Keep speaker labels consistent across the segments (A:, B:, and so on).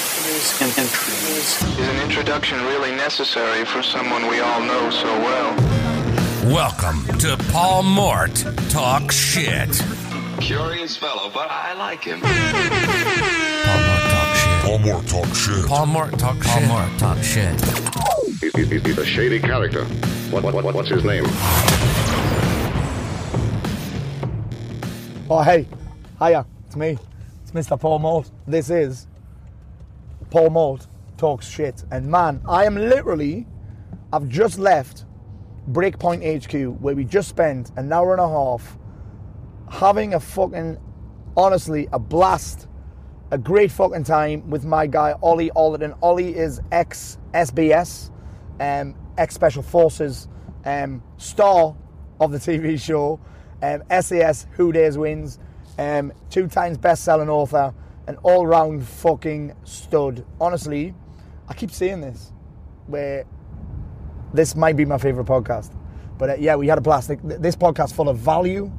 A: It is. It is.
B: Is an introduction really necessary for someone we all know so well?
C: Welcome to Paul Mort Talk Shit.
D: Curious fellow, but I like him.
C: Paul Mort Talk Shit.
E: Paul Moore talk shit.
C: Paul Mort Talk Shit. Paul Mort Talk Shit.
F: He- he- He's a shady character. What, what, what, what's his name?
G: Oh, hey. Hiya. It's me. It's Mr. Paul Malt. This is Paul Malt Talks Shit. And man, I am literally, I've just left Breakpoint HQ where we just spent an hour and a half having a fucking, honestly, a blast, a great fucking time with my guy Ollie Ollerton. Ollie is ex SBS, um, ex Special Forces, um, star of the TV show, um, SAS Who Dares Wins, um, two times best selling author, an all round fucking stud. Honestly, I keep saying this where this might be my favorite podcast. But uh, yeah, we had a blast. Th- This podcast's full of value.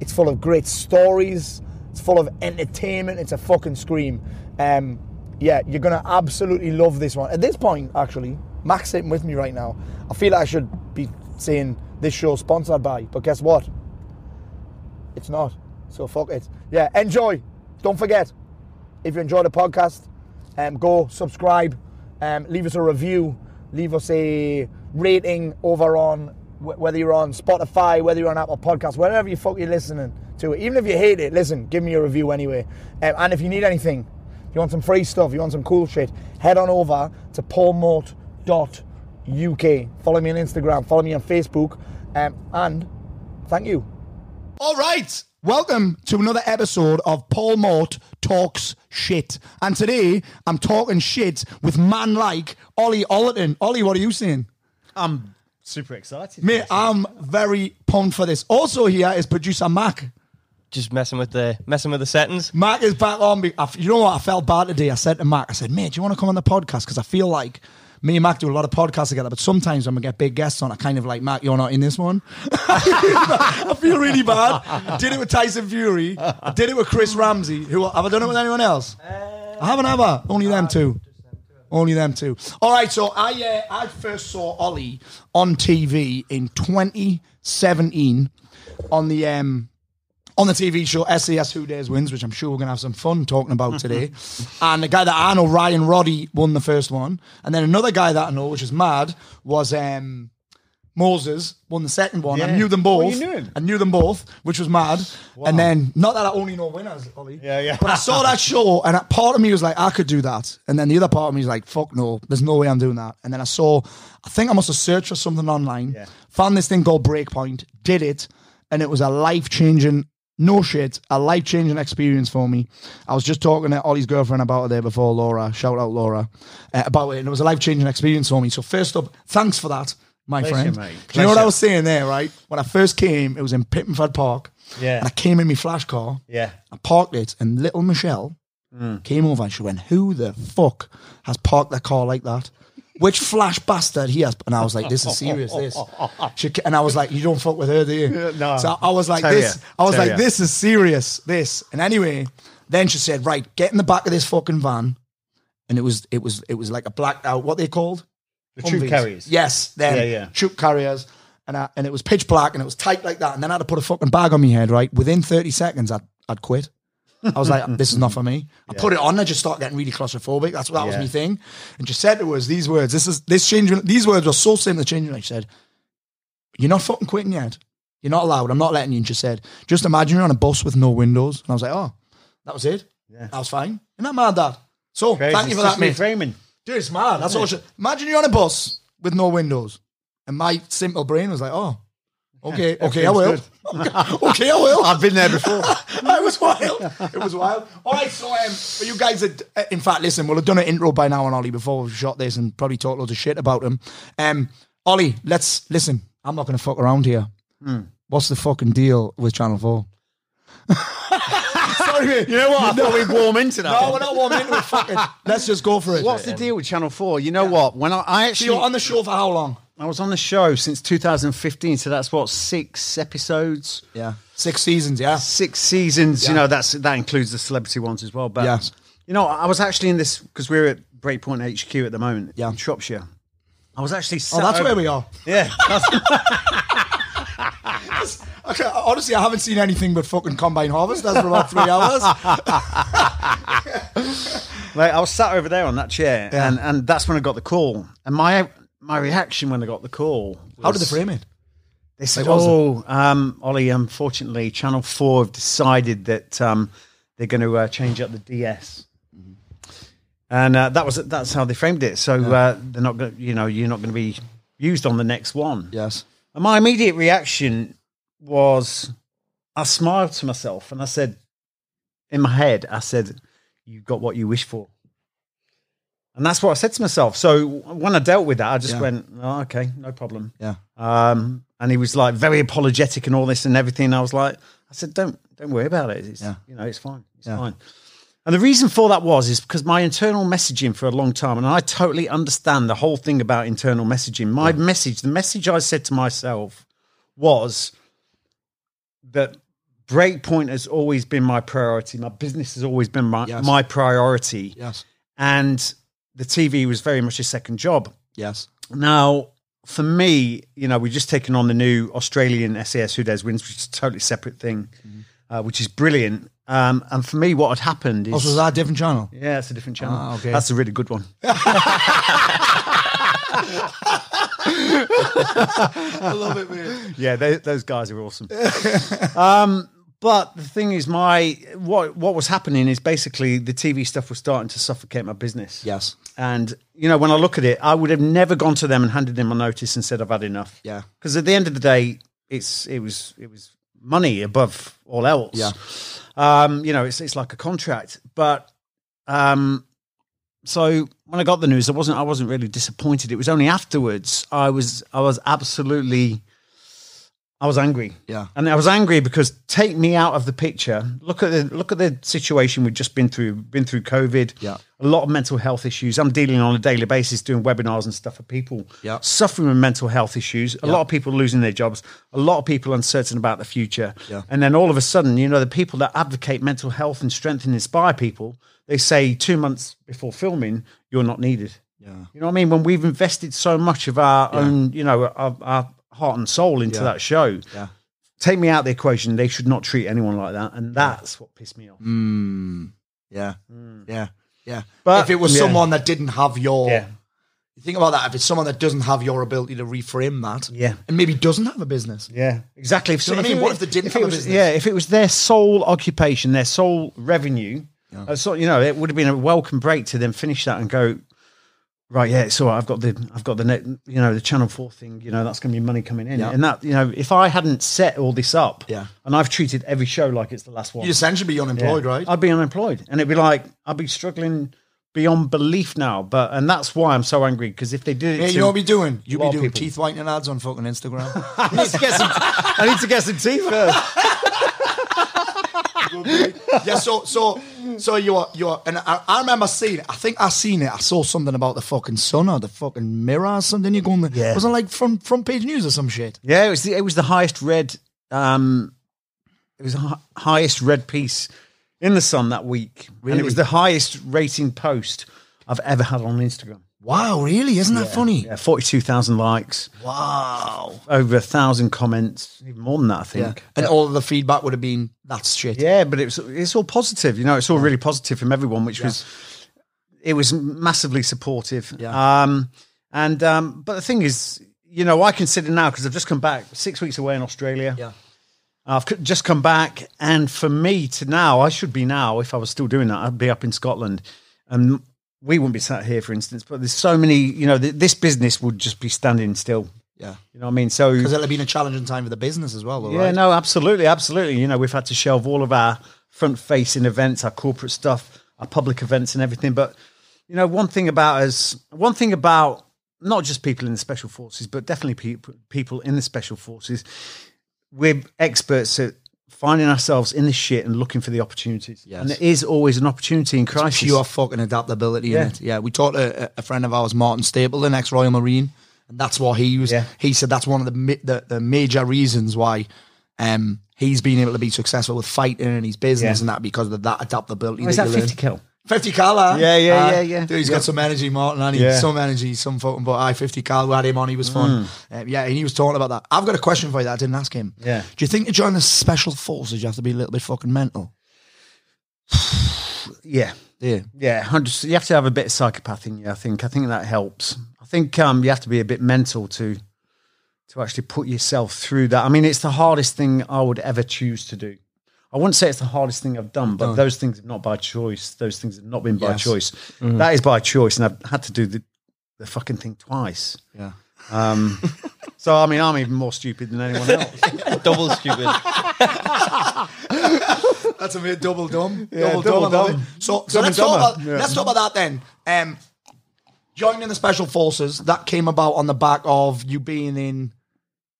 G: It's full of great stories. It's full of entertainment. It's a fucking scream. Um, yeah, you're gonna absolutely love this one. At this point, actually, Max sitting with me right now. I feel like I should be saying this show sponsored by, but guess what? It's not. So fuck it. Yeah, enjoy. Don't forget, if you enjoy the podcast, um, go subscribe, um, leave us a review, leave us a rating over on wh- whether you're on Spotify, whether you're on Apple Podcasts, wherever you fuck you're listening to it. Even if you hate it, listen, give me a review anyway. Um, and if you need anything, if you want some free stuff, you want some cool shit, head on over to paulmort.uk. Follow me on Instagram, follow me on Facebook, um, and thank you. All right. Welcome to another episode of Paul Mort Talks Shit. And today I'm talking shit with man like Ollie Ollerton. Ollie, what are you saying?
H: I'm super excited.
G: Mate, I'm very pumped for this. Also, here is producer Mac.
I: just messing with the messing with the settings.
G: Mac is back on. me. I f- You know what? I felt bad today. I said to Mac, I said, mate, do you want to come on the podcast? Because I feel like me and Mac do a lot of podcasts together, but sometimes when we get big guests on, I kind of like, Mac, you're not in this one. I feel really bad. I did it with Tyson Fury. I did it with Chris Ramsey. Who have I done it with anyone else? I haven't, have I? Only them two. Only them two. All right, so I uh, I first saw Ollie on TV in 2017 on the um, on the TV show SES Who Dares Wins, which I'm sure we're going to have some fun talking about today. and the guy that I know, Ryan Roddy, won the first one. And then another guy that I know, which is mad, was um, Moses, won the second one. I
H: Yeah.
G: knew them both.
H: Oh, you knew him?
G: I knew them both, which was mad. And then, not that I only know winners, Ollie.
H: Yeah, yeah.
G: But I saw that show, and that part of me was like, I could do that. And then the other part of me was like, fuck no, there's no way I'm doing that. And then I saw, I think I must have searched for something online,
H: Yeah.
G: found this thing called Breakpoint, did it, and it was a life changing, no shit, a life changing experience for me. I was just talking to Ollie's girlfriend about it there before, Laura. Shout out Laura uh, about it, and it was a life changing experience for me. So first up, thanks for that. My friend,
H: mate.
G: do you know what I
H: Pleasure.
G: was saying there? Right when I first came, it was in Pittenford Park.
H: Yeah.
G: and I came in my flash car.
H: Yeah.
G: I parked it, and little Michelle came over and she went, "Who the fuck has parked their car like that? Which flash bastard he has?" And I was like, "This is serious. This." She, ca- and I was like, "You don't fuck with her, do you?"
H: no.
G: So I was like,
H: Terrier.
G: "This." I was like,
H: Terrier.
G: "This is serious. This." And anyway, then she said, "Right, get in the back of this fucking van." And it was, it was, it was like a blacked out. What they called?
H: The troop
G: Humvees.
H: carriers.
G: Yes, them
H: Yeah, yeah.
G: troop carriers. And, I, and it was pitch black and it was tight like that. And then I had to put a fucking bag on my head, right? Within 30 seconds, I'd, I'd quit. I was like, this is not for me. I put it on. I just started getting really claustrophobic. That's that was
H: Yeah.
G: my thing. And she said to us these words. This is this changing. These words were so similar to changing. She said, "You're not fucking quitting yet. You're not allowed. I'm not letting you." And she said, "Just imagine you're on a bus with no windows." And I was like, "Oh, that was it. That was fine. You're not mad, Dad. So
H: Crazy.
G: thank you for
H: It's
G: that,
H: just me
G: mate.
H: Framing.
G: Dude, it's mad. That's all. shit. Imagine you're on a bus with no windows, and my simple brain was like, "Oh, okay, okay, I will. okay, I will.
H: I've been there before.
G: it was wild. It was wild. All right, so um, for you guys, that, uh, in fact, listen, we'll have done an intro by now on Ollie before we shot this and probably talked loads of shit about him. Um, Ollie, let's listen. I'm not going to fuck around here. What's the fucking deal with Channel Four? Sorry, mate.
H: you know what? I thought we'd warm into that.
G: No, we're not warming. We're fucking. Let's just go for it.
H: What's the deal with Channel Four? You know what? When I, I
G: So
H: actually,
G: you're on the show for how long?
H: I was on the show since 2015, so that's what six episodes,
G: Yeah, six seasons. Yeah,
H: six seasons.
G: Yeah.
H: You know, that's that includes the celebrity ones as well. But
G: Yes.
H: you You know, I was actually in this because we're at Breakpoint HQ at the moment. Yeah, in Shropshire. I was actually.
G: Oh, that's where we are.
H: Yeah,
G: Okay, honestly, I haven't seen anything but fucking combine harvest. That's for about three hours.
H: Like I was sat over there on that chair, and, and that's when I got the call. And my my reaction when I got the call,
G: How did they
H: was-
G: frame it?
H: They said,
G: what was
H: "Oh, um, Ollie, unfortunately, Channel Four have decided that um, they're going to uh, change up the DS." And uh, that was that's how they framed it. So uh, they're not going, you know, you're not going to be used on the next one.
G: Yes.
H: And my immediate reaction was I smiled to myself and I said, in my head, I said, you got what you wish for. And that's what I said to myself. So when I dealt with that, I just
G: Yeah.
H: went, oh, okay, no problem.
G: Yeah.
H: Um, and he was like very apologetic and all this and everything. And I was like, I said, don't don't worry about it. It's,
G: Yeah.
H: You know, it's fine. It's
G: Yeah.
H: fine. And the reason for that was is because my internal messaging for a long time, and I totally understand the whole thing about internal messaging. My message, the message I said to myself was that Breakpoint has always been my priority. My business has always been my,
G: Yes.
H: my priority.
G: Yes.
H: And the TV was very much a second job.
G: Yes.
H: Now, for me, you know, we've just taken on the new Australian SAS Hudes wins, which is a totally separate thing,
G: Mm-hmm.
H: uh, which is brilliant. Um, and for me, what had happened Oh, is.
G: Also, Oh, is that a different channel?
H: yeah, it's a different channel.
G: Ah, okay.
H: That's a really good one.
G: I love it, man.
H: yeah, tho- those guys are awesome. um, but the thing is, my what what was happening is basically the TV stuff was starting to suffocate my business.
G: Yes.
H: And you know, when I look at it, I would have never gone to them and handed them a notice and said I've had enough.
G: Yeah.
H: Because at the end of the day, it's it was it was money above all else.
G: Yeah.
H: Um, you know, it's it's like a contract. But um so when I got the news, I wasn't I wasn't really disappointed. It was only afterwards I was I was absolutely I was angry.
G: Yeah.
H: And I was angry because take me out of the picture. Look at the look at the situation we've just been through, been through COVID.
G: Yeah.
H: A lot of mental health issues. I'm dealing on a daily basis doing webinars and stuff for people
G: Yeah.
H: suffering with mental health issues, a lot of people losing their jobs, a lot of people uncertain about the future.
G: Yeah.
H: And then all of a sudden, you know, the people that advocate mental health and strength and inspire people, they say 2 months before filming, you're not needed.
G: Yeah.
H: You know what I mean? When we've invested so much of our own, you know, our, our heart and soul into
G: Yeah.
H: that show.
G: Yeah.
H: Take me out of the equation. They should not treat anyone like that, and that's what pissed me off.
G: Mm. Yeah. Yeah. Yeah.
H: Hmm. But-
G: if it was
H: Yeah.
G: someone that didn't have your,
H: Yeah.
G: think about that. If it's someone that doesn't have your ability to reframe that,
H: Yeah.
G: and maybe doesn't have a business,
H: Yeah, exactly. If,
G: Do you know what I mean?
H: it-
G: What if they didn't
H: it
G: have a
H: was-
G: business?
H: Yeah, if it was their sole occupation, their sole revenue, uh, so, you know, it would have been a welcome break to then finish that and go, right, yeah, it's all right. I've got the, I've got the net, you know, the Channel Four thing. You know, that's going to be money coming in,
G: Yeah.
H: and that, you know, if I hadn't set all this up,
G: Yeah.
H: and I've treated every show like it's the last one,
G: you'd essentially be
H: yeah,
G: unemployed, right?
H: I'd be unemployed, and it'd be like I'd be struggling beyond belief now. But and that's why I'm so angry because if they did it,
G: yeah,
H: to
G: you know what we're doing? You'd
H: lot
G: be
H: of
G: doing
H: people.
G: teeth whitening ads on fucking Instagram.
H: I need to get some, I need to get some tea first.
G: yeah, so so so you are you are, and I, I remember seeing. it. I think I seen it. I saw something about the fucking sun or the fucking mirror or something. You're going,
H: Yeah.
G: yeah. wasn't it like from front page news or some shit.
H: Yeah, it was the, it was the highest read. Um, it was the hi- highest read piece in the Sun that week, and it was the highest rating post I've ever had on Instagram.
G: Wow, really? Isn't that funny?
H: Yeah, forty-two thousand likes,
G: Wow.
H: over a thousand comments, even more than that, I
G: Yeah.
H: think.
G: And all of the feedback would have been that's shit.
H: Yeah, but it's it's all positive. You know, it's all really positive from everyone, which was it was massively supportive.
G: Yeah.
H: Um, and um, but the thing is, you know, I consider now because I've just come back six weeks away in Australia.
G: Yeah.
H: I've c- just come back, and for me to now, I should be now. If I was still doing that, I'd be up in Scotland, and we wouldn't be sat here, for instance. But there's so many, you know, th- this business would just be standing still.
G: Yeah.
H: You know what I mean? So
G: Because it'll have been a challenging time for the business as well, though,
H: yeah,
G: right?
H: no, absolutely, absolutely. You know, we've had to shelve all of our front facing events, our corporate stuff, our public events, and everything. But you know, one thing about us, one thing about not just people in the special forces, but definitely people people in the special forces, we're experts at finding ourselves in the shit and looking for the opportunities.
G: Yes.
H: And there is always an opportunity in crisis.
G: Pure fucking adaptability in
H: Yeah.
G: it. Yeah. We talked to a, a friend of ours, Martin Stapleton, ex Royal Marine, and that's what he was.
H: Yeah.
G: He said that's one of the, mi- the the major reasons why um he's been able to be successful with fighting in his business
H: Yeah.
G: and that because of that adaptability.
H: Oh, is
G: that
H: that
G: you learn.
H: fifty cal?
G: 50 Cal, huh?
H: Yeah, yeah,
G: Uh,
H: yeah, yeah.
G: Dude, he's
H: Yeah.
G: got some energy, Martin, and he
H: Yeah.
G: some energy, some fucking. But I 50 Cal, we had him on, he was fun. Um, yeah, and he was talking about that. I've got a question for you that I didn't ask him.
H: Hmm. Yeah.
G: Do you think to join the special forces, you have to be a little bit fucking mental?
H: Yeah.
G: Yeah.
H: Yeah, 100%. you have to have a bit of psychopath in you. I think. I think that helps. I think um, you have to be a bit mental to to actually put yourself through that. I mean, it's the hardest thing I would ever choose to do. I wouldn't say it's the hardest thing I've done, but those things have not by choice. Those things have not been by
G: Yes. Mm.
H: choice. That is by choice, and I've had to do the the fucking thing twice.
G: Yeah.
H: Um, so I mean, I'm even more stupid than anyone else.
I: Double stupid.
G: That's a bit double dumb.
H: Yeah,
G: double, dumb.
H: double
G: I love
H: dumb.
G: it. So, so
H: Dumb
G: let's,
H: and
G: talk
H: dumber.
G: about,
H: Yeah.
G: let's talk about that then. Um, joining the special forces that came about on the back of you being in.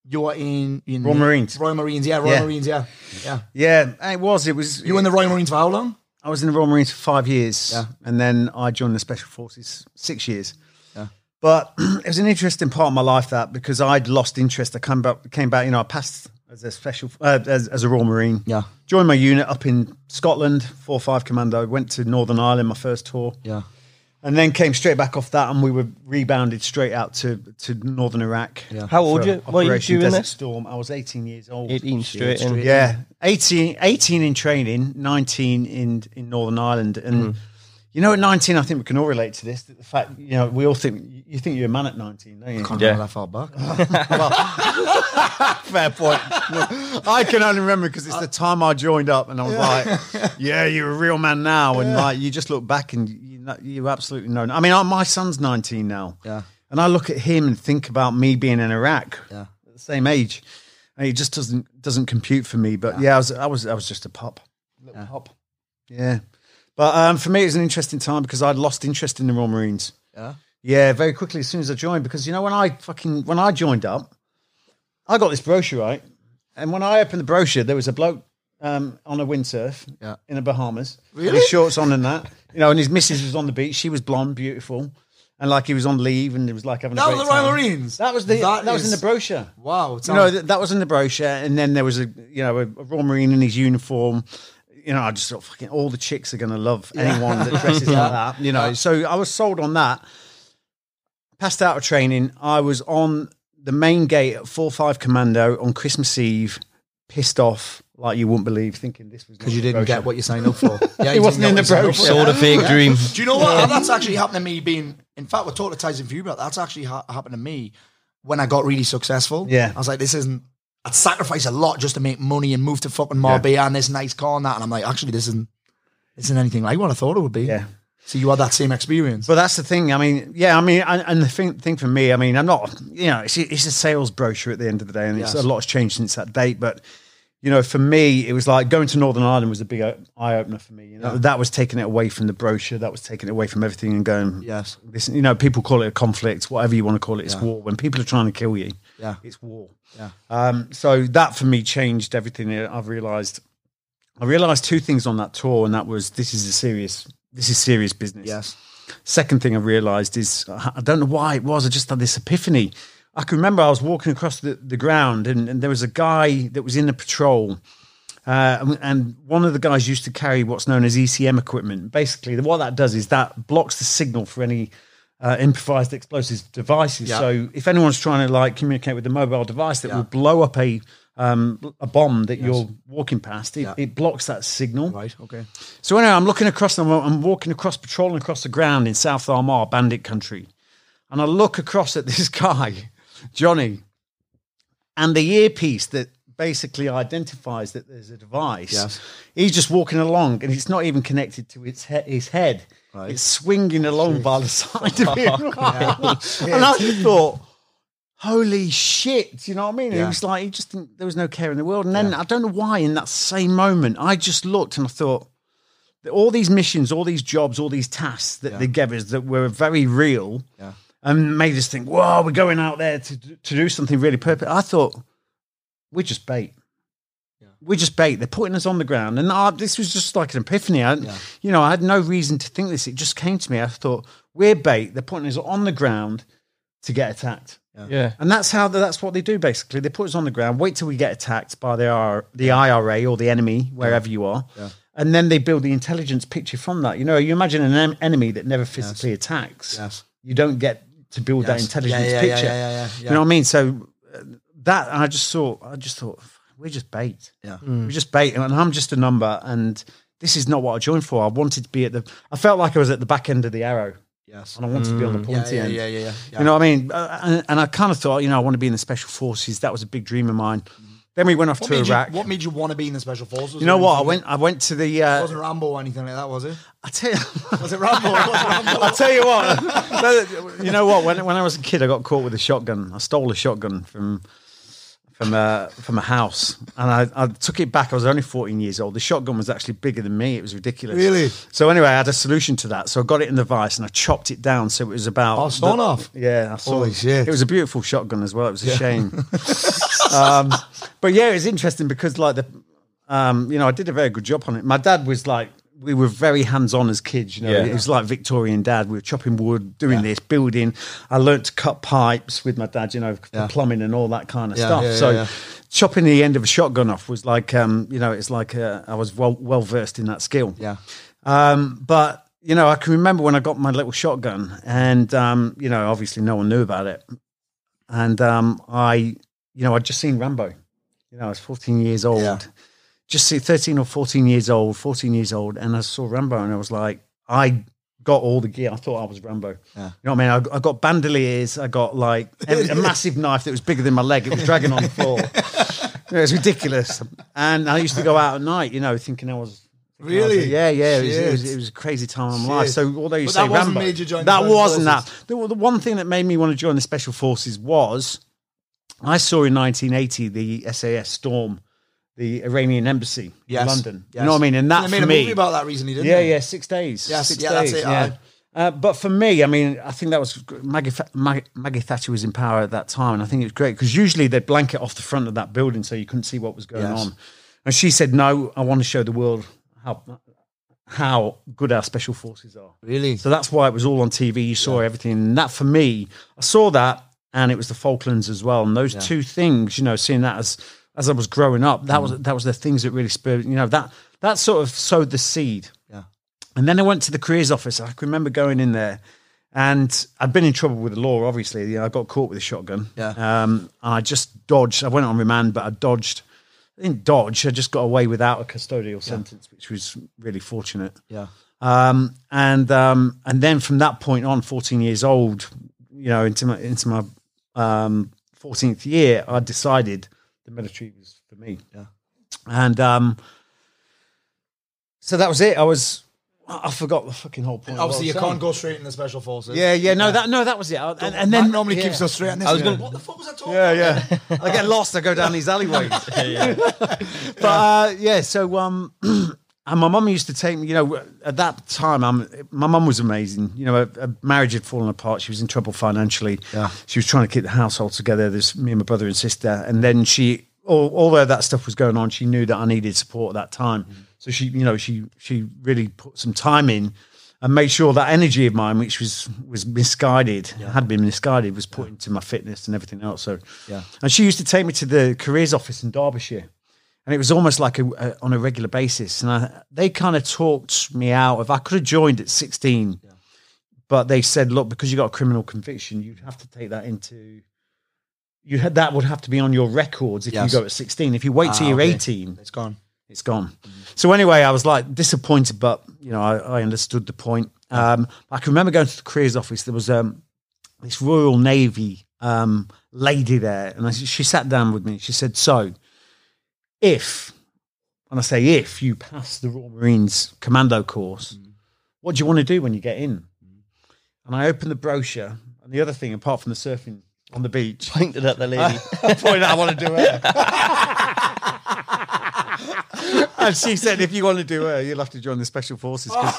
G: You're in, in
H: Royal Marines.
G: Royal Marines, yeah, Royal
H: Yeah.
G: Marines, yeah, yeah.
H: yeah, it was. It was.
G: You were in the Royal Marines for how long?
H: I was in the Royal Marines for five years,
G: Yeah.
H: and then I joined the Special Forces six years. But it was an interesting part of my life that because I'd lost interest. I came back, came back. You know, I passed as a special uh, as, as a Royal Marine.
G: Yeah.
H: joined my unit up in Scotland, four five commando. Went to Northern Ireland my first tour,
G: Yeah,
H: and then came straight back off that, and we were rebounded straight out to to Northern Iraq.
G: Yeah.
I: How old
H: for
I: you- what you
H: Operation
I: doing
H: Desert
I: there?
H: Storm. I was eighteen years old.
I: 18 straight in.
H: Yeah, 18, 18 in training, 19 in, in Northern Ireland.
I: Mm.
H: And, you know, at 19, I think we can all relate to this. that The fact, you know, we all think, you think you're a man at 19, don't you?
G: can't
I: Yeah.
G: remember that far back.
H: Fair point. I can only remember because it's the time I joined up and I was like, yeah, you're a real man now. And like, you just look back and you, know, you absolutely know. I mean, I, my son's 19 now.
G: Yeah.
H: And I look at him and think about me being in Iraq
G: Yeah.
H: at the same age. And it just doesn't, doesn't compute for me. But yeah, I, was, I was, I was just a pop. Little pop. Yeah. But um, for me, it was an interesting time because I'd lost interest in the Royal Marines.
G: Yeah.
H: Yeah, very quickly as soon as I joined, because you know when I fucking when I joined up, I got this brochure right, and when I opened the brochure, there was a bloke um, on a windsurf
G: Yeah.
H: in the Bahamas, with his shorts on and that, you know, and his missus was on the beach. She was blonde, beautiful, and like he was on leave, and it was like having
G: That was
H: a great
G: the Royal
H: time.
G: Marines.
H: That was the that, was in
G: is-
H: the brochure.
G: Wow, it
H: You know,
G: sounds-
H: th- that was in the brochure, and then there was a you know a, a Royal Marine in his uniform. You know, I just thought fucking all the chicks are going to love anyone that dresses like that. You know, so I was sold on that. Passed out of training. I was on the main gate at four five commando on Christmas Eve, pissed off like you wouldn't believe, thinking this was
G: because you didn't get what you signed up for. Yeah,
H: It wasn't in the brochure.
I: Sold a fake dream.
G: Do you know what? That's actually happened to me. Being, in fact, we're talking to Tyson View about that. that's actually ha- happened to me when I got really successful.
H: Yeah.
G: I was like, this isn't. I'd sacrifice a lot just to make money and move to fucking Marbella and this nice car and that. And I'm like, actually, this isn't. This isn't anything like what I thought it would be.
H: Yeah.
G: So you had that same experience.
H: But that's the thing. I mean, yeah. I mean, and, and the thing, thing for me, I mean, I'm not. You know, it's, it's a sales brochure at the end of the day, and
G: Yes.
H: it's a lot's changed since that date. But you know, for me, it was like going to Northern Ireland was a big o- eye opener for me. You know, that was taking it away from the brochure, that was taking it away from everything, and going,
G: Yes.
H: this, you know, people call it a conflict, whatever you want to call it, it's war. When people are trying to kill you,
G: Yeah.
H: it's war. Yeah. Um, so that for me changed everything. I've realised. I realised two things on that tour, and that was this is a serious, this is serious business.
G: yes.
H: Second thing I realized is I don't know why it was. I just had this epiphany. I can remember I was walking across the, the ground and, and there was a guy that was in a patrol. Uh, and- and one of the guys used to carry what's known as ECM equipment. Basically, what that does is that blocks the signal for any uh, improvised explosive devices.
G: Yeah.
H: So if anyone's trying to like communicate with a mobile device that will blow up a um, a bomb that you're walking past, it, it blocks that signal.
G: Right. Okay.
H: So anyway, I'm looking across and I'm, I'm walking across, patrolling across the ground in South Armagh, bandit country. And I look across at this guy, Johnny, and the earpiece that basically identifies that there's a device.
G: Yes.
H: He's just walking along and it's not even connected to its he- his head.
G: Right.
H: It's swinging along by the side of him. and I just thought, holy shit. Do you know what I mean?
G: Yeah.
H: It was like, he just didn't, there was no care in the world. And then I don't know why, in that same moment, I just looked and I thought, all these missions, all these jobs, all these tasks that they gave us that were very real
G: Yeah.
H: and made us think, wow, we're going out there to, to do something really purpose. I thought, we're just bait. We're just bait. They're putting us on the ground. And I, this was just like an epiphany. I, You know, I had no reason to think this. It just came to me. I thought, we're bait. They're putting us on the ground to get attacked.
I: Yeah.
H: And that's how that's what they do basically. They put us on the ground, wait till we get attacked by the R, the IRA or the enemy, wherever you are, And then they build the intelligence picture from that. You know, you imagine an en- enemy that never physically attacks.
G: Yes.
H: You don't get to build that
G: Yes.
H: intelligence
G: Yeah, yeah, yeah,
H: picture.
G: yeah, yeah, yeah.
H: You know what I mean? So uh, that, and I just thought, I just thought, we're just bait.
G: Yeah.
H: We're just bait. And I'm just a number. And this is not what I joined for. I wanted to be at the, I felt like I was at the back end of the arrow
G: Yes.
H: and I wanted to be on the
G: Yeah,
H: pointy
G: Mm. yeah,
H: end.
G: yeah, yeah, yeah, yeah.
H: You know what I mean? Uh, and, and I kind of thought, you know, I want to be in the special forces. That was a big dream of mine. Then we went off
G: what
H: to
G: made
H: Iraq.
G: you, what made you want to be in the special forces?
H: you know what? I went. I went to the.
G: It
H: Uh,
G: wasn't Rambo or anything like that, was it?
H: I tell you,
G: Was it Rambo? It wasn't Rambo.
H: I tell you what. you know what? When when I was a kid, I got caught with a shotgun. I stole a shotgun from from a from a house, and I, I took it back. I was only fourteen years old. The shotgun was actually bigger than me. It was ridiculous.
G: Really?
H: So anyway, I had a solution to that. So I got it in the vice and I chopped it down. So it was about.
G: Oh, sawn
H: the-
G: off?
H: Yeah. I saw
G: Holy shit.
H: It was a beautiful shotgun as well. It was a shame. um, but yeah, it was interesting because like the, um, you know, I did a very good job on it. My dad was like, we were very hands on as kids. You know,
I: Yeah.
H: it was like Victorian dad. We were chopping wood, doing this, building. I learnt to cut pipes with my dad. You know, for
G: Yeah.
H: plumbing and all that kind of
G: Yeah,
H: stuff.
G: yeah, yeah,
H: so.
G: yeah.
H: Chopping the end of a shotgun off was like, um, you know, it's like uh, I was well well versed in that skill.
G: Yeah.
H: Um, but you know, I can remember when I got my little shotgun, and um, you know, obviously no one knew about it, and um, I, you know, I'd just seen Rambo. You know, I was 14 years old,
G: Yeah.
H: just see 13 or 14 years old, 14 years old, and I saw Rambo, and I was like, I got all the gear. I thought I was Rambo.
G: Yeah.
H: You know what I mean? I, I got bandoliers. I got like a, a massive knife that was bigger than my leg. It was dragging on the floor. You know, it was ridiculous. And I used to go out at night, you know, thinking I was
G: Really?
H: yeah, yeah. It was, it, was,
G: Shit.
H: it was a crazy time in my life.
G: Shit.
H: So although you
G: But
H: say
G: that wasn't
H: Rambo,
G: made you join the
H: that
G: Special
H: wasn't
G: Forces.
H: that. The, the one thing that made me want to join the special forces was I saw in 1980 the SAS storm the Iranian embassy
G: Yes.
H: in London.
G: Yes.
H: You know what I mean? And that
G: they
H: for
G: made a
H: me,
G: movie about that recently, didn't
H: yeah,
G: they?
H: yeah, six days.
G: Yes,
H: six
G: yeah, that's
H: days.
G: it, aye.
H: Uh, but for me, I mean, I think that was Maggie, Fa- Mag- Maggie Thatcher was in power at that time, and I think it was great because usually they'd blanket off the front of that building so you couldn't see what was going
G: Yes.
H: on. And she said, "No, I want to show the world how how good our special forces are."
G: Really?
H: So that's why it was all on TV. You saw everything, and that for me, I saw that, and it was the Falklands as well. And those two things, you know, seeing that as as I was growing up,
G: Mm.
H: that was that was the things that really spurred. You know, that that sort of sowed the seed.
G: Yeah.
H: And then I went to the careers office. I can remember going in there, and I'd been in trouble with the law. Obviously, you know, I got caught with a shotgun.
G: Yeah.
H: Um, and I just dodged. I went on remand, but I dodged. I didn't dodge. I just got away without a custodial sentence, which was really fortunate.
G: yeah.
H: Um, and um, and then from that point on, 14 years old, you know, into my into my um, 14th year, I decided the military was for me.
G: Yeah.
H: And um, so that was it. I was I I forgot the fucking whole point. of what
G: Obviously,
H: I
G: you
H: was
G: can't
H: saying.
G: go straight in the special forces.
H: Yeah, yeah, no, that no, that was it. I- And, and then
G: Matt normally
H: yeah.
G: keeps us straight. On this
I: I was
G: one.
I: gonna-
G: What the fuck was I talking?
H: Yeah, yeah. I get lost. I go down these alleyways. but uh, yeah, so um, and my mum used to take me. You know, at that time, I'm, my mum was amazing. You know, a, a marriage had fallen apart. She was in trouble financially.
G: Yeah.
H: she was trying to keep the household together. There's me and my brother and sister, and then she. al- Although that stuff was going on, she knew that I needed support at that time.
G: Mm-hmm.
H: So she, you know, she she really put some time in and made sure that energy of mine, which was was misguided, had been misguided, was put into my fitness and everything else. So
G: Yeah.
H: and she used to take me to the careers office in Derbyshire, and it was almost like a, a, on a regular basis. And I, they kind of talked me out of. I could have joined at sixteen, but they said, "Look, because you got a criminal conviction, you'd have to take that into." You had that would have to be on your records if
G: Yes.
H: you go at sixteen. If you wait till
G: Ah,
H: you're
G: okay.
H: eighteen,
G: It's gone.
H: it's gone. So anyway, I was like disappointed, but you know, I, I understood the point. Um, I can remember going to the careers office. There was um, this Royal Navy um, lady there, and I, she sat down with me. She said, "So, if, and I say if you pass the Royal Marines Commando course, what do you want to do when you get in?" And I opened the brochure, and the other thing, apart from the surfing on the beach,
I: Pointed at the lady.
H: point I want to do her. and she said, if you want to do her, you'll have to join the special forces. 'cause
G: I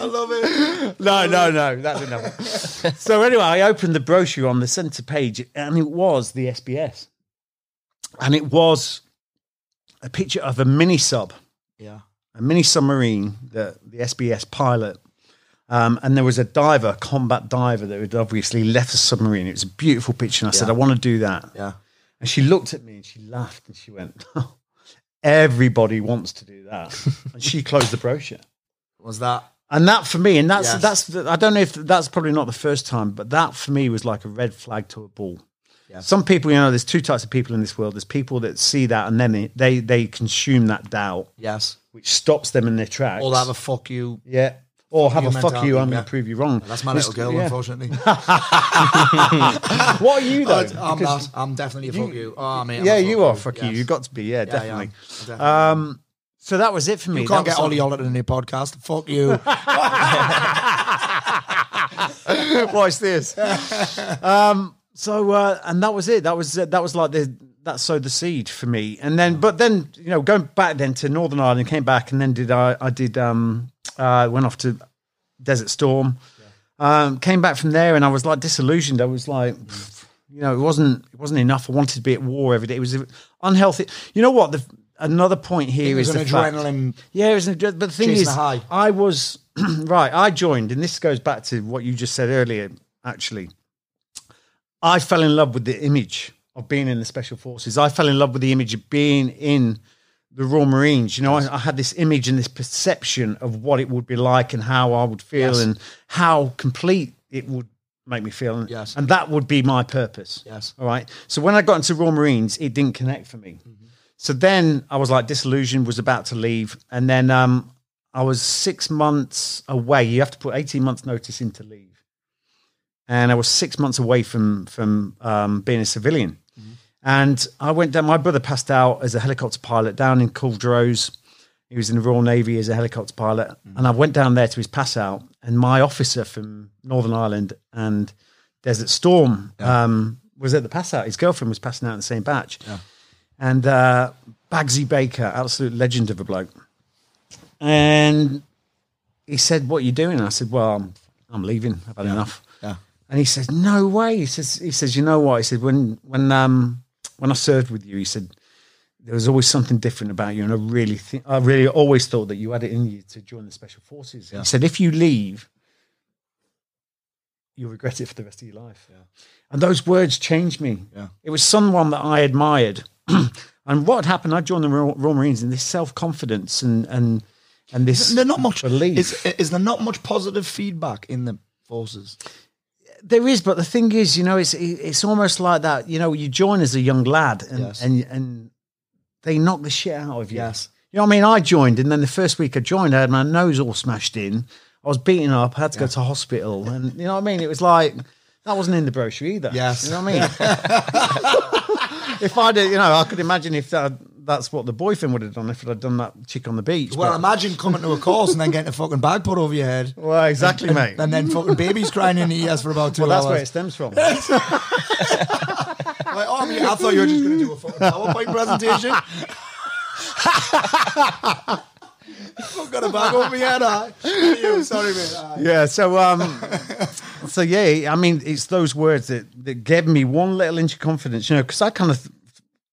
G: love it.
H: no, no, no, that didn't happen. so anyway, I opened the brochure on the centre page, and it was the SBS, and it was a picture of a mini sub,
G: Yeah.
H: a mini submarine that the SBS pilot. Um, and there was a diver, combat diver, that had obviously left the submarine. It was a beautiful picture. And I said,
G: Yeah.
H: I want to do that.
G: Yeah.
H: And she looked at me and she laughed and she went, Everybody wants to do that. and she closed the brochure.
G: Was that?
H: And that for me, and that's
G: Yes.
H: that's the, I don't know if that's probably not the first time, but that for me was like a red flag to a bull. Some people, you know, there's two types of people in this world. There's people that see that and then they they, they consume that doubt,
G: Yes.
H: which stops them in their tracks.
G: All that a fuck you.
H: yeah. Or have
G: you
H: a fuck
G: mentality,
H: you, I'm
G: yeah.
H: going to prove you wrong.
G: That's my
H: It's-
G: little girl,
H: yeah.
G: unfortunately.
H: What are you though?
G: But I'm,
H: Because-
G: not, I'm definitely a fuck you. Oh, mate, I'm
H: yeah,
G: a
H: you are. Fuck you.
G: Yes.
H: You got to be. Yeah,
G: Yeah, I am.
H: definitely.
G: Definitely.
H: Um, so that was it for me.
G: you can't
H: That
G: get
H: was-
G: Ollie Ollie in your podcast. Fuck you.
H: Watch this. um, so uh, and that was it. That was uh, that was like the that sowed the seed for me. And then, but then you know, going back then to Northern Ireland, came back and then did I I did um uh went off to Desert Storm. Um, came back from there and I was like disillusioned. I was like, pff, you know, it wasn't it wasn't enough. I wanted to be at war every day. It was unhealthy. You know what? The, another point here
G: It was
H: is
G: an
H: the fact-
G: adrenaline.
H: yeah, it was an adre- but the thing
G: Chasing
H: is,
G: the high.
H: I was right. I joined, and this goes back to what you just said earlier. Actually, I fell in love with the image of being in the special forces. I fell in love with the image of being in the Royal Marines. You know, I, I had this image and this perception of what it would be like and how I would feel and how complete it would make me feel. And,
G: Yes.
H: and that would be my purpose.
G: Yes.
H: All right. So when I got into Royal Marines, it didn't connect for me. So then I was like disillusioned, was about to leave, and then um, I was six months away. You have to put eighteen months notice in to leave, and I was six months away from from um, being a civilian. And I went down. My brother passed out as a helicopter pilot down in Caldrose. He was in the Royal Navy as a helicopter pilot, and I went down there to his pass out. And my officer from Northern Ireland and Desert Storm um, was at the pass out. His girlfriend was passing out in the same batch and uh, Bagsy Baker, absolute legend of a bloke. And he said, "What are you doing?" And I said, "Well, I'm, I'm leaving. I've had enough."
G: Yeah.
H: And he says, "No way." He says, "He says, you know what?" He said, "When when um when I served with you, he said there was always something different about you, and I really think I really always thought that you had it in you to join the special forces." He said, "If you leave, you'll regret it for the rest of your life." And those words changed me.
G: Yeah.
H: It was someone that I admired. and what happened, I joined the Royal, Royal Marines and this self confidence and, and, and this.
G: There's not much.
H: Belief.
G: Is, is there not much positive feedback in the forces?
H: there is, but the thing is, you know, it's, it- it's almost like that, you know, you join as a young lad and,
G: Yes.
H: and, and they knock the shit out of you.
G: Yes.
H: You know what I mean? I joined, and then the first week I joined, I had my nose all smashed in. I was beaten up. I had to go to hospital. And you know what I mean? It was like, that wasn't in the brochure either.
G: Yes.
H: You know what I mean? if I'd, you know, I could imagine if that, that's what the boyfriend would have done if I'd done that chick on the beach.
G: Well,
H: but-
G: imagine coming to a course and then getting a fucking bag put over your head.
H: well, exactly, mate.
G: And then fucking babies crying in the ears for about two
H: well, that's where it
G: hours.
H: stems from.
G: Like, oh, I, mean, I thought you were just going to do a fucking PowerPoint presentation. I got a bag over my head. aye. You, Sorry, mate. aye.
H: yeah. So, um, so yeah, I mean, it's those words that that gave me one little inch of confidence, you know, because I kind of,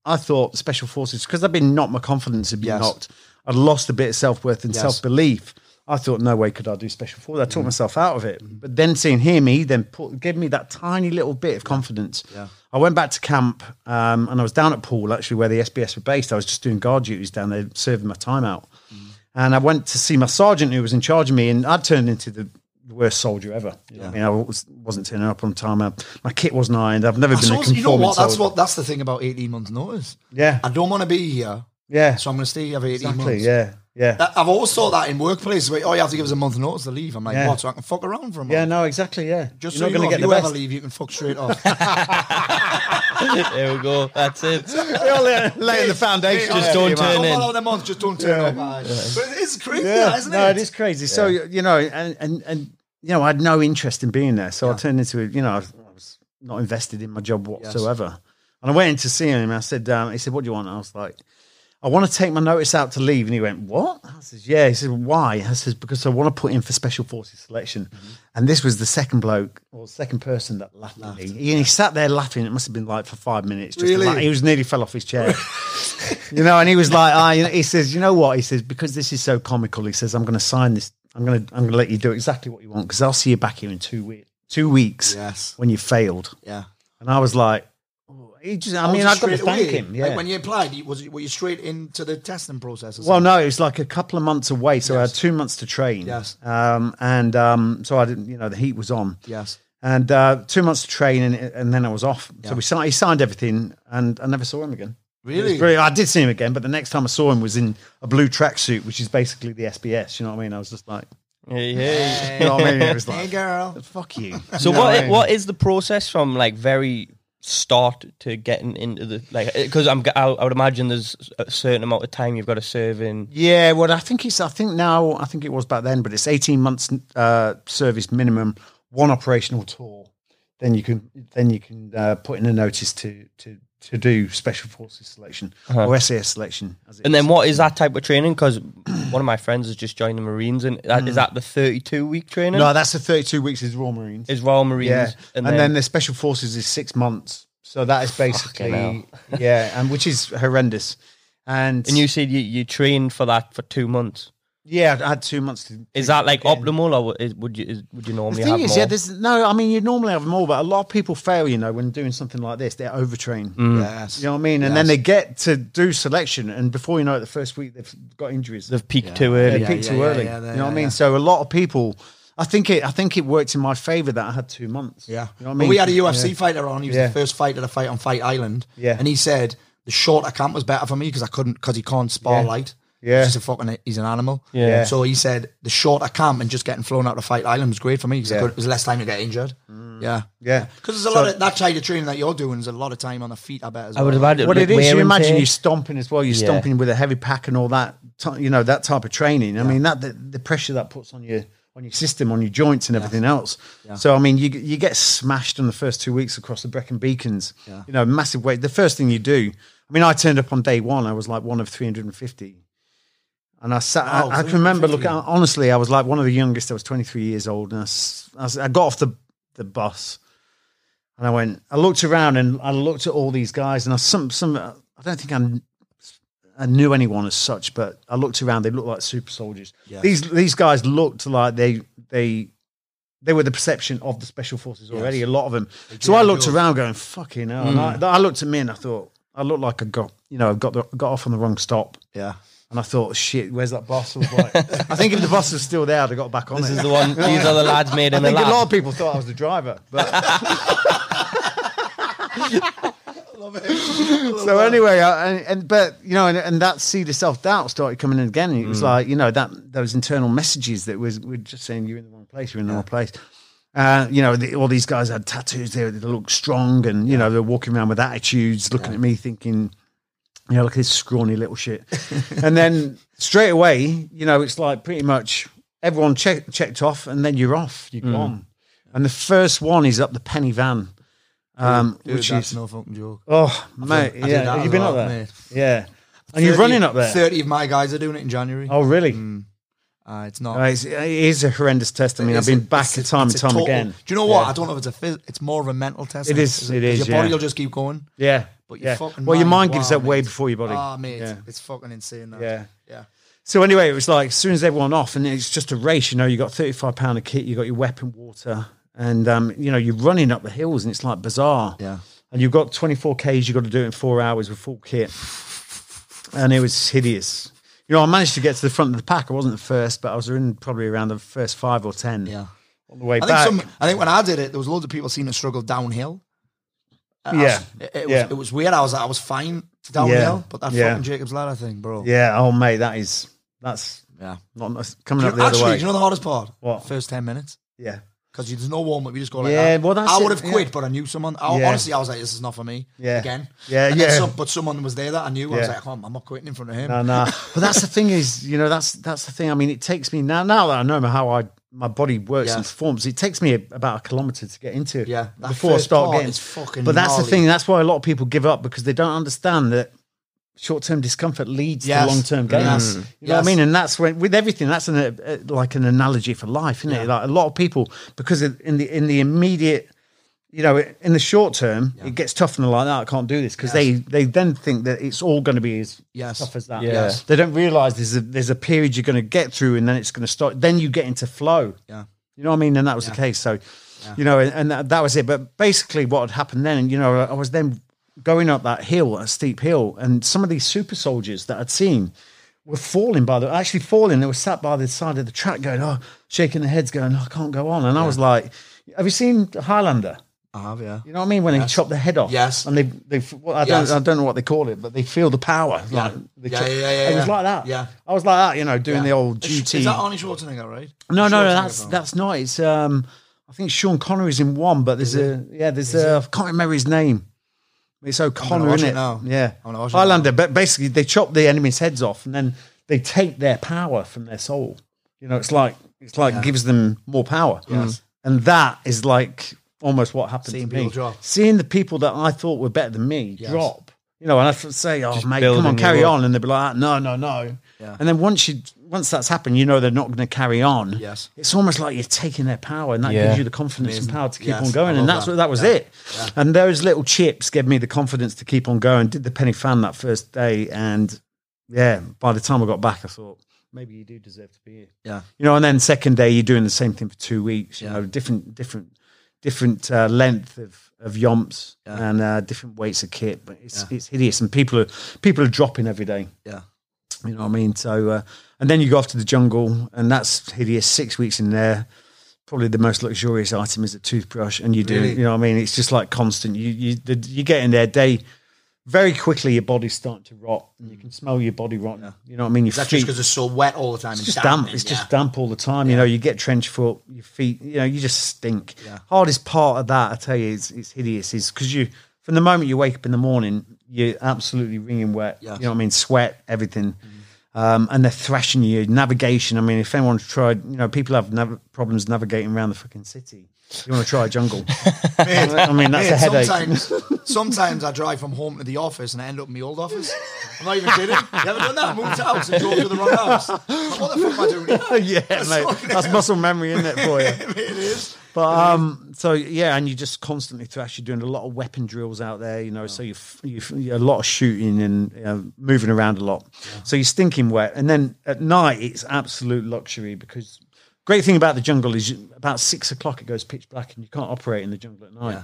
H: I thought special forces because I've been knocked, my confidence had been
G: Yes.
H: knocked, I'd lost a bit of self worth and
G: Yes. Mm.
H: self belief. I thought, no way could I do special forces. I talked myself out of it, but then seeing him, he then put, gave me that tiny little bit of confidence.
G: Yeah.
H: I went back to camp um, and I was down at Poole, actually, where the SBS were based. I was just doing guard duties down there, serving my time out.
G: Mm.
H: And I went to see my sergeant who was in charge of me, and I turned into the worst soldier ever. You know what I mean, I was, wasn't turning up on time. I, my kit wasn't ironed. I've never
G: I
H: been a
G: suppose,
H: conforming
G: you know what? That's
H: soldier.
G: what. That's the thing about 18 months' notice.
H: Yeah.
G: I don't want to be here,
H: Yeah.
G: so I'm going to stay here for 18
H: exactly.
G: months.
H: Yeah. Yeah.
G: That- I've always thought that in workplaces where, oh, you have to give us a month's notice to leave. I'm like,
H: Yeah.
G: what? So I can fuck around for a month.
H: yeah. No. Exactly. Yeah.
G: Just so
H: You're not
G: you
H: going
G: know,
H: to
G: if
H: get the
G: you ever
H: best.
G: leave, you can fuck straight off.
I: There we go. That's it.
H: You're la- laying the foundation.
I: Just
H: Yeah.
I: don't
H: Yeah.
I: turn
G: Don't
I: in.
G: follow them Oh, on, just don't turn up. aye. But it's crazy,
H: Yeah.
G: isn't
H: No,
G: it?
H: it is crazy. So you know, and and and you know, I had no interest in being there. So I turned into a, you know, I was I was not invested in my job whatsoever. And I went in to see him. And I said, um, he said, "What do you want?" And I was like, "I want to take my notice out to leave." And he went, "What?" I says, "Yeah." He said, "Why?" I says, "Because I want to put in for special forces selection." And this was the second bloke or second person that laughed, at me. He, and he sat there laughing. It must have been like for five minutes. Just
G: Really?
H: like- he was nearly fell off his chair. you know, and he was like, I, he says, you know what? He says, because this is so comical, he says, I'm going to sign this. I'm going to, I'm going to let you do exactly what you want because I'll see you back here in two weeks, two weeks
G: Yes.
H: when you failed.
G: Yeah.
H: And I was like, oh, He just, I
G: Oh,
H: mean,
G: just
H: I've got to
G: straight
H: thank
G: away?
H: him. Yeah.
G: Like when you applied, you- was it- were you straight into the testing process? Or
H: Well,
G: something?
H: no, it was like a couple of months away, so I had
G: Yes.
H: two months to train.
G: Yes.
H: Um, and um, so I didn't, you know, the heat was on.
G: Yes.
H: And uh, two months to train, and, and then I was off.
G: Yeah.
H: So we signed, he signed everything, and I never saw him again. It was
G: Really?
H: very- I did see him again, but the next time I saw him was in a blue tracksuit, which is basically the SBS. You know what I mean? I was just like,
I: Hey, hey.
H: you know what I mean? It was
G: Hey,
H: like,
G: girl.
H: fuck you.
I: So
H: You know
I: what
H: I mean?
I: what is the process from like very start to getting into the like because I'm I, I would imagine there's a certain amount of time you've got to serve in.
H: Yeah, well, I think it's. I think now. I think it was back then, but it's eighteen months uh, service minimum, one operational tour. Then you can then you can uh, put in a notice to to to do special forces selection or SAS selection. As
I: Uh-huh.
H: it
I: And then
H: is.
I: what is that type of training? Because one of my friends has just joined the Marines, and that, is that the 32 week training?
H: Mm. No, that's the thirty-two weeks is Royal Marines.
I: is Royal Marines,
H: yeah, and, then, the special forces is six months. So that is basically
I: hell.
H: yeah, and which is horrendous. And,
I: and you said you you trained for that for two months.
H: yeah, I had two months to.
I: Is that like
H: get in.
I: optimal, or is, would you is, would you normally
H: The thing
I: have
H: is,
I: more?
H: yeah, there's no. I mean, you normally have them all, but a lot of people fail. You know, when doing something like this, they're
I: Mm.
H: overtrained.
G: Yes.
H: You know what I mean? And then they get to do selection, and before you know it, the first week they've got injuries.
I: They've peaked too early.
H: they peaked
G: yeah,
H: too
G: yeah,
H: early.
G: yeah, they-
H: you know what I
G: yeah,
H: mean?
G: yeah.
H: So a lot of people, I think it, I think it worked in my favor that I had two months.
G: Yeah.
H: you know what I
G: But
H: mean?
G: we had a UFC fighter on. He was
H: Yeah.
G: the first fighter to fight on Fight Island.
H: Yeah.
G: And he said the shorter camp was better for me because I couldn't because he can't spar
H: Yeah.
G: light.
H: Yeah.
G: He's just a fucking he's an animal.
I: Yeah.
G: So he said the shorter camp and just getting flown out to Fight Island was great for me because
H: Yeah. Mm.
G: it was less time to get injured. Yeah.
H: Yeah,
G: Because there's a lot of that type of training that you're doing is a lot of time on the feet. I bet as
I: I
G: well.
I: would have had it.
H: what it is,
I: wear
H: you
I: and
H: imagine
I: tear.
H: you stomping as well. You're
I: Yeah.
H: stomping with a heavy pack and all that. ty- You know that type of training. I mean that the, the pressure that puts on your on your system, on your joints, and everything else. So I mean, you you get smashed in the first two weeks across the Brecon Beacons. You know, massive weight. The first thing you do. I mean, I turned up on day one. I was like one of 350. And I sat.
G: Wow,
H: I, I can
G: 350.
H: remember looking. Honestly, I was like one of the youngest. I was 23 years old, and I, s- I s- I got off the the bus, and I went. I looked around, and I looked at all these guys, and I some some. I don't think I, kn- I knew anyone as such, but I looked around. They looked like super soldiers. These these guys looked like they they they were the perception of the special forces already. A lot of them. So I looked around, going fucking hell. And I, I looked at me, and I thought I looked like I got you know I got the, got off on the wrong stop.
G: Yeah.
H: And I thought, shit, where's that boss? I was like, I think if the boss was still there, I'd have got back on
I: This
H: it.
I: is the one. These are the lads made
H: I
I: in the
H: think a
I: lab.
H: lot of people thought I was the driver. But so anyway, I, and, and but you know, and, and that seed of self doubt started coming in again. And
I: Mm.
H: it was like you know that those internal messages that was were just saying you're in the wrong place, you're in the wrong place. Uh, you know, the, all these guys had tattoos. They, they looked strong, and you know they're walking around with attitudes, looking at me, thinking, you know, look at this scrawny little shit. and then straight away, you know, it's like pretty much everyone check, checked off, and then you're off,
G: Hmm.
H: you're gone. And the first one is up the penny van, um,
G: Dude,
H: which
G: that's
H: is
G: no fucking joke.
H: oh mate,
G: I do
H: yeah,
G: that
H: have
G: a
H: you been
G: lot,
H: up there?
G: mate.
H: Yeah, and you're
G: 30
H: running up there.
G: Thirty of my guys are doing it in January.
H: Oh really?
G: Uh, it's not.
H: Uh, it's, it is a horrendous test. I mean, I've
G: It's a-
H: been back
G: it's a-
H: time and
G: it's a
H: time
G: total-
H: again.
G: Do you know what?
H: Yeah.
G: I don't know if it's a phys- it's more of a mental test.
H: It is, it is,
G: Your body
H: yeah.
G: will just keep going.
H: Yeah,
G: But your
H: yeah.
G: fucking
H: well, your mind
G: mind,
H: gives
G: wow,
H: up way
G: mate.
H: before your body.
G: Ah, mate,
H: Yeah.
G: it's fucking insane. That.
H: Yeah.
G: yeah.
H: So anyway, it was like as soon as everyone off, and it's just a race. You know, you got thirty-five pound of kit, you got your weapon, water, and um, you know you're running up the hills, and it's like bizarre.
G: Yeah.
H: And you've got twenty-four k's. You got to do it in four hours with full kit, and it was hideous. You know, I managed to get to the front of the pack. I wasn't the first, but I was in probably around the first five or ten.
G: Yeah.
H: On the way
G: I think
H: back.
G: some. I think when I did it, there was loads of people seeing it struggle downhill. And I was-
H: Yeah.
G: uh, it, it
H: Yeah.
G: was, it was weird. I was I was fine downhill, but that
H: Yeah.
G: fucking Jacob's ladder thing, bro.
H: yeah. Oh mate, that is that's
G: yeah.
H: not that's coming
G: Do you-
H: up the
G: actually,
H: other way.
G: do you know the hardest part?
H: What?
G: First ten minutes.
H: yeah.
G: Because there's no warm up, you just go like
H: Yeah,
G: that.
H: well, that's
G: I
H: it,
G: would have
H: yeah.
G: quit, but I knew someone. I,
H: Yeah.
G: Honestly, I was like, this is not for me.
H: Yeah.
G: Again.
H: Yeah,
G: And then
H: yeah.
G: some- but someone was there that I knew. I was
H: Yeah.
G: like, come on, I'm not quitting in front of him.
H: No, no. But that's the thing is, you know, that's that's the thing. I mean, it takes me now. Now that I know how I my body works
G: Yeah.
H: and forms, it takes me a, about a kilometer to get into.
G: Yeah, that
H: before I
G: first
H: start
G: part
H: getting.
G: is fucking
H: but that's the
G: gnarly.
H: thing. That's why a lot of people give up because they don't understand that short-term discomfort leads
G: Yes.
H: to long-term
G: Yes.
H: gains. You know what I
G: Yes.
H: mean? And that's when with everything, that's an, uh, uh, like an analogy for life, isn't it? Like a lot of people because in in the in the immediate you know, in the short term, it gets tough and they're like, no, I can't do this because they, they then think that it's all going to be as
G: Yes.
H: tough as that.
I: Yeah. Yes.
H: They don't realize there's a, there's a period you're going to get through and then it's going to start. Then you get into flow.
G: Yeah.
H: You know what I mean? And that was the case. So, you know, and, and that, that was it. But basically, what had happened then, and, you know, I was then going up that hill, a steep hill, and some of these super soldiers that I'd seen were falling by the actually falling. They were sat by the side of the track, going, "Oh," shaking their heads, going, "Oh, "I can't go on." And I was like, "Have you seen Highlander?"
G: I have, yeah.
H: You know what I mean? When
G: Yes.
H: they chop the head off,
G: Yes.
H: and they they well, I don't
G: Yes.
H: I don't know what they call it, but they feel the power.
G: Yeah.
H: Like they
G: Yeah,
H: chop-
G: yeah, yeah,
H: It was
G: yeah.
H: like that.
G: Yeah.
H: I was like that, you know, doing the old duty.
G: Is that Arnie Schwarzenegger, right?
H: No, no, no, that's
G: Schwarzenegger.
H: that's not. It's um, I think Sean Connery's in one, but there's a yeah, there's a I can't remember his name. It's O'Connor,
G: watch
H: isn't
G: it
H: it?
G: now.
H: Yeah,
G: I'm gonna watch it
H: Highlander. But basically, they chop the enemy's heads off, and then they take their power from their soul. You know, it's like it's like gives them more power. Yes. and that is like almost what happened
G: Seeing
H: to me.
G: people drop.
H: Seeing the people that I thought were better than me drop. You know, and I f- say, "Oh, mate, come
I: building
H: on,
I: you
H: carry
I: up.
H: on," and they'd be like, "Ah, "No, no, no."
G: Yeah.
H: And then once you once that's happened, you know they're not going to carry on
G: Yes.
H: it's almost like you're taking their power, and that
I: Yeah.
H: gives you the confidence
G: Amazing.
H: and power to keep
G: Yes,
H: on going.
G: I
H: And
G: love
H: that's
G: that.
H: what that was
G: Yeah.
H: it. And those little chips gave me the confidence to keep on going. Did the penny fan that first day, and yeah, by the time I got back, I thought maybe you do deserve to be here.
G: Yeah.
H: You know, and then second day, you're doing the same thing for two weeks. You
G: Yeah.
H: know, different, different, different uh, length of of yomps
G: Yeah.
H: and uh, different weights of kit, but it's it's hideous, and people are people are dropping every day.
G: Yeah.
H: You know what I mean? So, uh, and then you go off to the jungle, and that's hideous. Six weeks in there, probably the most luxurious item is a toothbrush, and you do.
G: Really?
H: You know what I mean? It's just like constant. You you the, you get in there day. Very quickly, your body's starting to rot, and you can smell your body rotting. You know what I mean?
G: Mm.
H: Your
G: Is that
H: feet-
G: just because it's so wet all the time?
H: it's just damp. It's just damp all the time. You know, you get trench foot, your feet. You know, you just stink. Hardest part of that, I tell you, is it's hideous. Is because you, from the moment you wake up in the morning, you're absolutely wringing wet.
G: Yes.
H: You know what I mean? Sweat, everything. Um, and they're thrashing you. Navigation. I mean, if anyone's tried, you know, people have nav- problems navigating around the fucking city. You want to try a jungle? I mean, that's a headache.
G: Sometimes, sometimes I drive from home to the office and I end up in the old office. I'm not even kidding. You ever done that? Moved house and drove to the wrong house. Like, what the fuck am I doing? here?
H: yeah, mate.
G: fucking
H: That's
G: hell.
H: muscle memory, isn't it, for you?
G: it is.
H: But um, so yeah, and you just constantly thrash. You're doing a lot of weapon drills out there, you know. So you f- you f- a lot of shooting and you know, moving around a lot. So you're stinking wet, and then at night it's absolute luxury because great thing about the jungle is you, about six o'clock it goes pitch black and you can't operate in the jungle at night.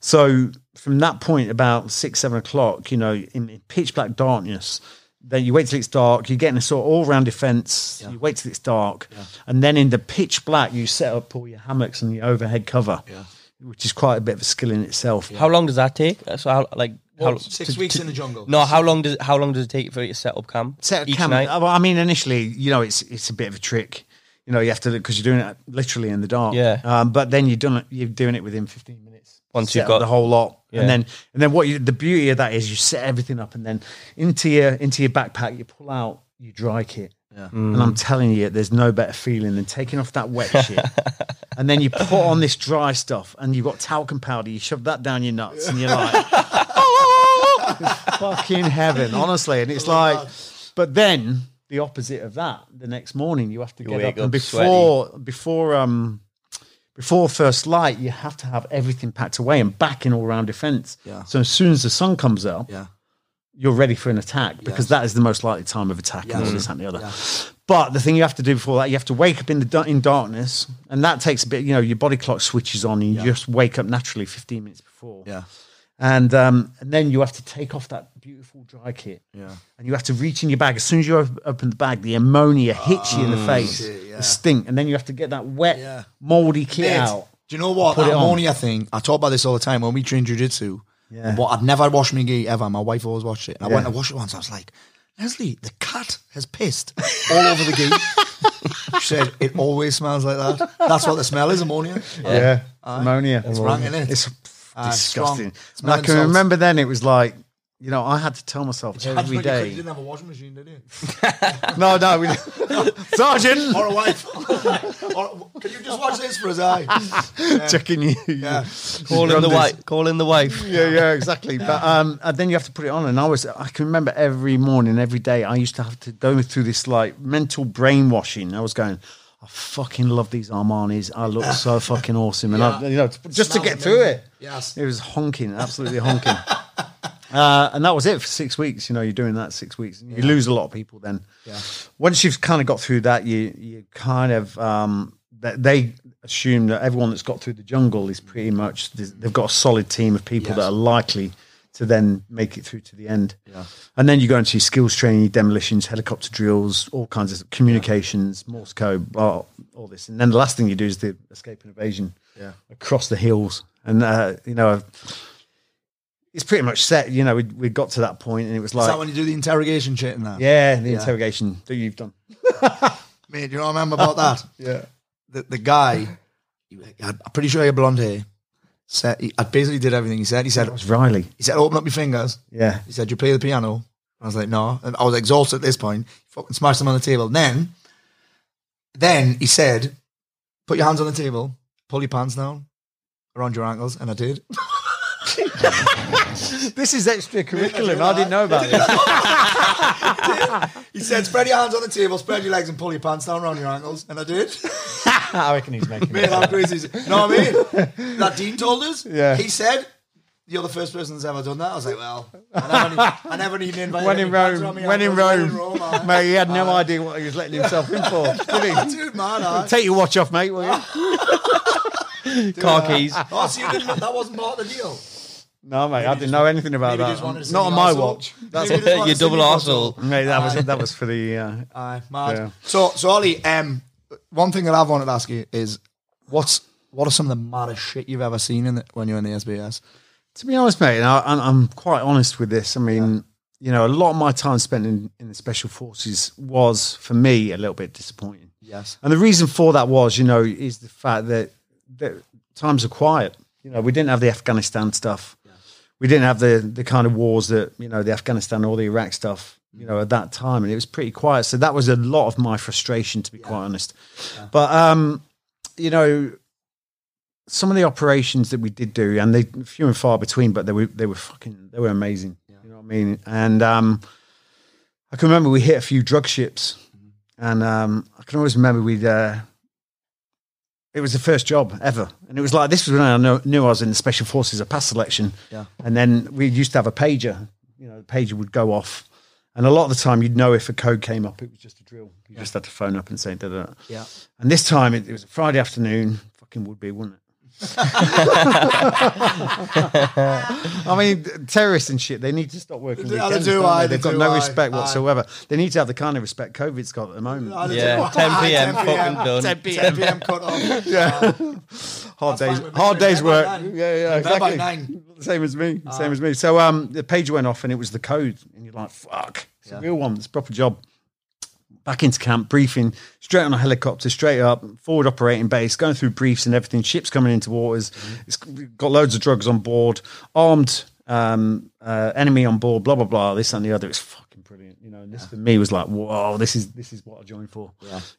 H: So from that point, about six, seven o'clock, you know, in, in pitch black darkness, then you wait till it's dark. You get in a sort of all round defense. You wait till it's dark, and then in the pitch black, you set up all your hammocks and your overhead cover, which is quite a bit of a skill in itself.
I: How long does that take? Uh, So how like how,
G: What, six weeks in the jungle?
I: No, how long does how long does it take for you to set up camp?
H: set up
I: each
H: camera.
I: night.
H: Well, I mean, initially, you know, it's it's a bit of a trick. You know, you have to because you're doing it literally in the dark.
I: Yeah.
H: Um, but then you're done. it- You're doing it within 15 minutes.
I: Once
H: Set
I: you've
H: up
I: got-
H: the whole lot,
I: Yeah.
H: and then and then what you, the beauty of that is you set everything up, and then into your into your backpack you pull out your dry kit. And I'm telling you, there's no better feeling than taking off that wet shit, and then you put on this dry stuff, and you've got talcum powder. You shove that down your nuts, and you're like, fucking heaven, honestly. And it's like, but then the opposite of that, the next morning you have to get
I: wake
H: up, and
I: up
H: before before um before first light, you have to have everything packed away and back in all round defence.
G: Yeah.
H: So as soon as the sun comes up,
G: Yeah.
H: you're ready for an attack because that is the most likely time of attack and all this and the other.
G: Yeah.
H: But the thing you have to do before that, you have to wake up in the da- in darkness, and that takes a bit. You know, your body clock switches on, and you just wake up naturally 15 minutes before
G: Yeah.
H: and um, and then you have to take off that beautiful dry kit.
G: Yeah.
H: And you have to reach in your bag. As soon as you op- open the bag, the ammonia hits you in the face,
G: Oh, shit, yeah.
H: the stink, and then you have to get that wet,
G: Yeah.
H: moldy kit
G: Mate,
H: out.
G: Do you know what?
H: Put
G: That
H: it on.
G: ammonia thing, I talk about this all the time when we train jujitsu.
H: Yeah.
G: and What I'd never washed my gi ever. My wife always washed it. And I went
H: Yeah.
G: to wash it once. I was like, Leslie, the cat has pissed all over the gi. she said, it always smells like that. That's what the smell is, ammonia.
H: Yeah, ammonia. It's
G: rank, innit?
H: It's
G: Ah, strong.
H: disgusting. And I
G: Smelling
H: can
G: salts.
H: remember then it was like. You know, I had to tell myself
G: I just
H: every
G: think you could- You
H: day.
G: didn't have a washing machine, did you?
H: No, no, we, Sergeant,
G: Or a wife. or, can you just watch this for us? Aye.
H: checking you.
G: Yeah.
I: Call in the
H: Grunders.
I: wife. Call in the wife.
H: yeah, yeah, exactly. But um, and then you have to put it on, and I was I can remember every morning, every day, I used to have to go through this like mental brainwashing. I was going. I fucking love these Armani's. I look so fucking awesome, and I, you know, just to
G: Smells
H: get through
G: amazing.
H: it,
G: Yes.
H: it was honking, absolutely honking. Uh, and that was it for six weeks. You know, you're doing that six weeks. You lose a lot of people then.
G: Yeah.
H: Once you've kind of got through that, you you kind of um, th- they assume that everyone that's got through the jungle is pretty much they've got a solid team of people
G: Yes.
H: that are likely to then make it through to the end. Yeah. And then you go into your skills training, demolitions, helicopter drills, all kinds of communications, Morse code, blah, all this. And then the last thing you do is the escape and evasion
G: Yeah.
H: across the hills. And, uh, you know, it's pretty much set. You know, we, we got to that point and it was
G: Is
H: like,
G: that when you do the interrogation shit and that?
H: yeah, the interrogation that you've done.
G: Mate, you know what I remember about that?
H: Yeah.
G: the, the guy, he, I'm pretty sure he had blonde hair. Said he, I basically did everything he said. He said,
H: That was Riley.
G: he said, open up your fingers.
H: Yeah.
G: He said, you play the piano. I was like, no. And I was exhausted at this point. Fucking smashed them on the table. And then, then he said, put your hands on the table, pull your pants down around your ankles, and I did.
H: This is extracurricular. I didn't know about this.
G: He said, spread your hands on the table, spread your legs, and pull your pants down around your ankles, and I did.
H: I reckon he's making
G: Mate,
H: it.
G: how crazy is it? No, I mean, that Dean told us.
H: Yeah.
G: He said, you're the first person that's ever done that. I was like, well, I never need, I never need an invite.
H: When in Rome, when in Rome,
G: man.
H: mate, he had no idea what he was letting himself in for. Did he?
G: Dude, man, I,
H: Take your watch off, mate. Will you?
I: Car keys.
G: oh, so you didn't, that wasn't part of the deal.
H: No, mate, I didn't know anything about
G: Maybe he just wanted to
H: that.
G: see
H: Not on
G: me
H: my
G: arsehole.
H: watch. That's
G: Maybe he just wanted
I: Your
G: to see
I: double
G: me
I: arsehole.
H: mate. That was that was for the. Uh,
G: Aye, mad.
H: Yeah.
G: So, so Ollie, um, one thing that I've wanted to ask you is, what's what are some of the maddest shit you've ever seen in the, when you're in the SBS?
H: to be honest, mate, and I, and I'm quite honest with this. I mean, you know, a lot of my time spent in, in the special forces was for me a little bit disappointing.
G: Yes.
H: And the reason for that was, you know, is the fact that, that times are quiet. You know, we didn't have the Afghanistan stuff. We didn't have the, the kind of wars that, you know, the Afghanistan or the Iraq stuff, you know, at that time. And it was pretty quiet. So that was a lot of my frustration, to be quite honest. But, um, you know, some of the operations that we did do, and they few and far between, but they were they were fucking they were amazing. You know what I mean? And um, I can remember we hit a few drug ships,
G: Mm-hmm.
H: and um, I can always remember we'd. Uh, it was the first job ever, and it was like this was when I kno- knew I was in the special forces, a past selection.
G: Yeah.
H: And then we used to have a pager. You know, the pager would go off, and a lot of the time you'd know if a code came up, it was just a drill. You just had to phone up and say da da. da.
G: Yeah.
H: And this time it, it was a Friday afternoon. Fucking would be, wouldn't it? I mean, terrorists and shit, they need to stop working.
G: They do-
H: weekends,
G: they do,
H: don't
G: aye,
H: They've
G: they
H: got
G: do,
H: no
G: aye,
H: respect
G: aye.
H: whatsoever. They need to have the kind of respect COVID's got at the moment.
I: Yeah, 10 p.m. fucking done.
H: 10
G: 10 p.m. cut off.
H: Yeah.
G: fine
H: hard days,
G: with me.
H: hard days
G: They're by
H: work.
G: nine.
H: Yeah, yeah,
G: They're by
H: exactly.
G: nine. Ah.
H: Same as me. Same as me. So um, the page went off and it was the code, and you're like, "Fuck, it's a real one. It's a proper job." Back into camp, briefing, straight on a helicopter, straight up, forward operating base, going through briefs and everything. Ships coming into waters.
G: Mm-hmm.
H: It's got loads of drugs on board, armed um, uh, enemy on board, blah blah blah. This and the other. It's fucking brilliant. You know, and this for me was like, whoa, this is this is what I joined for.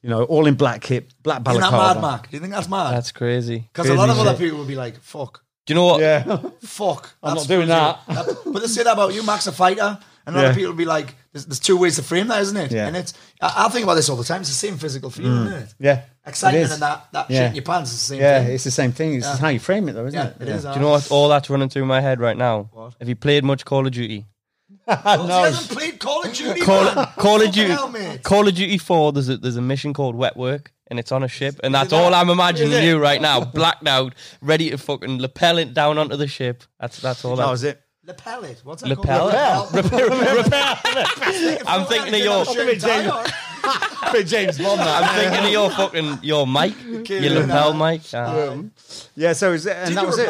H: You know, all in black kit, black
G: Isn't that
H: balaclava.
G: mad, Mark? Do you think that's mad?
I: That's crazy.
G: Because a lot of
I: Crazy
G: other
I: shit.
G: people will be like, fuck,
I: Do you know what?
H: Yeah.
G: fuck.
H: I'm
G: that's
H: not
G: crazy.
H: doing that.
G: That- But they say that about you, Max, a fighter. And other
H: Yeah.
G: people will be like, there's, there's two ways to frame that, isn't it?
H: Yeah.
G: And it's, I, I think about this all the time. It's the same physical feeling, isn't it?
H: Yeah. It
G: Excitement
H: is.
G: and that, that
H: Yeah.
G: shit in your pants is the same
H: Yeah,
G: thing.
H: it's the same thing. It's
G: Yeah.
H: just how you frame it, though, isn't
G: Yeah,
H: it?
G: it is. uh,
I: Do you know what? All that's running through my head right now.
G: What?
I: Have you played much Call of Duty?
G: He hasn't played Call of Duty.
I: Call,
G: man.
I: Call
G: Fucking
I: of Duty.
G: hell, mate.
I: Call of Duty Four. There's a, there's a mission called Wet Work, and it's on a ship, and that's all I'm imagining you right now, blacked out, ready to fucking lapel it down onto the ship. That's that's all.
H: That
I: I'm-
H: was it.
G: Lapel it. What's that
I: Lapel.
G: called?
I: I'm thinking of your.
H: James Bond.
I: I'm thinking of your fucking your mic, your lapel mic. Ah,
H: Yeah, so it was, and that was it.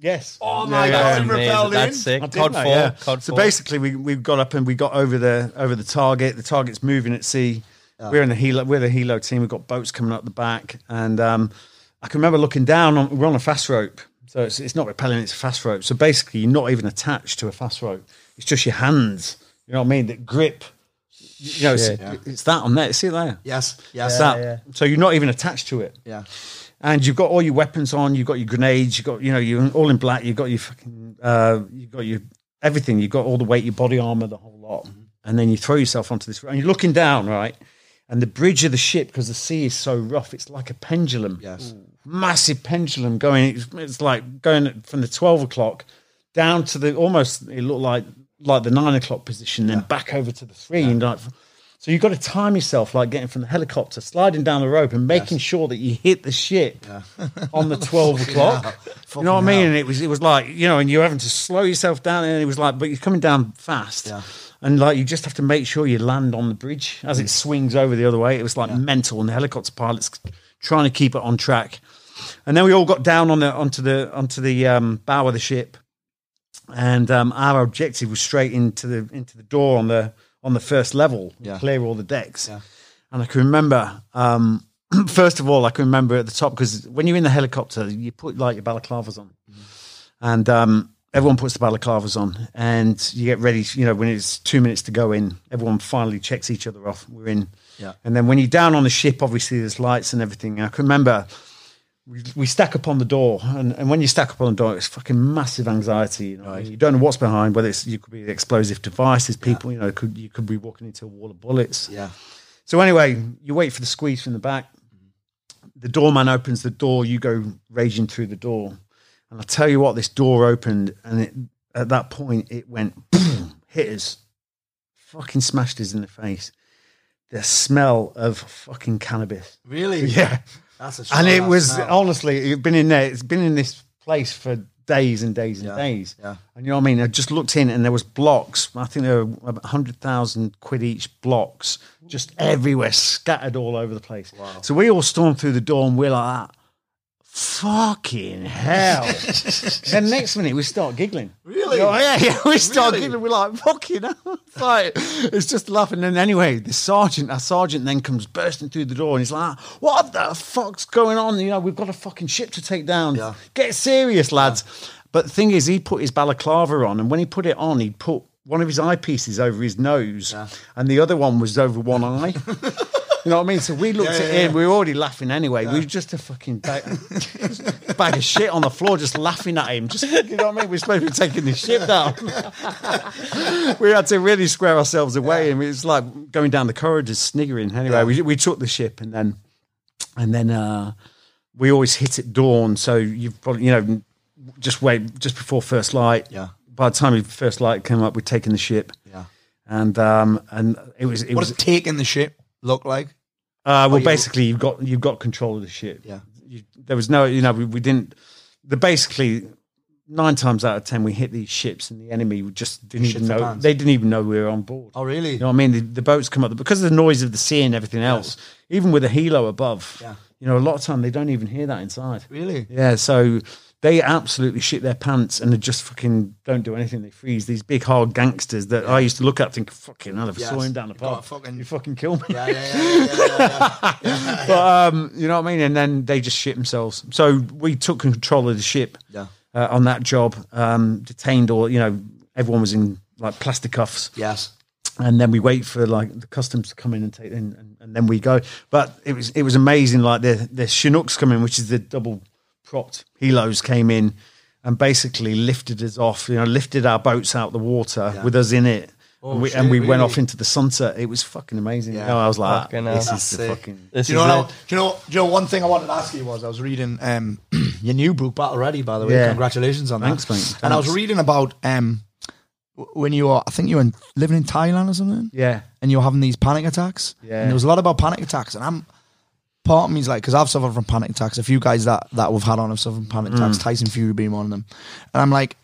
H: Yes.
G: Oh my
H: Yeah,
G: god,
H: yeah.
G: you
I: amazing.
G: repelled in.
I: That's sick.
H: I did
I: Cod
H: know,
I: four.
H: yeah.
I: Cod
H: So
I: four.
H: basically, we we got up and we got over the over the target. The target's moving at sea. We're in the helo. We're the helo team. We've got boats coming up the back, and um, I can remember looking down. On, we're on a fast rope, so it's, it's not repelling. It's a fast rope. So basically, you're not even attached to a fast rope. It's just your hands. You know what I mean? That grip. You know, it's, it's that on there. See it there.
G: Yes, yes.
H: It's that. So you're not even attached to it
G: Yeah.
H: and you've got all your weapons on. You've got your grenades. You've got you know you're all in black. You've got your fucking uh, you've got your everything. You've got all the weight, your body armor, the whole lot. And then you throw yourself onto this, and you're looking down, right? And the bridge of the ship because the sea is so rough, it's like a pendulum.
G: Yes.
H: massive pendulum going. It's, it's like going from the twelve o'clock down to the almost. It looked like like the nine o'clock position, then back over to the three. And like, so you've got to time yourself, like getting from the helicopter, sliding down the rope, and making sure that you hit the ship on the twelve o'clock. You know what I mean? And it was it was like you know, and you're having to slow yourself down, and it was like, but you're coming down fast,
G: Yeah.
H: and like you just have to make sure you land on the bridge as it swings over the other way. It was like mental, and the helicopter pilots trying to keep it on track. And then we all got down on the onto the onto the um, bow of the ship, and um, our objective was straight into the into the door on the on the first level,
G: Yeah.
H: clear all the decks.
G: Yeah.
H: And I can remember, um, first of all, I can remember at the top because when you're in the helicopter, you put like your balaclavas on, and um, everyone puts the balaclavas on, and you get ready. You know, when it's two minutes to go in, everyone finally checks each other off. We're in,
G: Yeah.
H: And then when you're down on the ship, obviously there's lights and everything. I can remember we stack up on the door, and, and when you stack up on the door, it's fucking massive anxiety. You, know? you don't know what's behind. Whether it's you could be explosive devices, people, you know, could you could be walking into a wall of bullets.
G: Yeah.
H: So anyway, you wait for the squeeze from the back. The doorman opens the door. You go raging through the door, and I tell you what, this door opened, and it, at that point it went hit us, fucking smashed us in the face. The smell of fucking cannabis.
G: Really?
H: Yeah
G: That's a
H: and it
G: strong
H: was
G: smell.
H: honestly it's been in there it's been in this place for days and days and
G: Yeah,
H: days
G: yeah.
H: and you know what i mean i just looked in and there was blocks i think there were about 100000 quid each blocks just everywhere scattered all over the place wow. so we all stormed through the door and we're like that fucking hell then next minute we start giggling
G: Really?
H: Oh, yeah, yeah. We start
G: Really?
H: giggling. We're like, fucking hell. It's like, it's just laughing. And anyway, the sergeant, our sergeant then comes bursting through the door and he's like, what the fuck's going on? You know, we've got a fucking ship to take down.
G: Yeah.
H: Get serious, lads. But the thing is, he put his balaclava on. And when he put it on, he put one of his eyepieces over his nose and the other one was over one eye. You know what I mean? So we looked
G: Yeah,
H: at
G: yeah,
H: him.
G: yeah.
H: We were already laughing anyway. We were just a fucking bag, bag of shit on the floor, just laughing at him. Just you know what I mean? We're supposed to be taking this shit down. we had to really square ourselves away, and it was like going down the corridors, sniggering. Anyway,
G: Yeah.
H: we we took the ship, and then and then uh, we always hit at dawn. So you've probably you know just wait just before first light.
G: Yeah.
H: By the time first light came up, we'd taken the ship,
G: Yeah.
H: and um and it was it
G: What
H: was
G: does taking the ship look like?
H: uh, well,
G: you-
H: basically, you've got you've got control of the ship.
G: Yeah.
H: You, there was no, you know, we, we didn't. The basically nine times out of ten, we hit these ships, and the enemy just didn't
G: Shit
H: even
G: for
H: know.
G: pants.
H: They didn't even know we were on board.
G: Oh, really?
H: You know what I mean? The, the boats come up because of the noise of the sea and everything else. Even with a helo above,
G: Yeah.
H: you know, a lot of time they don't even hear that inside.
G: Really?
H: Yeah, so they absolutely shit their pants and they just fucking don't do anything. They freeze. These big hard gangsters that I used to look at, think, fucking hell, if
G: Yes.
H: I saw him down the
G: You've got
H: pub,
G: a fucking-
H: you fucking kill me.
G: Yeah, yeah, yeah, yeah, yeah, yeah.
H: But um, you know what I mean? And then they just shit themselves. So we took control of the ship
G: Yeah.
H: uh, on that job, um, detained all, you know, everyone was in like plastic cuffs.
G: Yes.
H: And then we wait for like the customs to come in and take and, and, and then we go. But it was it was amazing. Like the, the Chinooks come in, which is the double propped helos came in and basically lifted us off, you know, lifted our boats out the water with us in it. and we, and
G: shit,
H: we went
G: really?
H: off into the sunset. It was fucking amazing.
G: Yeah.
H: You know, I was like, "Ah,
I: Fucking hell.
H: this
I: That's
H: is the
G: sick.
H: fucking
I: This
G: Do you know,
I: is
G: what I,
I: it.
G: do you know? Do you know? One thing I wanted to ask you was I was reading um, your new book, Battle Ready. By the way,
H: Yeah.
G: congratulations on
H: Thanks,
G: that.
H: mate.
G: And I was
H: Thanks.
G: reading about um, w- when you were, I think you were in, living in Thailand or something,
H: Yeah.
G: and you were having these panic attacks.
H: Yeah.
G: And there was a lot about panic attacks, and I'm part of me's like because I've suffered from panic attacks. A few guys that that we've had on have suffered from panic attacks. Tyson Fury being one of them, and I'm like,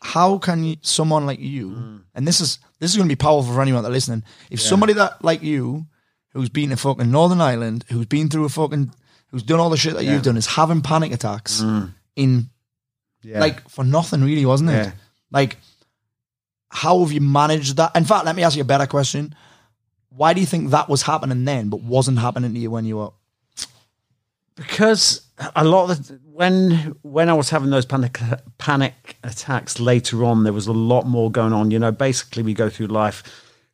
G: how can you, someone like you, and this is this is going to be powerful for anyone that's listening. If somebody that like you, who's been to fucking Northern Ireland, who's been through a fucking, who's done all the shit that you've done, is having panic attacks in
H: Yeah.
G: like for nothing really, wasn't it?
H: Yeah.
G: Like, how have you managed that? In fact, let me ask you a better question. Why do you think that was happening then, but wasn't happening to you when you were?
H: because a lot of the, when when I was having those panic panic attacks later on, there was a lot more going on. You know, basically we go through life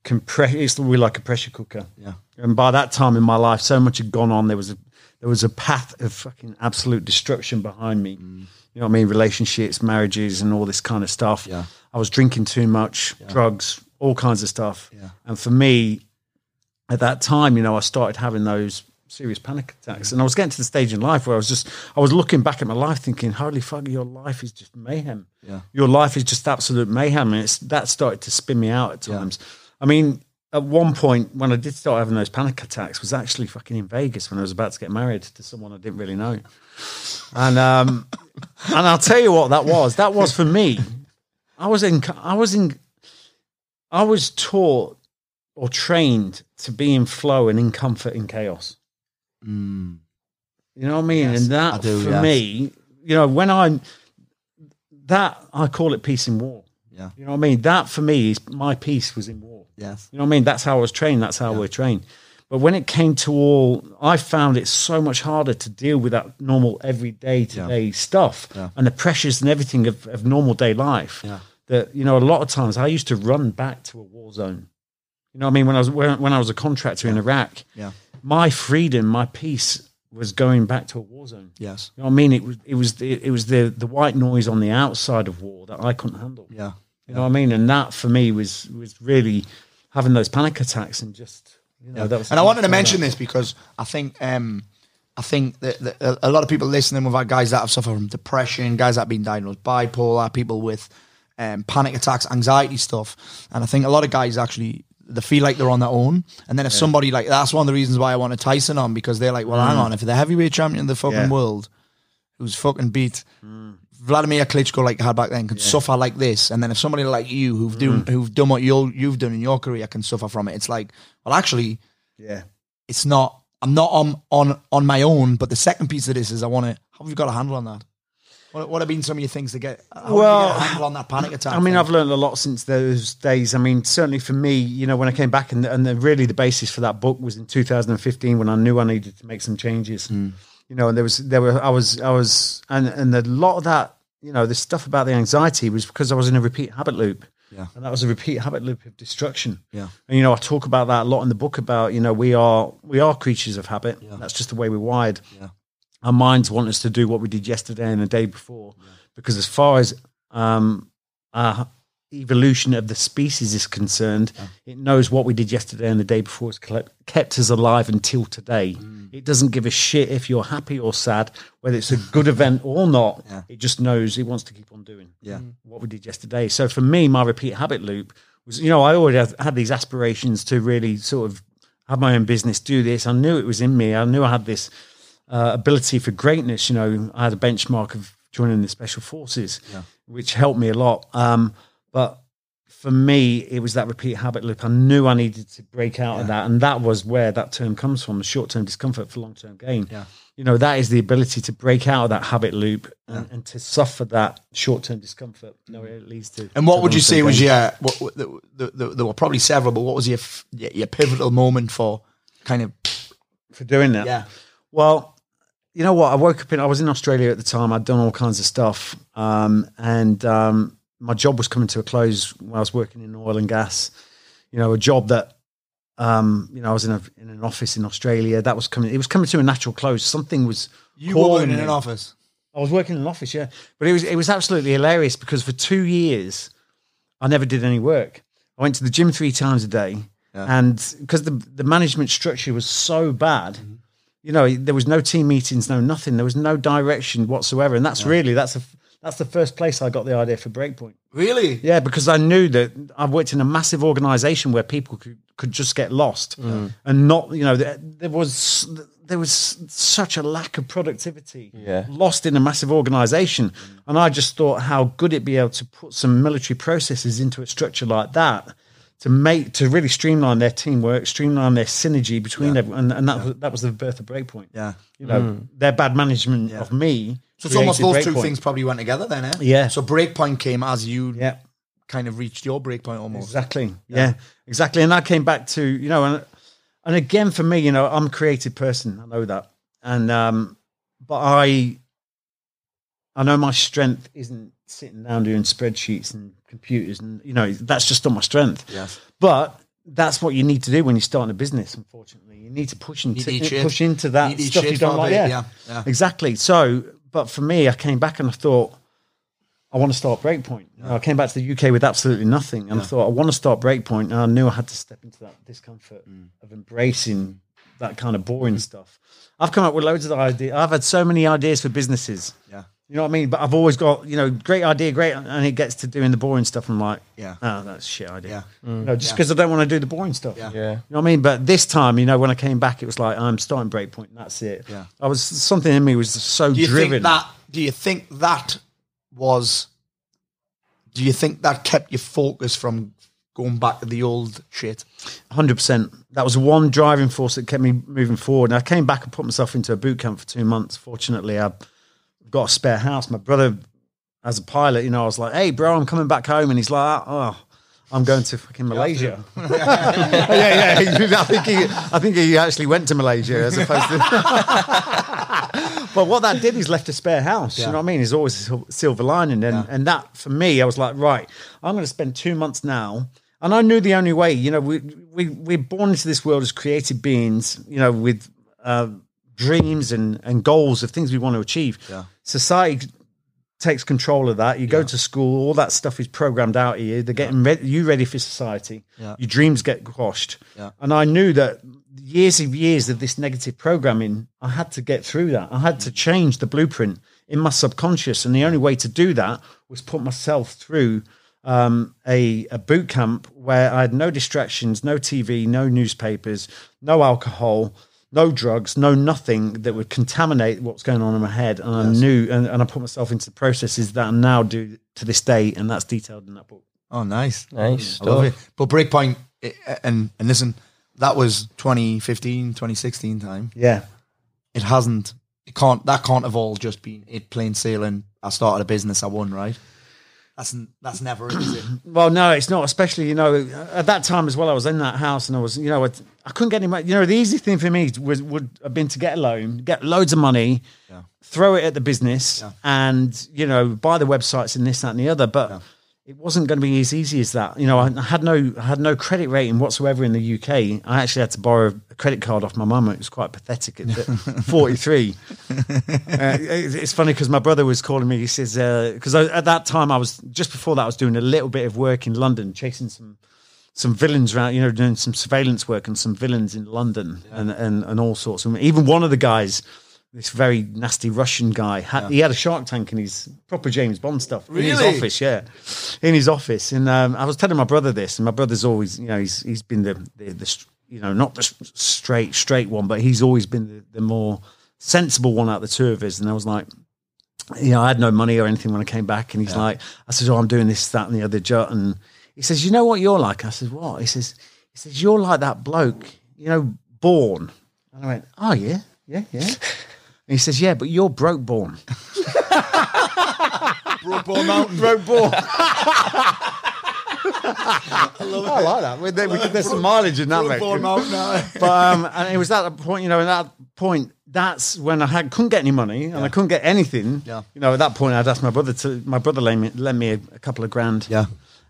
H: compress. It's we're like a pressure cooker.
G: Yeah.
H: And by that time in my life, so much had gone on. There was a there was a path of fucking absolute destruction behind me.
G: Mm.
H: You know what I mean? Relationships, marriages, and all this kind of stuff.
G: Yeah.
H: I was drinking too much, drugs, all kinds of stuff.
G: Yeah.
H: And for me, at that time, you know, I started having those serious panic attacks, and I was getting to the stage in life where I was just, I was looking back at my life, thinking, "Holy fuck, your life is just mayhem.
G: Yeah.
H: Your life is just absolute mayhem," and it's that started to spin me out at times. I mean, at one point when I did start having those panic attacks was actually fucking in Vegas when I was about to get married to someone I didn't really know. And um, and I'll tell you what that was. That was for me. I was in. I was in. I was taught or trained to be in flow and in comfort in chaos. You know what I mean? and that
G: I do,
H: for
G: Mm. yes.
H: me, you know, when I'm that I call it peace in war.
G: Yeah.
H: You know what I mean? That for me is my peace was in war.
G: Yes.
H: You know what I mean? That's how I was trained. That's how we're trained. But when it came to all, I found it so much harder to deal with that normal everyday to day stuff
G: Yeah.
H: and the pressures and everything of, of normal day life.
G: Yeah.
H: That you know, a lot of times I used to run back to a war zone. You know what I mean? When I was when, when I was a contractor in Iraq,
G: Yeah.
H: my freedom, my peace was going back to a war zone.
G: Yes.
H: You know what I mean? It was it was the, it was the the white noise on the outside of war that I couldn't handle.
G: Yeah.
H: You know what I mean? And that for me was was really having those panic attacks and just you know that was
G: and I wanted to mention this because I think um, I think that, that a- a lot of people listening we've had guys that have suffered from depression, guys that have been diagnosed bipolar, people with um, panic attacks, anxiety stuff, and I think a lot of guys actually they feel like they're on their own. And then if somebody like that's one of the reasons why I wanted Tyson on because they're like, well, hang on, if the heavyweight champion of the fucking
H: Yeah.
G: world who's fucking beat Vladimir Klitschko like had back then can suffer like this, and then if somebody like you who've done who've done what you you've done in your career can suffer from it, it's like, well, actually
H: Yeah.
G: it's not I'm not on on on my own. But the second piece of this is I want to how have you got a handle on that? What what have been some of your things to get? How have you
H: Well,
G: got a handle on that panic attack.
H: I mean,
G: thing?
H: I've learned a lot since those days. I mean, certainly for me, you know, when I came back and and the, really the basis for that book was in 2015 when I knew I needed to make some changes.
G: Hmm.
H: You know, and there was there were I was I was and and a lot of that you know the stuff about the anxiety was because I was in a repeat habit loop.
G: Yeah.
H: And that was a repeat habit loop of destruction.
G: Yeah.
H: And you know, I talk about that a lot in the book about, you know, we are we are creatures of habit. That's just the way we're wired.
G: Yeah.
H: Our minds want us to do what we did yesterday and the day before. Because as far as um our evolution of the species is concerned, it knows what we did yesterday and the day before has collect- kept us alive until today.
G: Mm.
H: It doesn't give a shit if you're happy or sad, whether it's a good event or not.
G: Yeah.
H: It just knows it wants to keep on doing
G: Yeah.
H: what we did yesterday. So for me, my repeat habit loop was, you know, I already had- had these aspirations to really sort of have my own business, do this. I knew it was in me. I knew I had this uh, ability for greatness. You know, I had a benchmark of joining the special forces, which helped me a lot. Um, but for me, it was that repeat habit loop. I knew I needed to break out of that, and that was where that term comes from: short term discomfort for long term gain.
G: Yeah.
H: You know, that is the ability to break out of that habit loop and, and to suffer that short term discomfort. You know, what it leads to.
G: and what
H: to
G: would you say
H: long-term
G: was
H: gain.
G: your what, what- the, the, the, there were probably several, but what was your f- your, your pivotal moment for kind of
H: for doing that? Well, you know what? I woke up in, I was in Australia at the time. I'd done all kinds of stuff. Um, and um, my job was coming to a close when I was working in oil and gas. You know, a job that, um, you know, I was in, a, in an office in Australia. That was coming, it was coming to a natural close. Something was.
G: you were
H: calling
G: in
H: me.
G: an office?
H: I was working in an office, yeah. But it was it was absolutely hilarious because for two years I never did any work. I went to the gym three times a day, and because the the management structure was so bad, you know, there was no team meetings, no nothing. There was no direction whatsoever, and that's really that's a that's the first place I got the idea for Breakpoint.
G: Really?
H: Yeah, because I knew that I worked in a massive organization where people could, could just get lost
G: Mm.
H: and not, you know, there, there was there was such a lack of productivity.
I: Yeah.
H: Lost in a massive organization. And I just thought how good it'd be able to put some military processes into a structure like that to make to really streamline their teamwork, streamline their synergy between everyone and, and that was, that was the birth of Breakpoint.
G: Yeah. Mm.
H: You know, their bad management of me.
G: So it's almost those
H: created
G: two
H: Breakpoint.
G: things probably went together then, eh?
H: Yeah.
G: So breakpoint came as you
H: Yeah.
G: kind of reached your breakpoint almost.
H: Exactly. Yeah. exactly. And I came back to you know, and and again for me, you know, I'm a creative person. I know that, and um, but I, I know my strength isn't sitting down doing spreadsheets and computers, and you know, that's just not my strength.
G: Yes.
H: But that's what you need to do when you're starting a business. Unfortunately, you need to push into
G: each shit.
H: push into that
G: Need each
H: stuff you
G: shit
H: don't
G: for a
H: like.
G: bit.
H: Yeah.
G: Yeah, yeah.
H: exactly. So, but for me, I came back and I thought. I want to start Breakpoint. You know, I came back to the UK with absolutely nothing, and I thought I want to start Breakpoint, and I knew I had to step into that discomfort
G: Mm.
H: of embracing that kind of boring stuff. I've come up with loads of ideas. I've had so many ideas for businesses.
G: Yeah.
H: You know what I mean? But I've always got, you know, great idea, great, and it gets to doing the boring stuff. I'm like,
G: Yeah.
H: oh, that's a shit idea.
G: Yeah.
H: You know, just because I don't want to do the boring stuff.
G: Yeah.
I: Yeah.
H: You know what I mean? But this time, you know, when I came back, it was like I'm starting breakpoint. And that's it.
G: Yeah.
H: I was something in me was so
G: Do you
H: driven.
G: think that? Do you think that was? Do you think that kept your focus from going back to the old shit?
H: Hundred percent. That was one driving force that kept me moving forward. And I came back and put myself into a boot camp for two months. Fortunately, I've got a spare house. My brother, as a pilot, you know, I was like, "Hey, bro, I'm coming back home," and he's like, "Oh, I'm going to fucking Malaysia." yeah, yeah. I think he, I think he actually went to Malaysia as opposed to. but what that did is left a spare house. You know what I mean? There's always a sil- silver lining, and and that for me, I was like, right, I'm going to spend two months now. And I knew the only way. You know, we we we're born into this world as creative beings. You know, with uh, dreams and and goals of things we want to achieve.
G: Yeah.
H: Society takes control of that. You go to school, all that stuff is programmed out of you. They're getting re- you ready for society.
G: Yeah.
H: Your dreams get quashed.
G: Yeah.
H: And I knew that years of years of this negative programming, I had to get through that. I had to
G: Mm.
H: change the blueprint in my subconscious. And the only way to do that was put myself through um, a, a boot camp where I had no distractions, no TV, no newspapers, no alcohol, no drugs, no nothing that would contaminate what's going on in my head. And I knew, and, and I put myself into the processes that I now do to this day. And that's detailed in that book.
G: Oh, nice,
I: Nice
G: I love
I: stuff.
G: it. But Breakpoint, i- and and listen, that was 2015, 2016 time.
H: Yeah.
G: It hasn't. It can't. That can't have all just been it plain sailing. I started a business. I won. Right. That's n- that's never it, is it?
H: Well, no, it's not. Especially, you know, at that time as well, I was in that house and I was, you know, I, I couldn't get any money. You know, the easy thing for me was would have been to get a loan, get loads of money, throw it at the business, and you know, buy the websites and this, that, and the other. But it wasn't going to be as easy as that. You know, I, I had no, I had no credit rating whatsoever in the UK. I actually had to borrow a credit card off my mum. It was quite pathetic at forty three. Uh, it- it's funny because my brother was calling me. He says because I at that time I was just before that I was doing a little bit of work in London, chasing some some villains around. You know, doing some surveillance work and some villains in London and, and and all sorts. And even one of the guys, this very nasty Russian guy, had, he had a Shark Tank in his proper James Bond stuff in his
G: Really?
H: office. Yeah, in his office. And um, I was telling my brother this, and my brother's always you know he's he's been the the, the str- you know not the s- straight straight one, but he's always been the, the more sensible one out of the two of us. And I was like you know, I had no money or anything when I came back. And he's like, I said, Oh, I'm doing this, that, and the other jut. And he says, You know what you're like? I said, What? He says, He says, You're like that bloke, you know, born. And I went, Oh, yeah, yeah, yeah. and he says, Yeah, but you're broke born.
G: Broadball Mountain.
H: Broke born. I, like that. We- there- we- There's some mileage in that,
G: Broadball
H: mate.
G: Mountain. aye.
H: But um, and it was at that point, you know, at that point, that's when I had, couldn't get any money and I couldn't get anything.
G: Yeah.
H: You know, at that point, I'd asked my brother to. My brother lent me, lent me a, a couple of grand.
G: Yeah.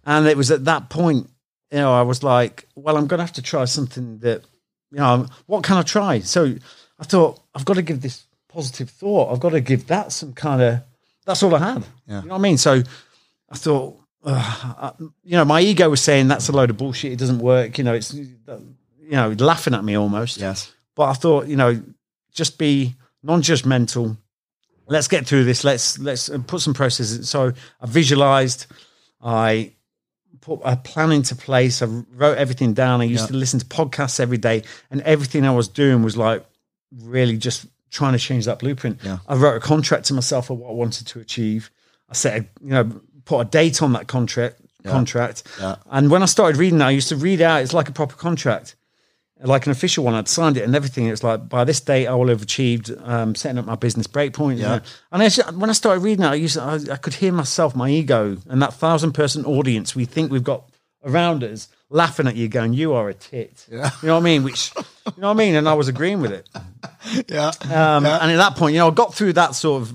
H: And it was at that point, you know, I was like, well, I'm going to have to try something that, you know, what can I try? So I thought, I've got to give this positive thought. I've got to give that some kind of, that's all I had.
G: Yeah.
H: You know what I mean? So I thought, ugh, I, you know, my ego was saying that's a load of bullshit. It doesn't work. You know, it's, you know, laughing at me almost.
G: Yes.
H: But I thought, you know, just be non-judgmental. Let's get through this. Let's let's uh, put some processes. So I visualized. I put a plan into place. I wrote everything down. I used
G: Yeah.
H: to listen to podcasts every day, and everything I was doing was like really just trying to change that blueprint.
G: Yeah.
H: I wrote a contract to myself of what I wanted to achieve. I set, a, you know, put a date on that contract. Contract.
G: Yeah.
H: And when I started reading that, I used to read out. It's like a proper contract like an official one. I'd signed it and everything. It was like by this date I will have achieved um, setting up my business breakpoint.
G: Yeah.
H: And I, actually- when I started reading it, I used I, I could hear myself, my ego, and that thousand person audience we think we've got around us laughing at you, going, "You are a tit." You know what I mean? Which you know what I mean? And I was agreeing with it.
G: Yeah.
I: Uh,
H: Um, And at that point, you know, I got through that sort of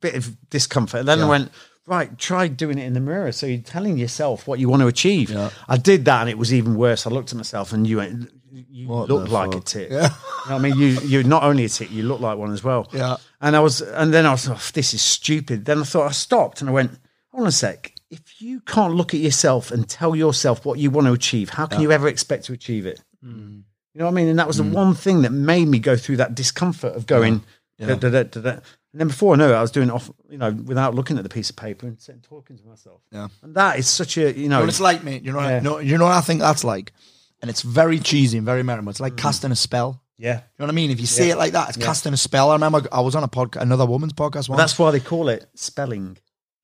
H: bit of discomfort. Then I went, right, try doing it in the mirror. So you're telling yourself what you want to achieve.
G: Yeah.
H: I did that and it was even worse. I looked at myself and you went, you
G: What
H: look
G: the
H: like a
G: fuck?
H: tit. You know what I mean, you, you're not only a tit, you look like one as well.
G: Yeah.
H: And I was, and then I was, oh, this is stupid. Then I thought, I stopped and I went, hold on a sec. If you can't look at yourself and tell yourself what you want to achieve, how can you ever expect to
G: Mm.
H: achieve it? You know what I mean? And that was the one thing that made me go through that discomfort of going, Da, da, da, da, da. And then before I knew it, I was doing it off, you know, without looking at the piece of paper and sitting talking to myself.
G: Yeah.
H: And that is such a, you know,
G: Well, it's like, mate, you know, what I-
H: Yeah.
G: no, you know what I think that's like? And it's very cheesy and very memorable. It's like casting a spell.
H: Mm. yeah.
G: You know what I mean? If you say it like that, it's casting a spell. I remember I was on a podcast, another woman's podcast once.
H: That's why they call it spelling.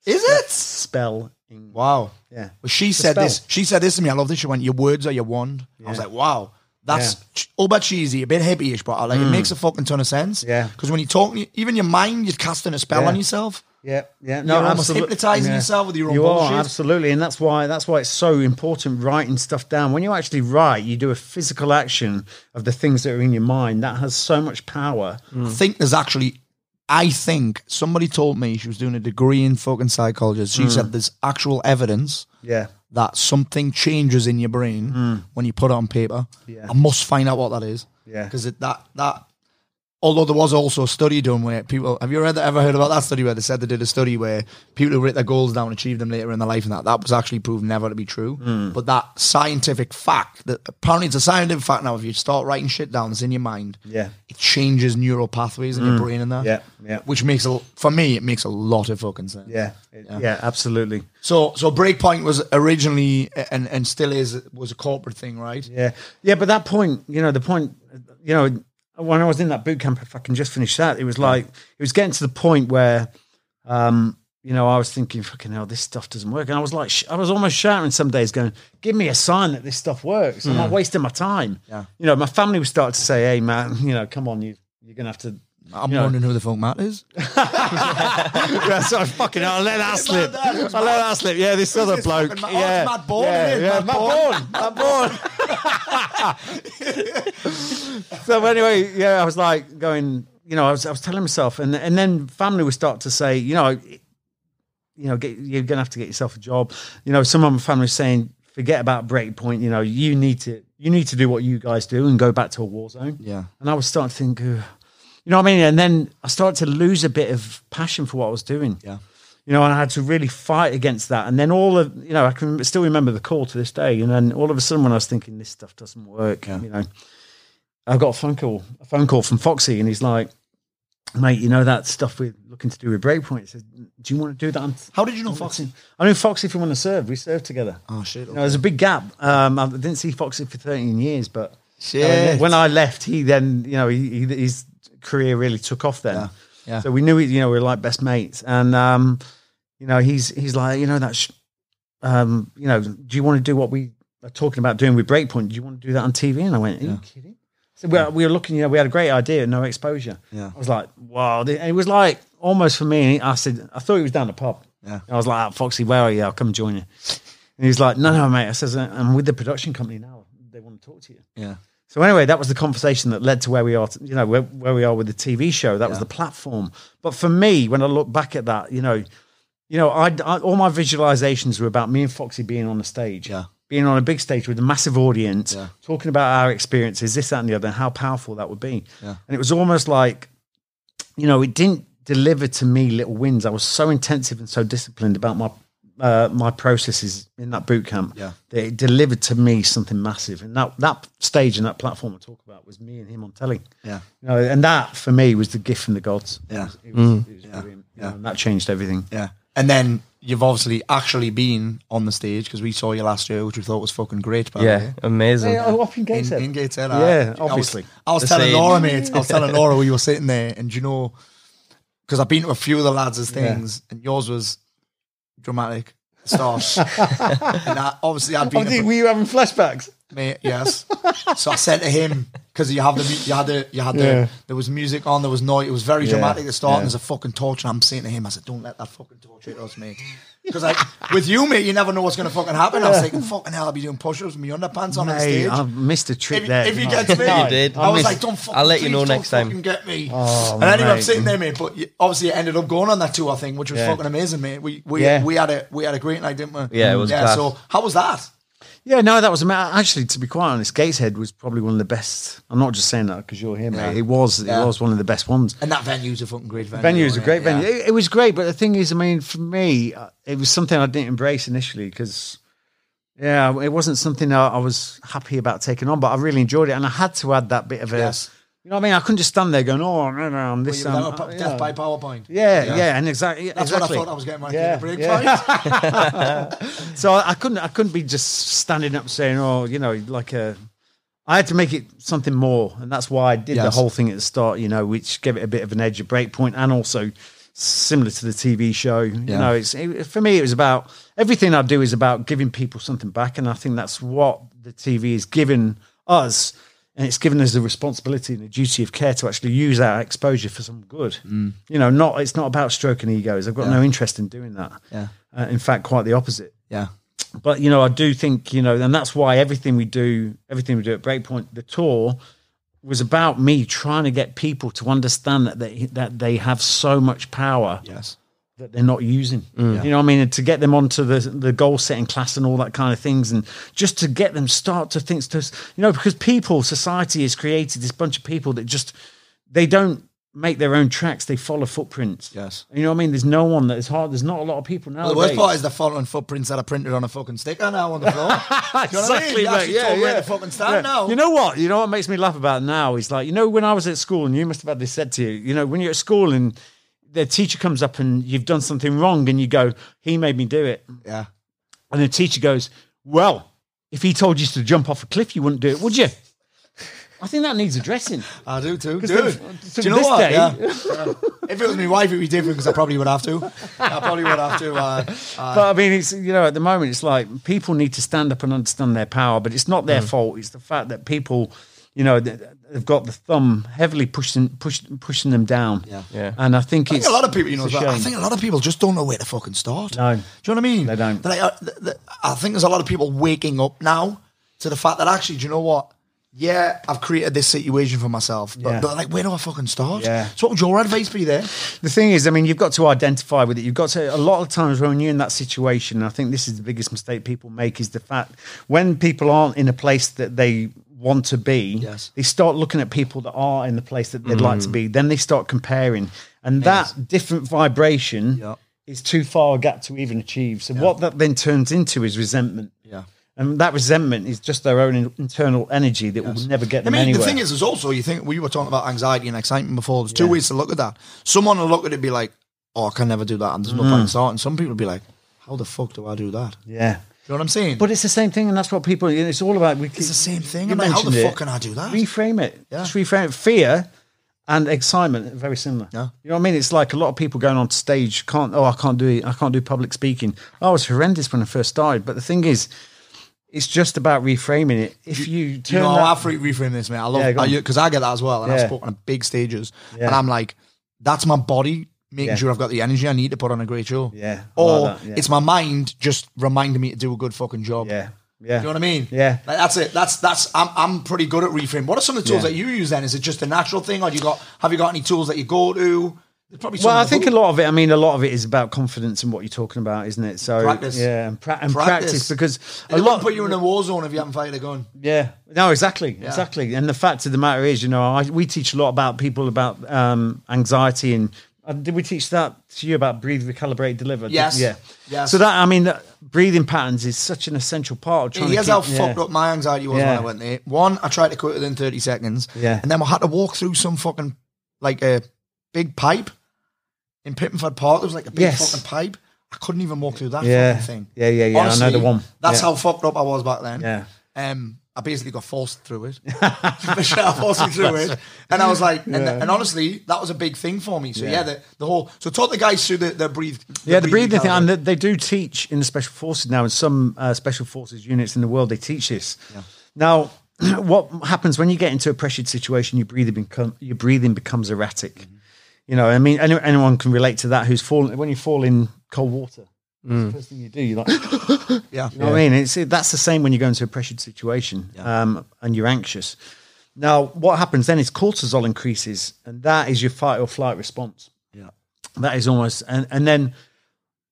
G: Is it?
H: Spelling.
G: Wow.
H: Yeah.
G: Well, she said
H: spell.
G: this. She said this to me. I love this. She went, "Your words are your wand." I was
H: Yeah.
G: like, "Wow, that's
H: Yeah. Mm.
G: ch- all but cheesy, a bit hippie-ish, but I like it makes a fucking ton of sense."
H: Yeah.
G: because when you talk, even your mind, you're casting a spell
H: Yeah.
G: on yourself.
H: Yeah, yeah, no,
G: You're almost
H: absolute-
G: hypnotising yourself with your own
H: You
G: bullshit.
H: are absolutely, and that's why that's why it's so important writing stuff down. When you actually write, you do a physical action of the things that are in your mind. That has so much power.
G: I think there's actually, I think somebody told me she was doing a degree in fucking psychology.
H: Mm.
G: She said there's actual evidence
H: Yeah,
G: that something changes in your brain when you put it on paper.
H: Hmm. Yeah.
G: I must find out what that is.
H: Yeah.
G: because that that. Although there was also a study done where people have you ever ever heard about that study where they said they did a study where people who write their goals down achieved them later in their life and that that was actually proven never to be true.
H: Hmm.
G: But that scientific fact that apparently it's a scientific fact now if you start writing shit down it's in your mind.
H: Yeah.
G: it changes neural pathways in your brain and that.
H: Hmm. Yeah, yeah.
G: which makes a l- for me it makes a lot of fucking sense.
H: yeah, it- yeah, absolutely.
G: So so Breakpoint was originally and and still is was a corporate thing, right?
H: Yeah, yeah, but that point, you know, the point, you know, when I was in that boot camp, if I can just finish that, it was like it was getting to the point where, um, you know, I was thinking, fucking hell, this stuff doesn't work, and I was like, sh- I was almost shouting some days, going, give me a sign that this stuff works. I'm not wasting my time.
G: Yeah.
H: you know, my family was starting to say, hey, man, you know, come on, you, you're gonna have to.
G: I'm
H: Yeah.
G: wondering who the fuck Matt is.
H: yeah, so I fucking, I let that slip. I let that slip. Yeah, this other bloke.
G: Matt- oh, it's
H: yeah,
G: Matt Bourne,
H: yeah,
G: isn't it?
H: yeah,
G: Matt
H: Matt Bourne. Matt Bourne. so anyway, yeah, I was like going, you know, I was, I was telling myself, and and then family would start to say, you know, you know, get, you're gonna have to get yourself a job. You know, some of my family was saying, forget about breakpoint. You know, you need to you need to do what you guys do and go back to a war zone.
G: Yeah.
H: and I was starting to think, "Ugh." you know what I mean? And then I started to lose a bit of passion for what I was doing.
G: Yeah.
H: You know, and I had to really fight against that. And then all of, you know, I can still remember the call to this day. And then all of a sudden, when I was thinking this stuff doesn't work, you know, I got a phone call, a phone call from Foxy, and he's like, "Mate, you know that stuff we're looking to do with Breakpoint." He said, "Do you want to do that?" I'm-
G: How did you know Foxy?
H: I knew Foxy from when I served. We served together.
G: Oh shit!
H: You know, there's a big gap. Um, I didn't see Foxy for 13 years, but
G: Shit.
H: you know, when I left, he then, you know, he, he, his career really took off then.
G: Yeah, yeah.
H: So we knew, he- you know, we were like best mates. And, um, you know, he's he's like, you know, that's, um, you know, do you want to do what we are talking about doing with Breakpoint? Do you want to do that on TV? And I went, are you kidding? So we, were- we were looking, you know, we had a great idea, no exposure.
G: Yeah.
H: I was like, wow. And it was like almost for me, I said, I thought he was down the pub.
G: Yeah.
H: And I was like, "Ah, Foxy, where are you? I'll come join you. And he's like, no, no, mate. I says, "Uh, I'm with the production company now. They want to talk to you.
G: yeah,
H: So anyway, that was the conversation that led to where we are, t- you know, where, where we are with the TV show. That was the platform. But for me, when I look back at that, you know, you know, I, I all my visualizations were about me and Foxy being on a stage,
G: Yeah.
H: being on a big stage with a massive audience,
G: Yeah.
H: talking about our experiences, this, that, and the other, and how powerful that would be.
G: Yeah.
H: And it was almost like, you know, it didn't deliver to me little wins. I was so intensive and so disciplined about my uh, my processes in that boot camp
G: Yeah.
H: that it delivered to me something massive. And that that stage and that platform I talk about was me and him on telly.
G: yeah.
H: You know, and that for me was the gift from the gods.
G: Yeah.
H: It was, it was, it was
G: Yeah.
H: brilliant. you
G: Yeah.
H: know, and that changed everything.
G: Yeah. And then you've obviously actually been on the stage because we saw you last year, which we thought was fucking great. By the
I: Yeah,
G: way.
I: amazing.
H: Hey, oh, up in
G: In,
H: Gateshead.
G: in Gateshead,
H: Yeah,
G: I, I
H: obviously.
G: was, I was
I: The
G: telling
I: same.
G: Laura, mate. I was telling Laura we were sitting there, and do you know, because I've been to a few of the lads' things, and yours was dramatic. Start. and I, obviously, I'd been.
H: Oh,
G: a
H: did- were you having flashbacks?
G: mate. Yes. so I said to him because you have the mu- you had the you had the
H: Yeah.
G: there was music on, there was noise. It was very dramatic at the start.
H: yeah.
G: And there's a fucking torch, and I'm saying to him, I said, "Don't let that fucking torch hit us, mate." Because like with you, mate, you never know what's gonna fucking happen. I was thinking, "Fucking hell, I'll be doing push-ups with my underpants on on
H: Hey,
G: stage."
H: I missed a trick
G: if,
H: there.
G: if you
H: didn't I?
G: get me,
I: No, you did.
G: I was
I: I
G: like,
I: missed-
G: "Don't fucking."
I: I'll let you
G: please
I: know
G: don't
I: next time.
G: fucking Get me.
H: Oh,
G: and anyway, I'm
H: mate.
G: sitting there, mate. But you, obviously, it ended up going on that two, I think, which was
H: Yeah.
G: fucking amazing, mate. We we
H: Yeah.
G: we had a we had a great night, didn't we?
I: Yeah, it was
G: Yeah.
I: class.
G: So how was that?
H: Yeah, no, that was ama- actually, to be quite honest, Gateshead was probably one of the best. I'm not just saying that because you're here, mate. It was,
G: Yeah.
H: it was one of the best ones.
G: And that venue's a fucking great venue.
H: venue is a
G: isn't
H: great
G: it?
H: venue.
G: Yeah.
H: It, it was great, but the thing is, I mean, for me, uh, it was something I didn't embrace initially because, yeah, it wasn't something I, I was happy about taking on. But I really enjoyed it, and I had to add that bit of a,
G: Yes.
H: You know what I mean? I couldn't just stand there going, "Oh, no, no, I'm this."
G: Well, you
H: um,
G: were like,
H: uh,
G: "Oh,
H: you
G: death
H: know."
G: by PowerPoint.
H: Yeah, yeah, and exactly.
G: That's what
H: exactly.
G: I thought I was getting my
H: Yeah,
G: yeah. break
H: yeah.
G: point.
H: So I I couldn't, I couldn't be just standing up saying, "Oh, you know, like a." I had to make it something more, and that's why I did the
G: Yes.
H: whole thing at the start. You know, which gave it a bit of an edge, a break point, and also similar to the TV show. You
G: Yeah.
H: know, it's it, for me, it was about everything I do is about giving people something back, and I think that's what the TV is giving us. And it's given us the responsibility and the duty of care to actually use our exposure for some good.
G: Mm.
H: You know, not it's not about stroking egos. I've got no interest in doing that.
G: Yeah.
H: Uh, in fact, quite the opposite
G: Yeah.
H: but you know, I do think you know, and that's why everything we do, everything we do at Breakpoint, the tour was about me trying to get people to understand that they that they have so much power
G: Yes.
H: that they're not using.
G: Mm.
H: You know what I mean? And to get them onto the the goal setting class and all that kind of things, and just to get them start to think to you know because people, society has created this bunch of people that just they don't make their own tracks; they follow footprints.
G: Yes.
H: You know what I mean? There's no one that is hard. There's not a lot of people now.
G: Well, the worst part is the following footprints that are printed on a fucking sticker now on the floor. Do you know what I mean?
H: exactly,
G: You
H: mate.
G: actually
H: Yeah,
G: told where
H: yeah.
G: to fucking stand
H: Yeah.
G: now.
H: You know what? You know what makes me laugh about now is like you know when I was at school and you must have had this said to you. You know when you're at school and the teacher comes up and you've done something wrong and you go, "He made me do it,"
G: Yeah.
H: and the teacher goes, "Well, if he told you to jump off a cliff, you wouldn't do it, would you?" I think that needs addressing.
G: I do too,
H: 'Cause
G: dude.
H: they've-
G: Do you know
H: this
G: what?
H: day-
G: Yeah. Yeah. if it was my wife, it'd be different because I probably would have to. I probably would have to. Uh, uh,
H: But I mean, it's you know, at the moment, it's like people need to stand up and understand their power. But it's not their
G: Mm.
H: fault. It's the fact that people, you know, th- they've got the thumb heavily pushing, pushing, pushing them down.
G: Yeah.
I: Yeah.
H: And I think
G: I
H: it's
G: think a lot of people, you know,
H: it's a
G: that- I
H: shame.
G: think a lot of people just don't know where to fucking start.
H: No.
G: do you know what I mean?
H: They don't.
G: They're like, uh, th- th- I think there's a lot of people waking up now to the fact that actually, do you know what? Yeah, I've created this situation for myself, but,
H: Yeah.
G: but like, where do I fucking start?
H: Yeah.
G: So, what would your advice be there?
H: the thing is, I mean, you've got to identify with it. You've got to, a lot of times when you're in that situation, I think this is the biggest mistake people make is the fact when people aren't in a place that they want to be,
G: Yes. Mm.
H: they start looking at people that are in the place that they'd like to be. Then they start comparing. And that different vibration
G: Yeah.
H: is too far a gap to even achieve. So what that then turns into is resentment.
G: Yeah.
H: And that resentment is just their own in- internal energy that will never get
G: I
H: them
G: mean,
H: anywhere.
G: the thing is, is also you think we were talking about anxiety and excitement before. There's two ways to look at that. Someone will look at it and be like, "Oh, I can never do that," and there's no
H: Mm.
G: point in starting. Some people will be like, "How the fuck do I do that?" You
H: yeah.
G: know what I'm saying?
H: But it's the same thing, and that's what people. you know, It's all about. We
G: it's the same thing.
H: You
G: I'm like, how
H: mentioned
G: the
H: it.
G: fuck can I do that?
H: reframe it.
G: Yeah.
H: Just reframe it. Fear and excitement are very similar.
G: Yeah.
H: You know what I mean? It's like a lot of people going on stage can't. Oh, I can't do. I can't do public speaking. Oh, I was horrendous when I first started. But the thing is, it's just about reframing it. If you
G: Do you
H: turn
G: know,
H: that-
G: how I free reframe this, mate. I
H: Yeah, go on.
G: love because I get that as well, and
H: Yeah.
G: I've spoken on big stages,
H: Yeah.
G: and I'm like, that's my body making
H: Yeah.
G: sure I've got the energy I need to put on a great show.
H: Yeah, I like
G: or
H: that, yeah.
G: it's my mind just reminding me to do a good fucking job.
H: yeah, yeah.
G: Do you know what I mean?
H: Yeah.
G: Like, that's it. That's that's. I'm I'm pretty good at reframe. What are some of the tools
H: Yeah.
G: that you use? Then is it just a natural thing, or do you got have you got any tools that you go to? There's Probably. some
H: Well, I
G: in the
H: think a
G: book.
H: lot of it. I mean, a lot of it is about confidence and what you're talking about, isn't it? So
G: Practice.
H: yeah, and, pra- and practice.
G: Practice.
H: because
G: They
H: a
G: wouldn't
H: lot.
G: put you in a war zone if you haven't fired a gun.
H: Yeah. No, exactly, exactly. And the fact of the matter is, you know, I, we teach a lot about people about um, anxiety and uh, did we teach that to you about breathe, recalibrate, deliver? Did-
G: Yes.
H: Yeah.
G: Yes.
H: So that I mean, that breathing patterns is such an essential part of trying.
G: Here's
H: to
G: how
H: keep,
G: fucked
H: yeah.
G: up my anxiety was
H: Yeah.
G: when I went there. One, I tried to quit within 30 seconds.
H: Yeah.
G: And then I had to walk through some fucking, like a big pipe in Pittenford Park. There was like a big
H: Yes.
G: fucking pipe. I couldn't even walk through that
H: Yeah.
G: fucking thing.
H: Yeah, yeah, yeah. I know
G: Honestly,
H: the one.
G: That's
H: Yeah.
G: how fucked up I was back then.
H: Yeah.
G: Um, I basically got forced through it. I forced me through it. And I was like, and, and honestly, that was a big thing for me. So yeah, the, the whole, so talk the guys through the, the breathe.
H: Yeah, the breathing thing,
G: caliber.
H: and they, they do teach in the special forces now. In some uh, special forces units in the world, they teach this. Now, what happens when you get into a pressured situation? Your breathing become your breathing becomes erratic. You know, I mean, any, anyone can relate to that. Who's fallen when you fall in cold water? that's The first thing you do, you're like,
G: yeah.
H: you know what I mean? It's it- that's the same when you go into a pressured situation um, and you're anxious. Now, what happens then is cortisol increases, and that is your fight or flight response.
G: Yeah.
H: that is almost and and then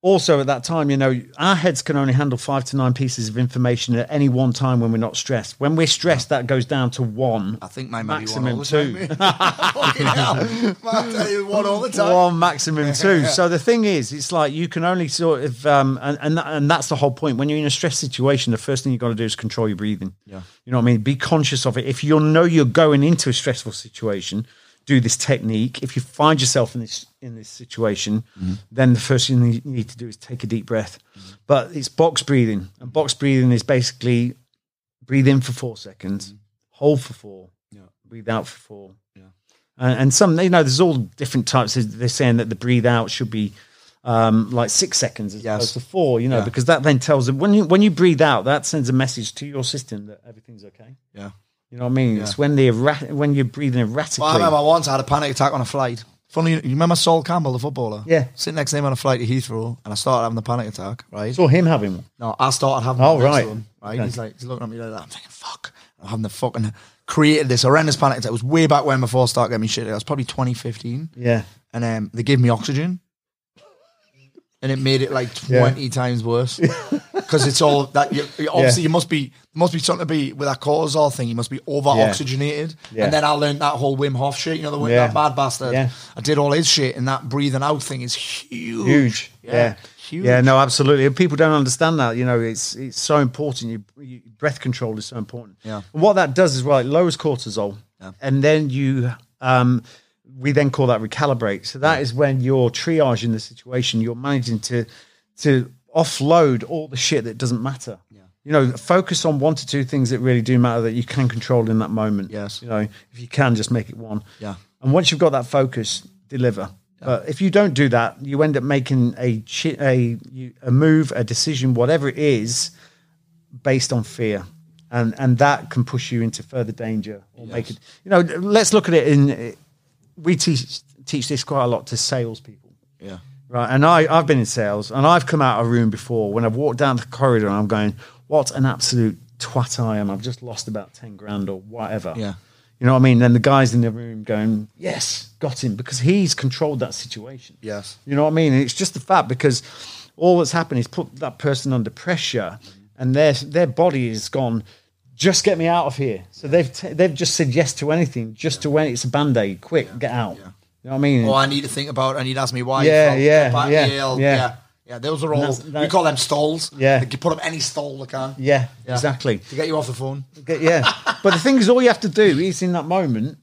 H: also at that time, you know, our heads can only handle five to nine pieces of information at any one time when we're not stressed. When we're stressed, that goes down to one.
G: I think my maybe one
H: Maximum
G: all the time,
H: two.
G: mate. Fucking hell. I tell you, one all the time.
H: One maximum two. So the thing is, it's like you can only sort of, um, and and that- and that's the whole point. When you're in a stress situation, the first thing you got to do is control your breathing. Yeah, you know what I mean. Be conscious of it. If you know you're going into a stressful situation, do this technique. If you find yourself in this in this situation, then the first thing you need to do is take a deep breath. But it's box breathing, and box breathing is basically breathe in for four seconds, hold for four, breathe out for four. Yeah. And, and some, you know, there's all different types. There's- They're saying that the breathe out should be um, like six seconds as
G: Yes.
H: opposed to four, you know,
G: Yeah.
H: because that then tells them when you when you breathe out, that sends a message to your system that everything's okay.
G: Yeah.
H: You know what I mean? It's when the errat- when you're breathing erratically.
G: Well, I remember once I had a panic attack on a flight. Funny, you remember Saul Campbell, the footballer?
H: Yeah.
G: Sitting next to him on a flight to Heathrow, and I started having the panic attack, right?
H: saw him having one.
G: No, I started having.
H: Oh,
G: the next
H: right.
G: one, right.
H: Okay.
G: He's like, he's looking at me like that. I'm thinking, fuck. I'm having the fucking created this horrendous panic attack. It was way back when before I started getting me shit. It was probably 2015,
H: Yeah.
G: and um, they gave me oxygen, and it made it like 20 times worse because it's all that. You, you- obviously, you must be must be something to be with that cortisol thing. You must be over oxygenated,
H: Yeah.
G: and then I learned that whole Wim Hof shit. You know the Wim-
H: Yeah.
G: that bad bastard.
H: Yeah.
G: I did all his shit, and that breathing out thing is huge.
H: huge. Yeah. yeah.
G: Huge.
H: no, absolutely. And people don't understand that. You know, it's it's so important. You, you breath control is so important.
G: Yeah.
H: And what that does is well, it lowers cortisol, and then you, um, we then call that recalibrate. So that is when you're triaging the situation. You're managing to to offload all the shit that doesn't matter. Yeah. You know, focus on one to two things that really do matter that you can control in that moment.
G: Yes.
H: You know, if you can, just make it one.
G: Yeah.
H: And once you've got that focus, deliver. But if you don't do that, you end up making a chi- a you- a move, a decision, whatever it is, based on fear, and and that can push you into further danger or make it. You know, let's look at it in. We teach teach this quite a lot to salespeople.
G: Yeah.
H: Right. And I, I've been in sales and I've come out of a room before when I've walked down the corridor and I'm going, what an absolute twat I am. I've just lost about 10 grand or whatever.
G: Yeah.
H: You know what I mean? Then the guy's in the room going, yes, got him because he's controlled that situation.
G: Yes.
H: You know what I mean? And it's just the fact because all that's happened is put that person under pressure and their, their body is gone, just get me out of here. So they've, t- they've just said yes to anything, just to when it's a band aid, quick, get out. You know what I mean?
G: Oh, I need to think about. I need to ask me why.
H: Yeah,
G: from
H: yeah,
G: Pat
H: yeah,
G: Yale,
H: yeah.
G: yeah, yeah. Those are all
H: that's-
G: we
H: that-
G: call them stalls.
H: Yeah.
G: Like, you put up any stall they can.
H: yeah,
G: Yeah.
H: exactly.
G: to get you off the phone.
H: Get- yeah. but the thing is, all you have to do is in that moment,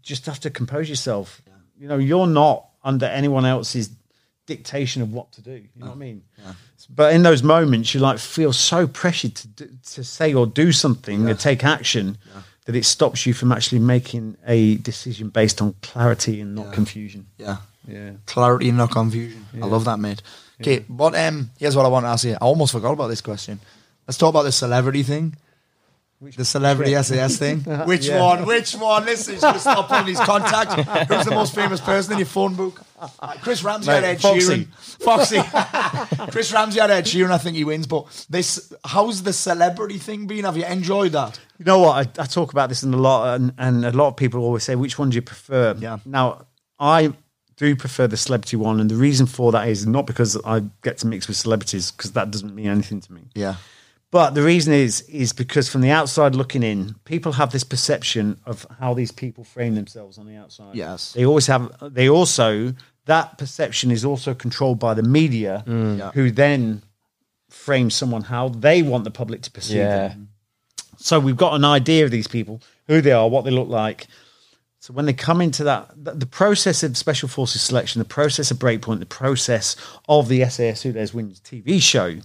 H: just have to compose yourself. You know, you're not under anyone else's dictation of what to do. You know what I mean? But in those moments, you like feel so pressured to do, to say or do something or take action that it stops you from actually making a decision based on clarity and not confusion.
G: Yeah,
H: Yeah.
G: clarity and not confusion. I love that, mate. Okay, but um, here's what I want to ask you. I almost forgot about this question. Let's talk about the celebrity thing. the celebrity SAS thing. Which
H: Yeah.
G: one? Which one? Listen, he's going to stop putting his contacts. Who's the most famous person in your phone book? Uh, Chris Ramsey had
H: Mate,
G: Ed
H: Foxy.
G: Sheeran. Foxy. Chris Ramsey had Ed Sheeran. I think he wins. But this, how's the celebrity thing been? Have you enjoyed that?
H: You know what? I, I talk about this in a lot, and, and a lot of people always say, which one do you prefer?
G: Yeah.
H: Now, I do prefer the celebrity one, and the reason for that is not because I get to mix with celebrities, because that doesn't mean anything to me.
G: Yeah.
H: But the reason is, is because from the outside looking in, people have this perception of how these people frame themselves on the outside.
G: Yes.
H: They always have, they also, that perception is also controlled by the media, who then frame someone how they want the public to perceive them.
I: Yeah.
H: So we've got an idea of these people, who they are, what they look like. So when they come into that, th- the process of special forces selection, the process of breakpoint, the process of the SAS Who Dares Wins TV show,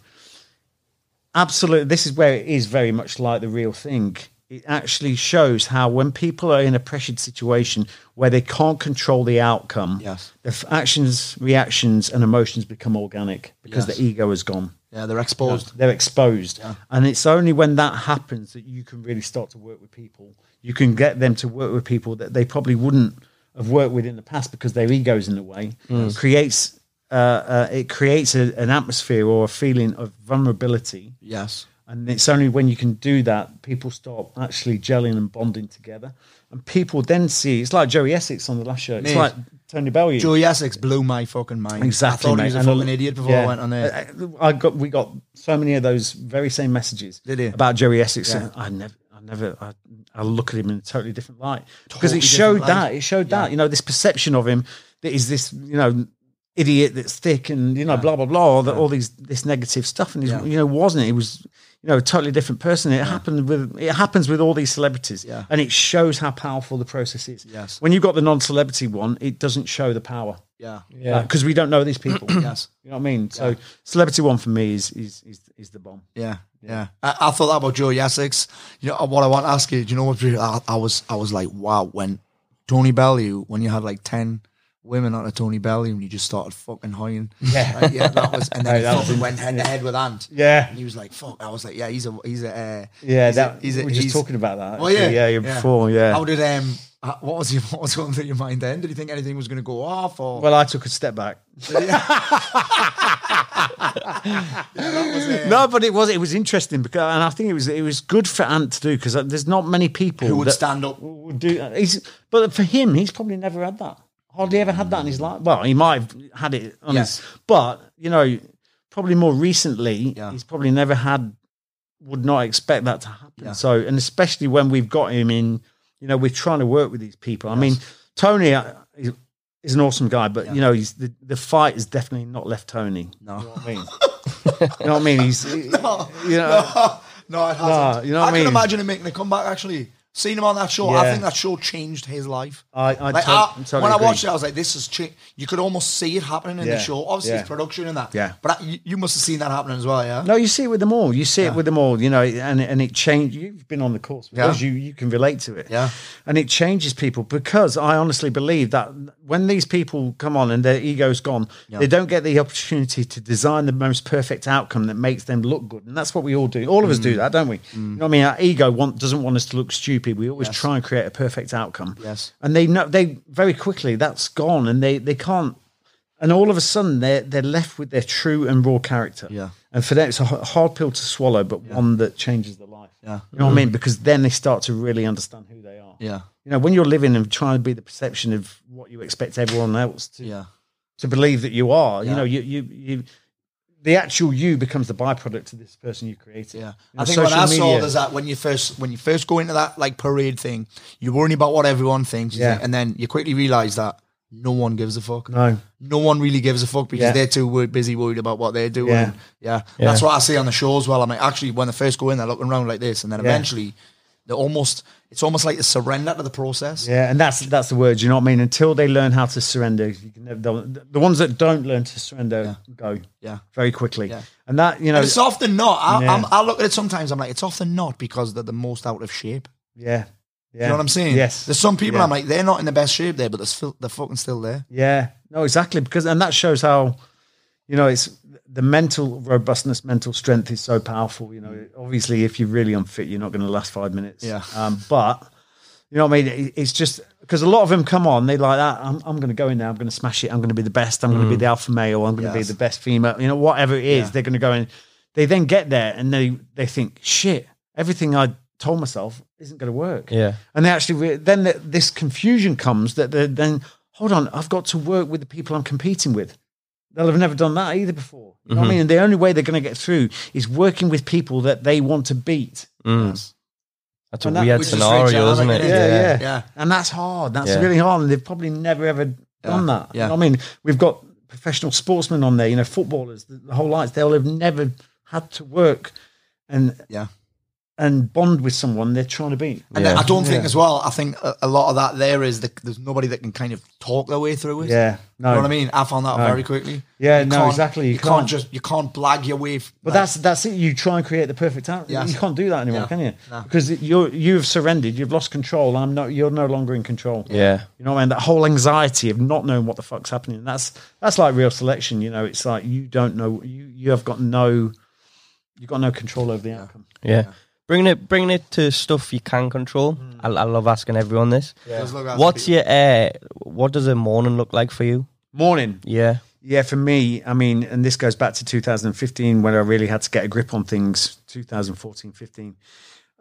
H: absolutely, this is where it is very much like the real thing. It actually shows how when people are in a pressured situation where they can't control the outcome,
G: Yes.
H: their f- actions, reactions, and emotions become organic because
G: Yes.
H: the ego is gone.
G: Yeah, they're exposed.
H: They're exposed. And it's only when that happens that you can really start to work with people. You can get them to work with people that they probably wouldn't have worked with in the past because their ego's in the way. It creates uh, uh, it creates a, an atmosphere or a feeling of vulnerability.
G: Yes.
H: And it's only when you can do that, people start actually gelling and bonding together. And people then see it's like Joey Essex on the last show. It's
G: Mate.
H: like Tony Bellew.
G: Joey Essex blew my fucking mind. I
H: Exactly.
G: thought
H: mate.
G: he was a
H: And
G: fucking idiot before I
H: yeah.
G: went on there.
H: I I got we got so many of those very same messages
G: Did you?
H: about Jerry Essex.
G: Yeah.
H: and I never, I never, I, I look at him in a totally different light because
G: Totally
H: it showed
G: different light.
H: that it showed that you know this perception of him that is this you know idiot that's thick and you know blah blah blah all, the, all these this negative stuff and he's,
G: Yeah.
H: you know wasn't it? He was you know a totally different person. It happened with it happens with all these celebrities
G: Yeah.
H: and it shows how powerful the process is.
G: Yes.
H: When you've got the non-celebrity one, it doesn't show the power
G: yeah.
I: Yeah.
H: because we don't know these people.
G: Yes.
H: You know what I mean? So celebrity one for me is is is, is the bomb.
G: Yeah, yeah. I, I thought that about Joe Essex. You know what I want to ask you? Do you know what? I, I was, I was like, wow. When Tony Bellew, when you had like ten women on a Tony Bellew, and you just started fucking hoying. Yeah, yeah. That was, and then
H: Right,
G: he
H: that was
G: fucking went head to head with Ant.
H: Yeah.
G: and he was like, fuck. I was like, yeah, he's a, he's a, uh,
H: Yeah,
G: he's
H: that
G: a- he's a-
H: we we're just
G: he's-
H: talking about that.
G: Oh
H: actually.
G: yeah,
H: yeah, before, yeah.
G: How did um, uh, what was your, what was going through your mind then? Did you think anything was going to go off or?
H: well, I took a step back. no, but it was it was interesting because, and I think it was it was good for Ant to do because there's not many people
G: who would
H: that
G: stand up?
H: would do. He's, but for him, he's probably never had that. Hardly ever had that in his life. Well, he might have had it on
G: Yes.
H: his, but you know, probably more recently,
G: Yeah.
H: he's probably never had would not expect that to happen.
G: Yeah.
H: So, and especially when we've got him in, you know, we're trying to work with these people. I mean, Tony uh, is, is an awesome guy, but you know, he's the, the fight is definitely not left Tony.
G: No.
H: You know what I mean? you know what I mean? He's, you know,
G: No, it hasn't.
H: you know what
G: I
H: I mean?
G: can imagine him making a comeback. Actually, seeing him on that show, I
H: Yeah.
G: think that show changed his life.
H: I, I,
G: Like,
H: tot-
G: I-
H: totally
G: when
H: agree.
G: I watched it, I was like, "This is." Cha-. You could almost see it happening in the
H: Yeah,
G: show. Obviously,
H: yeah.
G: it's production and that.
H: Yeah.
G: but I, you, you must have seen that happening as well. Yeah.
H: No, you see it with them all. You see it with them all. You know, and and it changed. You've been on the course
G: Yeah.
H: because you you can relate to it.
G: Yeah.
H: and it changes people because I honestly believe that when these people come on and their ego's gone, they don't get the opportunity to design the most perfect outcome that makes them look good, and that's what we all do. All of us do
G: Mm.
H: that, don't we? You know what I mean? Our ego want, doesn't want us to look stupid. We always try and create a perfect outcome.
G: Yes.
H: and they know they very quickly that's gone, and they they can't and all of a sudden they're they're left with their true and raw character.
G: Yeah.
H: And for them, it's a h- hard pill to swallow, but one that changes their life.
G: Yeah.
H: You know what I mean? Because then they start to really understand who they are.
G: Yeah.
H: You know, when you're living and trying to be the perception of what you expect everyone else to
G: Yeah.
H: to believe that you are,
G: Yeah.
H: you know, you you you. The actual you becomes the byproduct of this person you created.
G: Yeah,
H: You know,
G: I think what
H: social
G: I saw
H: media-
G: was that when you first when you first go into that like parade thing, you're worrying about what everyone thinks, you
H: Yeah.
G: think- and then you quickly realize that no one gives a fuck.
H: No.
G: no one really gives a fuck because
H: Yeah.
G: they're too wor- busy worried about what they're doing.
H: Yeah.
G: Yeah. that's what I see on the show as well. I mean, actually, when they first go in, they're looking around like this, and then
H: Yeah.
G: eventually, they're almost it's almost like they surrender to the process.
H: Yeah, and that's that's the word. You know what I mean? Until they learn how to surrender, you can never, they'll- the ones that don't learn to surrender go
G: Yeah.
H: very quickly.
G: Yeah.
H: And that you know,
G: And it's often not. I,
H: Yeah.
G: I'm, I look at it sometimes. I'm like, it's often not because they're the most out of shape.
H: yeah, yeah.
G: You know what I'm saying?
H: Yes.
G: There's some people
H: Yeah.
G: I'm like, they're not in the best shape there, but they're, still, they're fucking still there.
H: Yeah, no, exactly. Because and that shows how, you know, it's the mental robustness, mental strength is so powerful. You know, obviously, if you're really unfit, you're not going to last five minutes.
G: Mm. Yeah.
H: Um, but you know what I mean? It- It's just because a lot of them come on, they like that. I'm, I'm going to go in there. I'm going to smash it. I'm going to be the best. I'm going to be the alpha male. I'm going to be
G: Mm. Yes.
H: the best female. You know, whatever it is, they're going to go in. They then get there and they they think, shit, everything I told myself isn't going to work.
I: Yeah.
H: And they actually re- then th this confusion comes that they then hold on, I've got to work with the people I'm competing with. They'll have never done that either before. You
I: Mm-hmm.
H: know what I mean? And the only way they're going to get through is working with people that they want to beat.
I: Mm. That's a
H: And that-
I: weird
G: which is
I: scenario,
G: really
I: isn't it?
G: dramatic,
H: Yeah, yeah,
G: yeah.
H: And that's hard. That's
I: Yeah.
H: really hard. And they've probably never ever done that. You
G: yeah.
H: know what I mean? We've got professional sportsmen on there, you know, footballers, the, the whole lights. They'll have never had to work and
G: Yeah.
H: and bond with someone they're trying to beat.
G: And
I: Yeah.
G: then I don't think as well. I think a, a lot of that there is that there's nobody that can kind of talk their way through it.
H: Yeah. No.
G: you know what I mean. I found that out very quickly.
H: Yeah,
G: You
H: no,
G: can't-
H: exactly, you
G: You, can't.
H: can't.
G: just you can't blag your way. f-
H: But
G: like-
H: that's that's it. You try and create the perfect outcome.
G: Yes.
H: You can't do that anymore,
G: No.
H: can you?
G: No.
H: Because you you've surrendered. You've lost control. I'm not. You're no longer in control.
I: Yeah.
H: You know what I mean? That whole anxiety of not knowing what the fuck's happening. That's that's like real selection. You know, it's like you don't know. You you have got no. You've got no control over the outcome.
I: Yeah. Bringing it, bringing it to stuff you can control. I, I love asking everyone this.
G: Just look at
I: What's
G: the-
I: your uh, what does a morning look like for you?
H: Morning.
I: Yeah,
H: Yeah, for me, I mean, and this goes back to 2015 when I really had to get a grip on things. 2014, 15.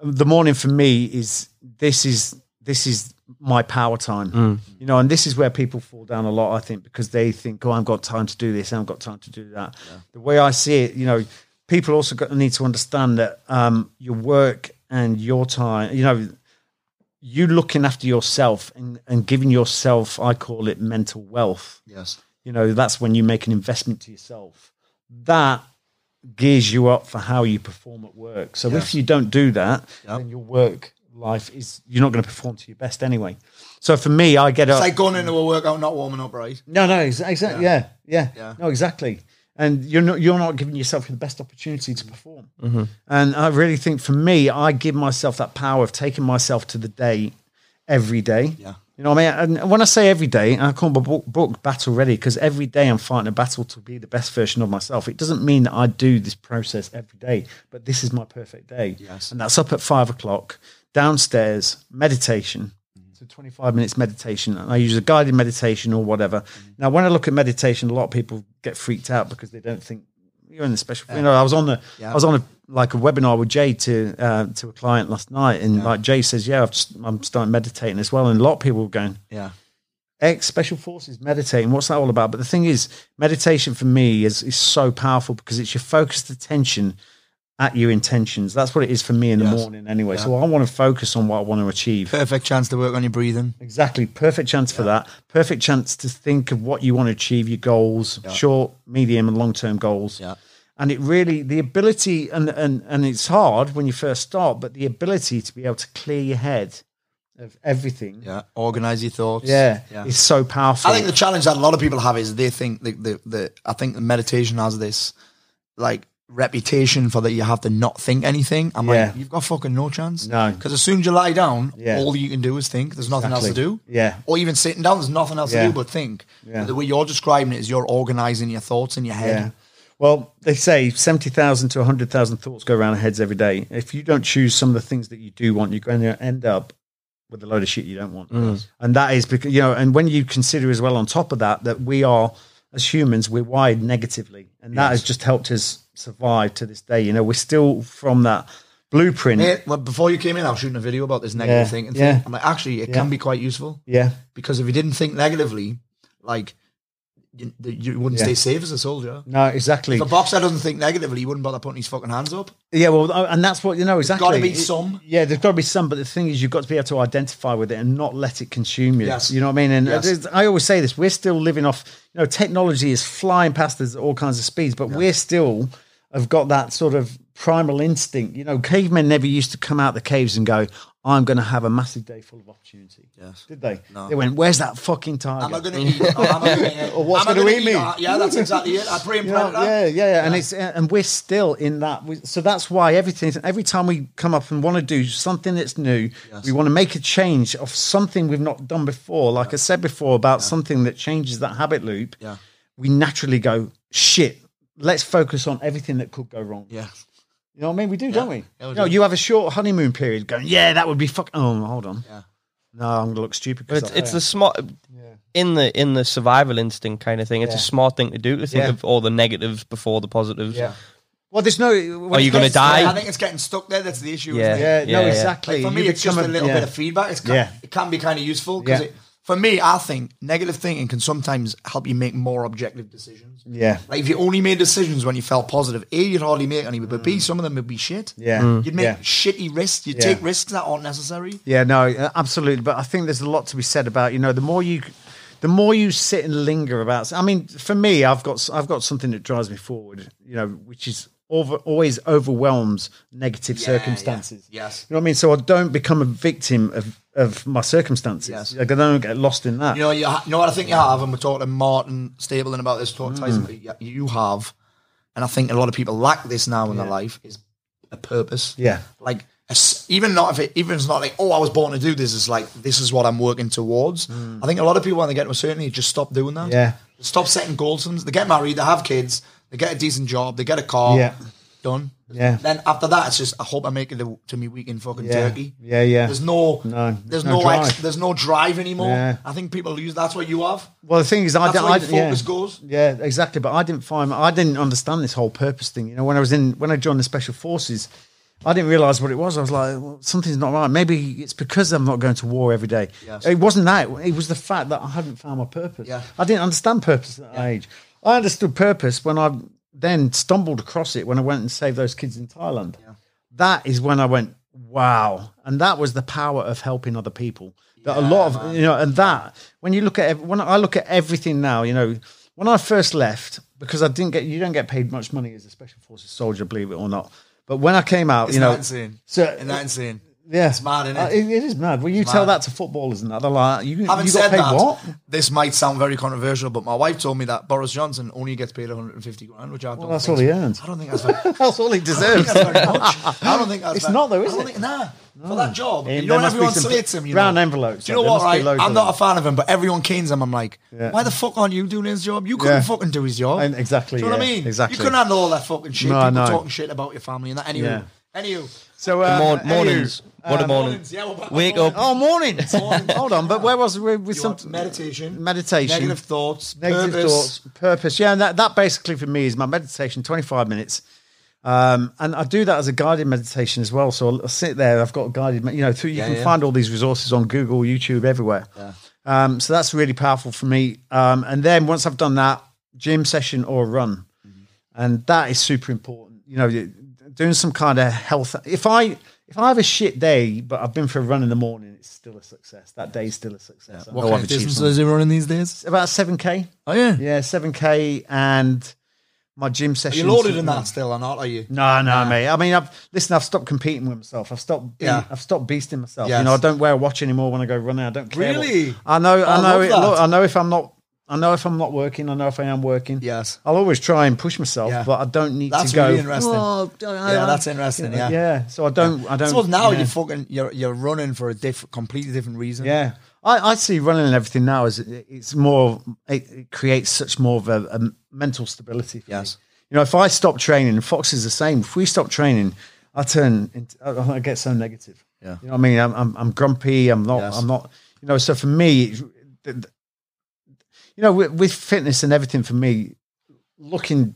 H: Um, The morning for me is this is this is my power time. You know, and this is where people fall down a lot, I think, because they think, oh, I've got time to do this, I've got time to do that. The way I see it, you know, people also got, need to understand that um, your work and your time, you know, you looking after yourself and, and giving yourself, I call it mental wealth
G: Yes.
H: you know that's when you make an investment to yourself that gears you up for how you perform at work so if you don't do that then your work life is you're not going to perform to your best anyway so for me i get up
G: It's like going into a workout not warming up right.
H: no no exactly yeah. Yeah,
G: Yeah.
H: no exactly and you're not you're not giving yourself the best opportunity to perform
G: Mm-hmm.
H: and i really think for me i give myself that power of taking myself to the day every day
G: Yeah.
H: you know what I mean? And when I say every day, I call my book, book Battle Ready because every day I'm fighting a battle to be the best version of myself. It doesn't mean that I do this process every day, but this is my perfect day.
G: Yes.
H: And that's up at five o'clock, downstairs, meditation.
G: Mm-hmm.
H: So 25 minutes meditation. And I use a guided meditation or whatever.
G: Mm-hmm.
H: Now, when I look at meditation, a lot of people get freaked out because they don't think you're in the special. You know, I was on the,
G: Yeah.
H: I was on a like a webinar with Jay to uh, to a client last night, and like Jay says, yeah, I've just, I'm starting meditating as well, and a lot of people were going,
G: Yeah.
H: ex special forces meditating. What's that all about? But the thing is, meditation for me is is so powerful because it's your focused attention at your intentions. That's what it is for me in the
G: Yes.
H: morning anyway. So I want to focus on what I want to achieve.
G: Perfect chance to work on your breathing.
H: Exactly. Perfect chance for that. Perfect chance to think of what you want to achieve, your goals, short, medium, and long term goals.
G: Yeah.
H: And it really the ability and, and and it's hard when you first start, but the ability to be able to clear your head of everything.
G: Yeah. Organize your thoughts.
H: Yeah,
G: Yeah.
H: it's so powerful.
G: I think the challenge that a lot of people have is they think the the, the I think the meditation has this like reputation for that you have to not think anything. I'm
H: Yeah.
G: like, you've got fucking no chance.
H: No.
G: because as soon as you lie down,
H: Yeah.
G: all you can do is think. There's nothing else to
H: Exactly.
G: do.
H: Yeah.
G: or even sitting down, there's nothing else
H: Yeah.
G: to do but think.
H: Yeah.
G: But the way you're describing it is you're organizing your thoughts in your head.
H: Yeah. Well, they say 70,000 to 100,000 thoughts go around our heads every day. If you don't choose some of the things that you do want, you're going to end up with a load of shit you don't want. And that is because, you know, and when you consider as well on top of that, that we are, as humans, we're wired negatively. And that has just helped us survive to this day. You know, we're still from that blueprint.
G: Mm. Mate, well, before you came in, I was shooting a video about this negative
H: Yeah.
G: thing. And
H: Yeah.
G: thing. I'm like, actually, it can be quite useful
H: yeah.
G: because if you didn't think negatively, like you, you wouldn't
H: Yeah.
G: stay safe as a soldier.
H: No, exactly.
G: If a boxer doesn't think negatively, he wouldn't bother putting his fucking hands up.
H: Yeah, well, uh, and that's what you know exactly.
G: gotta be
H: It-
G: some.
H: Yeah, there's got to be some, but the thing is, you've got to be able to identify with it and not let it consume you.
G: Yes.
H: You know what I mean? And uh,
G: Yes.
H: there's- I always say this: we're still living off. You know, technology is flying past us at all kinds of speeds, but we're still have got that sort of primal instinct. You know, cavemen never used to come out the caves and go, "I'm going to have a massive day full of opportunity."
G: Yes.
H: Did they?
G: No.
H: They went, "Where's that fucking tiger?"
G: Am I going to eat? Or am I gonna,
H: Or what's
G: am I
H: gonna
G: gonna
H: eat me?
G: Uh, yeah, that's exactly it. I pray and
H: You know,
G: predator.
H: yeah, yeah, yeah, and it's and we're still in that. we- So that's why everything. Every time we come up and want to do something that's new, we want to make a change of something we've not done before. Like I said before about something that changes that habit loop.
G: Yeah.
H: we naturally go shit. Let's focus on everything that could go wrong.
G: Yeah.
H: You know what I mean? We do, don't we?
G: Yeah, we
H: No,
G: do.
H: you have a short honeymoon period going. Yeah, that would be fuck. Oh, hold on.
G: Yeah.
H: No, I'm gonna look stupid. 'cause
I: But it's,
H: I-
I: it's the smart in the in the survival instinct kind of thing. It's a smart thing to do to think
H: Yeah.
I: of all the negatives before the positives.
H: yeah. Well, there's no.
I: Are you going to
G: I,
I: die?
G: think it's getting stuck there. That's the issue. Isn't
I: Yeah.
G: it?
H: Yeah,
I: Yeah,
H: no,
I: yeah.
H: exactly.
G: Like, for me,
H: You
G: it's just a
H: become
G: little
H: yeah.
G: bit of feedback. It's kind,
H: Yeah.
G: It can be kind of useful because
H: Yeah.
G: it for me, I think negative thinking can sometimes help you make more objective decisions.
H: Yeah.
G: Like if you only made decisions when you felt positive, A, you'd hardly make any, but B, some of them would be shit.
H: Mm. Yeah. Mm.
G: You'd make
H: Yeah.
G: shitty risks. You'd
H: Yeah.
G: take risks that aren't necessary.
H: Yeah, no, uh, absolutely. But I think there's a lot to be said about you know the more you, the more you sit and linger about. I mean, for me, I've got I've got something that drives me forward. You know, which is over, always overwhelms negative circumstances.
G: yeah. Yes.
H: you know what I mean. So I don't become a victim of of my circumstances.
G: Yes.
H: Like, I don't get lost in that.
G: You know, you, ha- you know what I think you have, and we're talking to Martin Stapleton about this, talking to
H: Hmm.
G: Tyson, but you- you have, and I think a lot of people lack this now in their life, is a purpose.
H: Yeah.
G: Like, a s- even not if it, even if it's not like, oh, I was born to do this, it's like, this is what I'm working towards. I think a lot of people, when they get to a certain age, just stop doing that.
H: Hmm. Yeah.
G: Stop setting goals. for them. They get married, they have kids, they get a decent job, they get a car.
H: Yeah.
G: Done.
H: Yeah.
G: Then after that, it's just I hope I make it to, to me weekend fucking
H: Yeah.
G: turkey.
H: Yeah, yeah.
G: There's no,
H: No,
G: there's
H: no
G: no, ex,
H: drive.
G: there's no drive anymore.
H: Yeah.
G: I think people lose. That's what you have.
H: Well, the thing is, I
G: That's
H: don't.
G: where
H: I,
G: your
H: yeah.
G: focus goes.
H: Yeah, exactly. But I didn't find. I didn't understand this whole purpose thing. You know, when I was in, when I joined the special forces, I didn't realize what it was. I was like, well, something's not right. Maybe it's because I'm not going to war every day.
G: Yes.
H: It wasn't that. It was the fact that I hadn't found my purpose.
G: Yeah.
H: I didn't understand purpose at that age. I understood purpose when I then stumbled across it when I went and saved those kids in Thailand. That is when I went, wow. And that was the power of helping other people. That a lot of, you know, and that, when you look at, ev- when I look at everything now, you know, when I first left, because I didn't get, you don't get paid much money as a special forces soldier, believe it or not. But when I came out,
G: It's
H: you know,
G: not insane.
H: so
G: Isn't that insane?
H: yeah,
G: It's mad, isn't it?
H: Uh, it is mad. When you tell that to footballers and that, they're like, you, you
G: Having
H: got
G: said
H: paid
G: that,
H: what?
G: this might sound very controversial, but my wife told me that Boris Johnson only gets paid 150 grand, which I don't.
H: that's
G: think
H: all he
G: so.
H: earns.
G: I don't think that's. Very,
H: That's all he
G: I don't
H: deserves.
G: think that's very much. I don't think that's.
H: It's
G: very-
H: not though, is
G: I don't
H: it?
G: Think, nah. For that job,
H: There
G: you know,
H: must be
G: everyone
H: some
G: slates him. You
H: brown
G: know?
H: envelopes,
G: Do you know
H: there
G: what?
H: must be
G: Right,
H: loads
G: I'm
H: of
G: not a
H: them.
G: fan of him, but everyone canes him. I'm like,
H: Yeah.
G: why the fuck aren't you doing his job? You couldn't
H: Yeah.
G: fucking do his job.
H: And exactly,
G: Do you know what I
H: yeah,
G: mean?
H: exactly.
G: You couldn't handle all that fucking shit.
H: No,
G: People
H: no.
G: talking shit about your family and that. Anywho, anywho.
H: So um,
I: The mor-
H: anywho,
I: mornings. What a morning.
H: um,
G: mornings, yeah, we're back on
I: Wake
G: mornings.
I: up.
H: Oh, mornings.
G: Mornings.
H: Hold on, but where was we with
G: You
H: some
G: want meditation,
H: Meditation.
G: negative thoughts,
H: negative
G: purpose.
H: thoughts, purpose. Yeah, and that, that basically for me is my meditation, 25 minutes. Um, and I do that as a guided meditation as well. So I'll, I'll sit there. I've got guided, you know, through, you can
G: yeah.
H: find all these resources on Google, YouTube, everywhere. Um, so that's really powerful for me. Um, and then once I've done that, gym session or run,
G: Mm-hmm.
H: and that is super important. You know, you- doing some kind of health. If I if I have a shit day, but I've been for a run in the morning, it's still a success. That day is still a success. I know
G: What kind
H: I've
G: of
H: achieved
G: distance
H: something.
G: is he running these days?
H: About seven k.
G: Oh yeah,
H: Yeah, seven k and my gym session.
G: You're loaded in that still, or not? Are you?
H: No, no, mate. I mean, I've listen. I've stopped competing with myself. I've stopped. Being,
G: Yeah.
H: I've stopped beasting myself.
G: Yes.
H: You know, I don't wear a watch anymore when I go running. I don't care. what-
G: Really? Oh,
H: I know. I,
G: I
H: know.
G: love
H: It,
G: that.
H: look, I know if I'm not. I know if I'm not working. I know if I am working.
G: Yes.
H: I'll always try and push myself,
G: Yeah.
H: but I don't need
G: That's
H: to go.
G: really interesting.
H: "Oh, I don't know,
G: Yeah,
H: I-
G: that's interesting,
H: you know,
G: yeah.
H: So I don't. I
G: I
H: don't.
G: suppose now
H: yeah.
G: you're fucking you're you're running for a diff- completely different reason.
H: Yeah, I, I see running and everything now as it- it's more. It, it creates such more of a, a mental stability. For me.
G: Yes.
H: you know, if I stop training, Fox is the same. If we stop training, I turn. Into, I, I get so negative.
G: Yeah.
H: you know what I mean. I'm I'm, I'm grumpy. I'm not.
G: Yes.
H: I'm not. You know, so for me, it- th- th- you know, with, with fitness and everything, for me, looking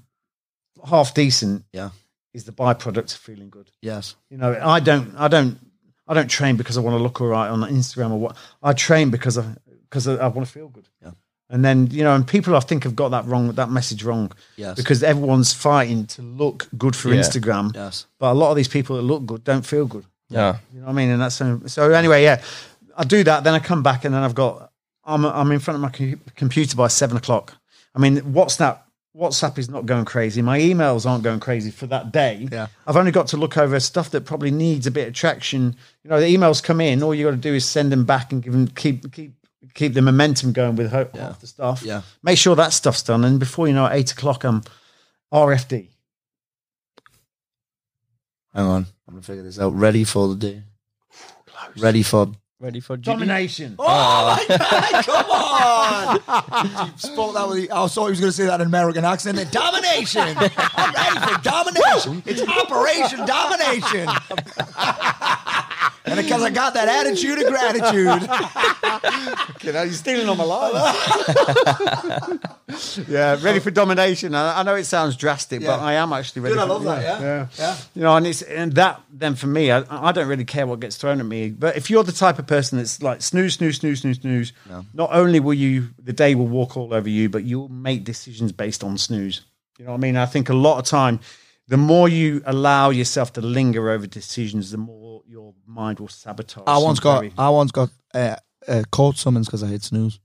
H: half decent
G: Yeah.
H: is the byproduct of feeling good.
G: Yes.
H: You know, I don't, I don't, I don't train because I want to look all right on Instagram or what. I train because I because I, I want to feel good.
G: Yeah.
H: And then you know, and people I think have got that wrong, that message wrong.
G: Yes.
H: Because everyone's fighting to look good for Instagram.
G: Yes.
H: But a lot of these people that look good don't feel good.
I: Yeah.
H: You know what I mean? And that's um, so. Anyway, yeah, I do that. Then I come back, and then I've got I'm I'm in front of my com- computer by seven o'clock. I mean, WhatsApp WhatsApp is not going crazy. My emails aren't going crazy for that day.
G: Yeah.
H: I've only got to look over stuff that probably needs a bit of traction. You know, the emails come in. All you got to do is send them back and give them keep keep keep the momentum going with ho- half the stuff.
G: Yeah.
H: Make sure that stuff's done, and before you know, it, eight o'clock, I'm RFD.
G: Hang on, I'm gonna figure this out. Ready for the day. Ready for.
I: Ready for duty?
H: Domination.
G: Oh my god! Come on! you spoke that with the, I thought he was going to say that in American accent. Then domination. I'm ready for domination. It's Operation Domination. and because I got that attitude of gratitude.
H: You know, you're stealing on my life. yeah, ready for domination. I, I know it sounds drastic, but
G: Yeah.
H: I am actually ready.
G: Dude, I
H: for-
G: love that, yeah. Yeah.
H: You know, and it's and that then for me, I, I don't really care what gets thrown at me. But if you're the type of person that's like snooze, snooze, snooze, snooze, snooze, not only will you the day will walk all over you, but you'll make decisions based on snooze. You know what I mean? I think a lot of time, the more you allow yourself to linger over decisions, the more your mind will sabotage.
G: I once
H: some
G: got
H: very-
G: I once got uh, uh, court summons because I hit snooze.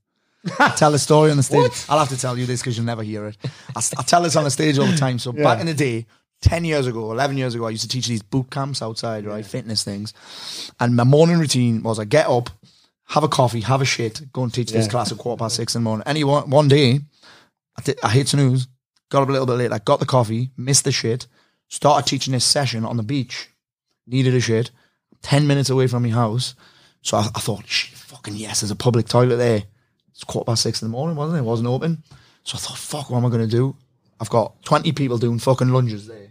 G: I tell the story on the stage. I'll have to tell you this because you'll never hear it. I, s- I tell this on the stage all the time. So back in the day, ten years ago, eleven years ago, I used to teach these boot camps outside, right, fitness things. And my morning routine was I get up, have a coffee, have a shit, go and teach this class at quarter past six in the morning. Any one, one day, I, did, I hit snooze, got up a little bit late. I got the coffee, missed the shit, started teaching this session on the beach, needed a shit, ten minutes away from my house. So I, I thought, shit, fucking yes, there's a public toilet there. It's quarter past six in the morning, wasn't it? It wasn't open. So I thought, fuck, what am I going to do? I've got 20 people doing fucking lunges there.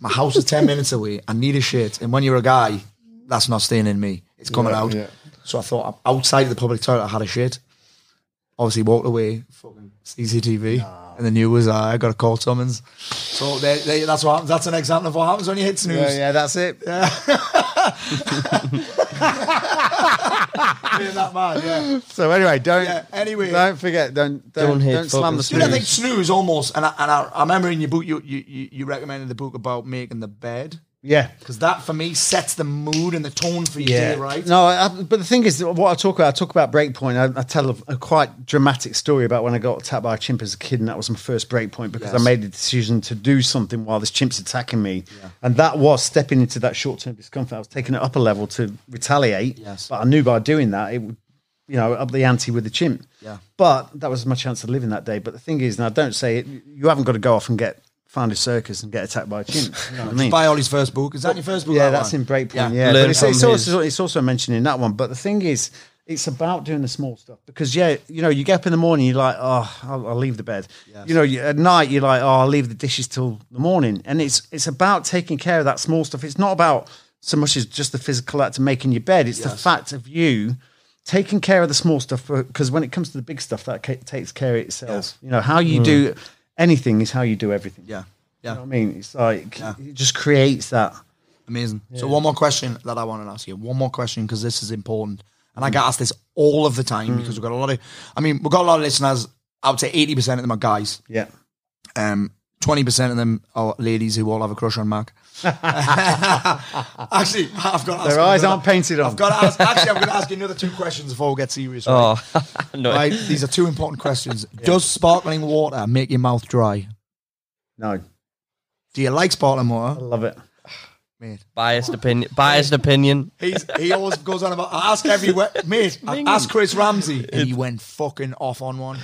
G: My house is 10 minutes away. I need a shit. And when you're a guy, that's not staying in me. It's coming out. So I thought, E outside the public toilet, I had a shit. Obviously, walked away, fucking CCTV. And the new was uh, I got a call summons. So they, they, that's what happens. That's an example of what happens when you hit snooze.
H: Yeah, yeah, that's it.
G: Being that mad, yeah.
H: So anyway, don't
G: Yeah, anyway.
H: don't forget, don't don't,
I: Don't
H: don't,
I: hit fucking
H: slam the
G: You know, I
H: snooze.
G: think snooze almost, and I, and I, I remember in your book, you, you, you you recommended the book about making the bed.
H: yeah,
G: Because that, for me, sets the mood and the tone for your day, right?
H: No, I, but the thing is, that what I talk about, I talk about breakpoint. I, I tell a, a quite dramatic story about when I got attacked by a chimp as a kid, and that was my first breakpoint because
G: Yes.
H: I made the decision to do something while this chimp's attacking me, and that was stepping into that short-term discomfort. I was taking it up a level to retaliate,
G: Yes.
H: but I knew by doing that it would, you know, up the ante with the chimp.
G: Yeah.
H: But that was my chance of living that day. But the thing is, and I don't say it, you haven't got to go off and get find a circus and get attacked by a chimp. You know what I mean?
G: Buy Ollie's first book. Is that your first book?
H: Yeah,
G: that
H: that's
G: one?
H: in Breakpoint. Yeah,
G: Yeah.
H: but
I: Learn
H: it's,
I: from
H: it's
I: his.
H: also it's also mentioned in that one. But the thing is, it's about doing the small stuff because yeah, you know, you get up in the morning, you're like, oh, I'll, I'll leave the bed. You know, you, at night, you're like, oh, I'll leave the dishes till the morning. And it's it's about taking care of that small stuff. It's not about so much as just the physical act of making your bed. It's the fact of you taking care of the small stuff because when it comes to the big stuff, that ca- takes care of itself.
G: Yes.
H: You know, how you
I: Mm.
H: do anything is how you do everything.
G: Yeah.
H: You know
G: Yeah.
H: what I mean, it's like it just creates that.
G: Amazing. So one more question that I want to ask you. One more question because this is important, and I get asked this all of the time
H: Mm.
G: because we've got a lot of. I mean, we've got a lot of listeners. I would say eighty percent of them are guys.
H: Yeah.
G: Um, twenty percent of them are ladies who all have a crush on Mac. actually, I've got. to ask
H: Their
G: you
H: eyes
G: another-
H: aren't painted on.
G: I've got to ask. Actually, I'm going to ask you another two questions before we get serious. right?
I: Oh, no.
G: Right, these are two important questions. Does sparkling water make your mouth dry?
H: No,
G: Do you like sparkling
H: I
G: water,
H: love it.
G: mate?
I: Biased opinion. Biased opinion.
G: He's, he always goes on about. I ask everywhere, mate. I ask Chris Ramsey, and he went fucking off on one.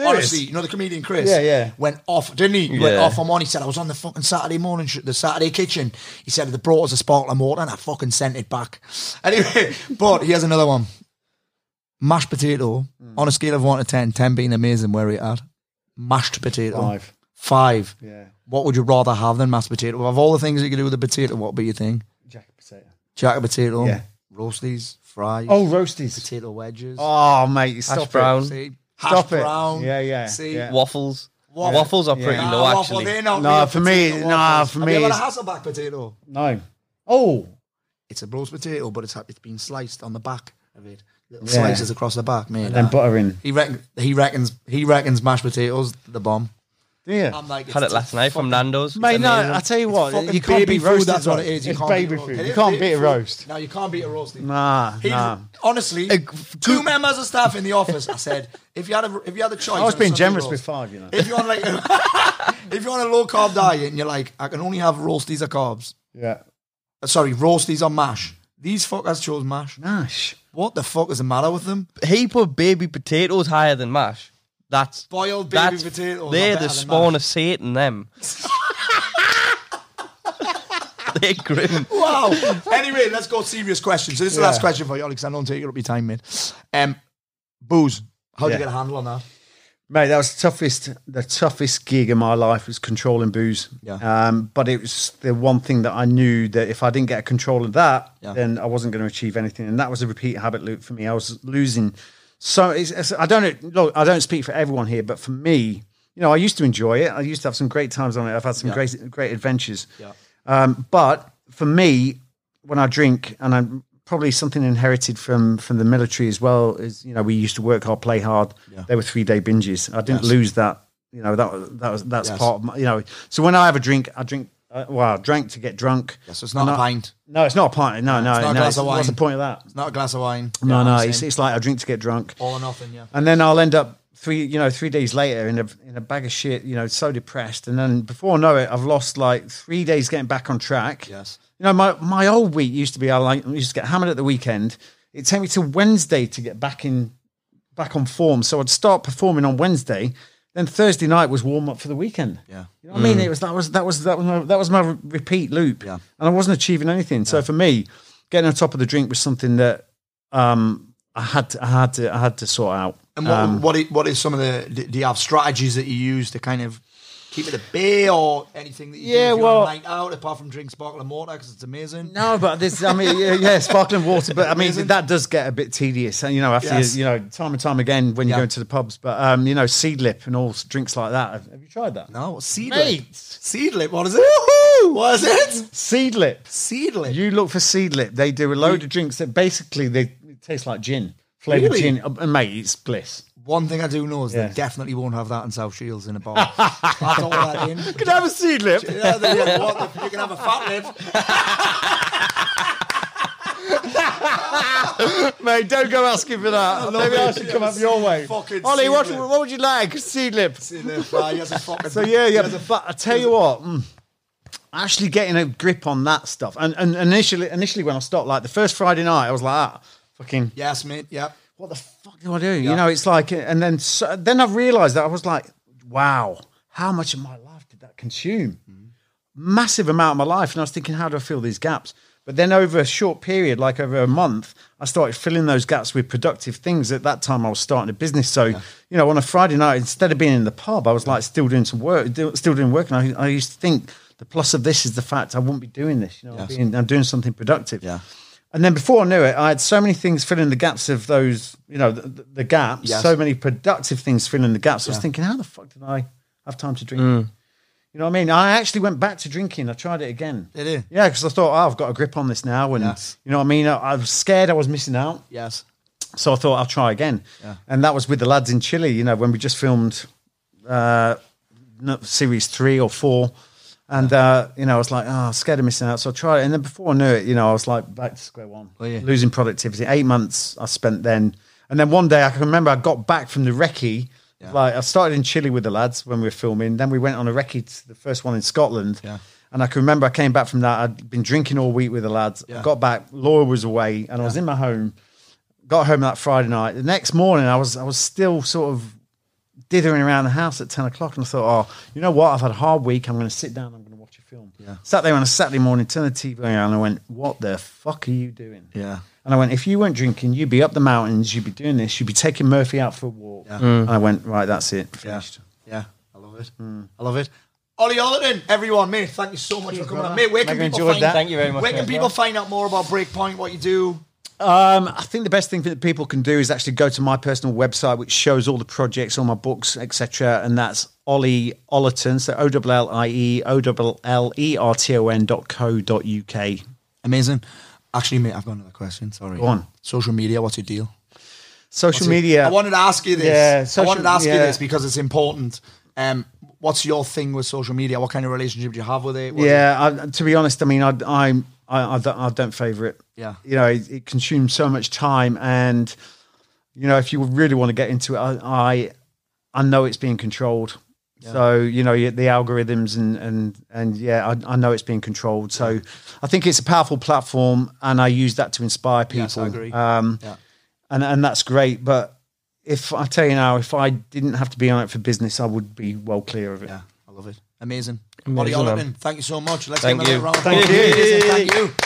G: Honestly, you know the comedian Chris.
H: Yeah, yeah.
G: Went off, didn't he? He Went
I: Yeah.
G: off on one. He said I was on the fucking Saturday morning, sh- the Saturday kitchen. He said they brought us a sparkling water, and I fucking sent it back. Anyway, but here's another one. Mashed potato
H: Hmm.
G: on a scale of one to 10, 10 being amazing. Where are you at? Mashed potato
H: Five.
G: Five.
H: Yeah,
G: What would you rather have than mashed potato? Of all the things you could do with a potato, what would you think?
H: jacket potato.
G: Jack and potato,
H: Yeah.
G: roasties, fries,
H: Oh, roasties.
G: potato wedges,
H: Oh, mate, you
I: Hash
H: stop
I: brown.
G: see,
H: Stop
G: hash
H: it.
G: brown.
H: Yeah, yeah,
G: See,
H: yeah.
I: Waffles.
G: Waffle.
I: Waffles are
H: Yeah.
I: pretty
G: Nah,
I: low,
G: waffle,
I: actually.
G: they're not
H: Nah,
G: real
H: for me-
G: potato
H: nah,
G: waffles.
H: for
G: Have
H: me
G: you ever
H: it's-
G: had a Hasselback potato?
H: it. No. Oh,
G: It's a roast potato, but it's it's been sliced on the back of it. Little
H: Yeah.
G: slices across the back, mate.
H: then buttering.
G: he, reckon, he reckons he reckons mashed potatoes the bomb.
H: Yeah.
G: I'm like,
I: Had it
G: it's-
I: last night from Nando's.
H: Mate, no,
I: Amazing.
H: I tell you what,
G: fucking
H: you can't
G: baby
H: beat
G: food,
H: roast.
G: That's what it is. You
H: it's
G: can't beat
H: baby
G: a
H: food.
G: roast.
H: You
G: It
H: can't
G: is
H: beat a
G: food.
H: roast.
G: No, you can't beat a roast.
H: Nah,
G: He-
H: nah.
G: Honestly, two members of staff in the office. I said, if you had a, if you had a choice,
H: I was
G: on a
H: being
G: Sunday
H: generous
G: roast,
H: with five, you know.
G: If you're on like, if you're on a low carb diet and you're like, I can only have roasties or carbs.
H: Yeah.
G: Uh, sorry, roasties or mash. These fuckers chose mash.
H: Nash.
G: What the fuck is the matter with them?
I: he put baby potatoes higher than mash. That's
G: Boiled baby
I: that's,
G: potatoes. are
I: They're
G: better
I: the
G: than
I: spawn
G: mash.
I: of Satan. Them. they're grim.
G: Wow. Anyway, let's go serious question. So this is the
H: Yeah.
G: last question for you, Alex. I don't take up your time, mate. Um, booze. How do
H: Yeah.
G: you get a handle on that?
H: Mate, that was the toughest. The toughest gig of my life was controlling booze.
G: Yeah.
H: Um, but it was the one thing that I knew that if I didn't get control of that,
G: Yeah.
H: then I wasn't going to achieve anything. And that was a repeat habit loop for me. I was losing. So it's, it's, I don't know. Look, I don't speak for everyone here, but for me, you know, I used to enjoy it. I used to have some great times on it. I've had some great, great adventures.
G: Yeah.
H: Um, but for me, when I drink, and I'm probably something inherited from from the military as well, is you know we used to work hard, play hard. They were three day binges. I didn't lose that. You know that was- that was that's
G: Yes.
H: part of my, you know. So when I have a drink, I drink. Uh, well, I drank to get drunk.
G: Yeah, so it's not
H: And
G: a
H: I-
G: pint.
H: No, it's not a pint. No, no,
G: not a
H: no.
G: glass of
H: What's the
G: wine.
H: point of that?
G: It's not a glass of wine.
H: No,
G: Yeah,
H: no.
G: I'm
H: It's,
G: saying
H: it's like I drink to get drunk
G: all or nothing. Yeah.
H: and then I'll end up three, you know, three days later in a in a bag of shit, you know, so depressed. And then before I know it, I've lost like three days getting back on track.
G: Yes.
H: you know, my my old week used to be I like used to get hammered at the weekend. It took me to Wednesday to get back in back on form. So I'd start performing on Wednesday. Then Thursday night was warm up for the weekend.
G: Yeah.
H: You know what I mean? It was that was that was that was my, that was my repeat loop,
G: Yeah.
H: and I wasn't achieving anything. So for me, getting on top of the drink was something that um, I had to, I had to I had to sort out.
G: Um, And what, what, i- what is some of the, do you have strategies that you use to kind of keep it at bay or anything that you
H: Yeah,
G: do if you're
H: well-
G: on a night out apart from drink sparkling water because it's amazing.
H: No, but this, I mean, yeah, yeah, sparkling water, but I mean, that does get a bit tedious, and you know, after
G: Yes.
H: you, you know, time and time again when you
G: Yeah.
H: go into the pubs, but um, you know, seed lip and all s- drinks like that. Have, have you tried that?
G: No, what's seed lip?
H: Mate.
G: Seed lip, what is it? Woohoo! What is it?
H: Seed lip.
G: Seed lip.
H: You look for seed lip. They do a load of drinks that basically they taste like gin, flavored
G: Really?
H: gin. Uh, Mate, it's bliss.
G: One thing I do know is
H: Yeah.
G: they definitely won't have that in South Shields in a bar. That's all that in.
H: Could I have a seed lip.
G: Yeah, they- yeah, what the- you can have a fat lip.
H: Mate, don't go asking for that. Maybe I should come up your way.
G: Fucking
H: Ollie, what,
G: seed lip.
H: what would you like? Seed lip.
G: Seed lip, right, he has a fucking-
H: So yeah, yeah. But I tell you what, mm, actually getting a grip on that stuff, and, and initially, initially when I stopped, like the first Friday night, I was like, ah, fucking,
G: Yes, mate. Yep.
H: what the fuck do I do? You know, it's like, and then so, then I realised that I was like, wow, how much of my life did that consume? Massive amount of my life, and I was thinking, how do I fill these gaps? But then over a short period, like over a month, I started filling those gaps with productive things. At that time, I was starting a business, so you know, on a Friday night, instead of being in the pub, I was like still doing some work, do- still doing work, and I, I used to think the plus of this is the fact I wouldn't be doing this. You know, I'm, being, I'm doing something productive.
G: Yeah.
H: And then before I knew it, I had so many things filling the gaps of those, you know, the, the- the gaps,
G: Yes.
H: so many productive things filling the gaps. I was thinking, how the fuck did I have time to drink? You know what I mean? I actually went back to drinking. I tried it again.
G: Did you?
H: Yeah, because I thought, oh, I've got a grip on this now. And,
G: Yes.
H: you know what I mean? I, I was scared I was missing out.
G: Yes.
H: So I thought I'll try again. And that was with the lads in Chile, you know, when we just filmed uh, no- series three or four. And, uh, you know, I was like, oh, scared of missing out. So I tried it. And then before I knew it, you know, I was like back to square one,
G: Were you?
H: losing productivity. Eight months I spent then. And then one day I can remember I got back from the recce. Like I started in Chile with the lads when we were filming. Then we went on a recce to the first one in Scotland.
G: Yeah.
H: And I can remember I came back from that. I'd been drinking all week with the lads. I
G: Yeah.
H: got back. Laura was away and I was in my home got home that Friday night. The next morning, I was I was still sort of dithering around the house at ten o'clock, and I thought, oh, you know what? I've had a hard week. I'm going to sit down. I'm going to watch a film. Yeah. Sat there on a Saturday morning, turned the TV on, and I went, "What the fuck are you doing?"
G: Yeah.
H: And I went, "If you weren't drinking, you'd be up the mountains. You'd be doing this. You'd be taking Murphy out for a walk."
G: Yeah.
H: And I went, "Right, that's it. Finished."
G: Yeah. I love it. I love it. Ollie Ollerton, everyone, mate, thank you so much for coming on. Mate, where can
H: Mate, I
G: people
H: enjoyed
G: find
H: that.
I: Thank you very much.
G: Where can
I: mate.
G: people find out more about Breakpoint, what you do?
H: Um, I think the best thing that people can do is actually go to my personal website, which shows all the projects, all my books, etc. And that's Ollie Ollerton, so O L L I E O L L E R T O N dot co dot UK.
G: Amazing. Actually, mate, I've got another question. Sorry.
H: Go on.
G: Social media, what's your deal?
H: Social
G: So,
H: media.
G: I wanted to ask you this.
H: Yeah,
G: I wanted
H: social-
G: to ask you
H: yeah.
G: this because it's important. Um, what's your thing with social media? What kind of relationship do you have with it? What-
H: yeah, I, to be honest, I mean, I, I, I, I don't, I don't favour it.
G: Yeah.
H: you know, it, it consumes so much time, and you know, if you really want to get into it, I, I, I know it's being controlled. So you know the algorithms and and and yeah, I, I know it's being controlled. So I think it's a powerful platform, and I use that to inspire people.
G: Yes, I agree.
H: Um,
G: Yeah.
H: and and that's great. But if I tell you now, if I didn't have to be on it for business, I would be well clear of it.
G: Yeah, I love it. Amazing.
I: Amazing,
G: Ollie
I: man.
G: Ollerton, thank you so much. Let's
I: Thank
G: give him
I: you.
G: another round. of
I: Thank you.
G: applause. Thank you.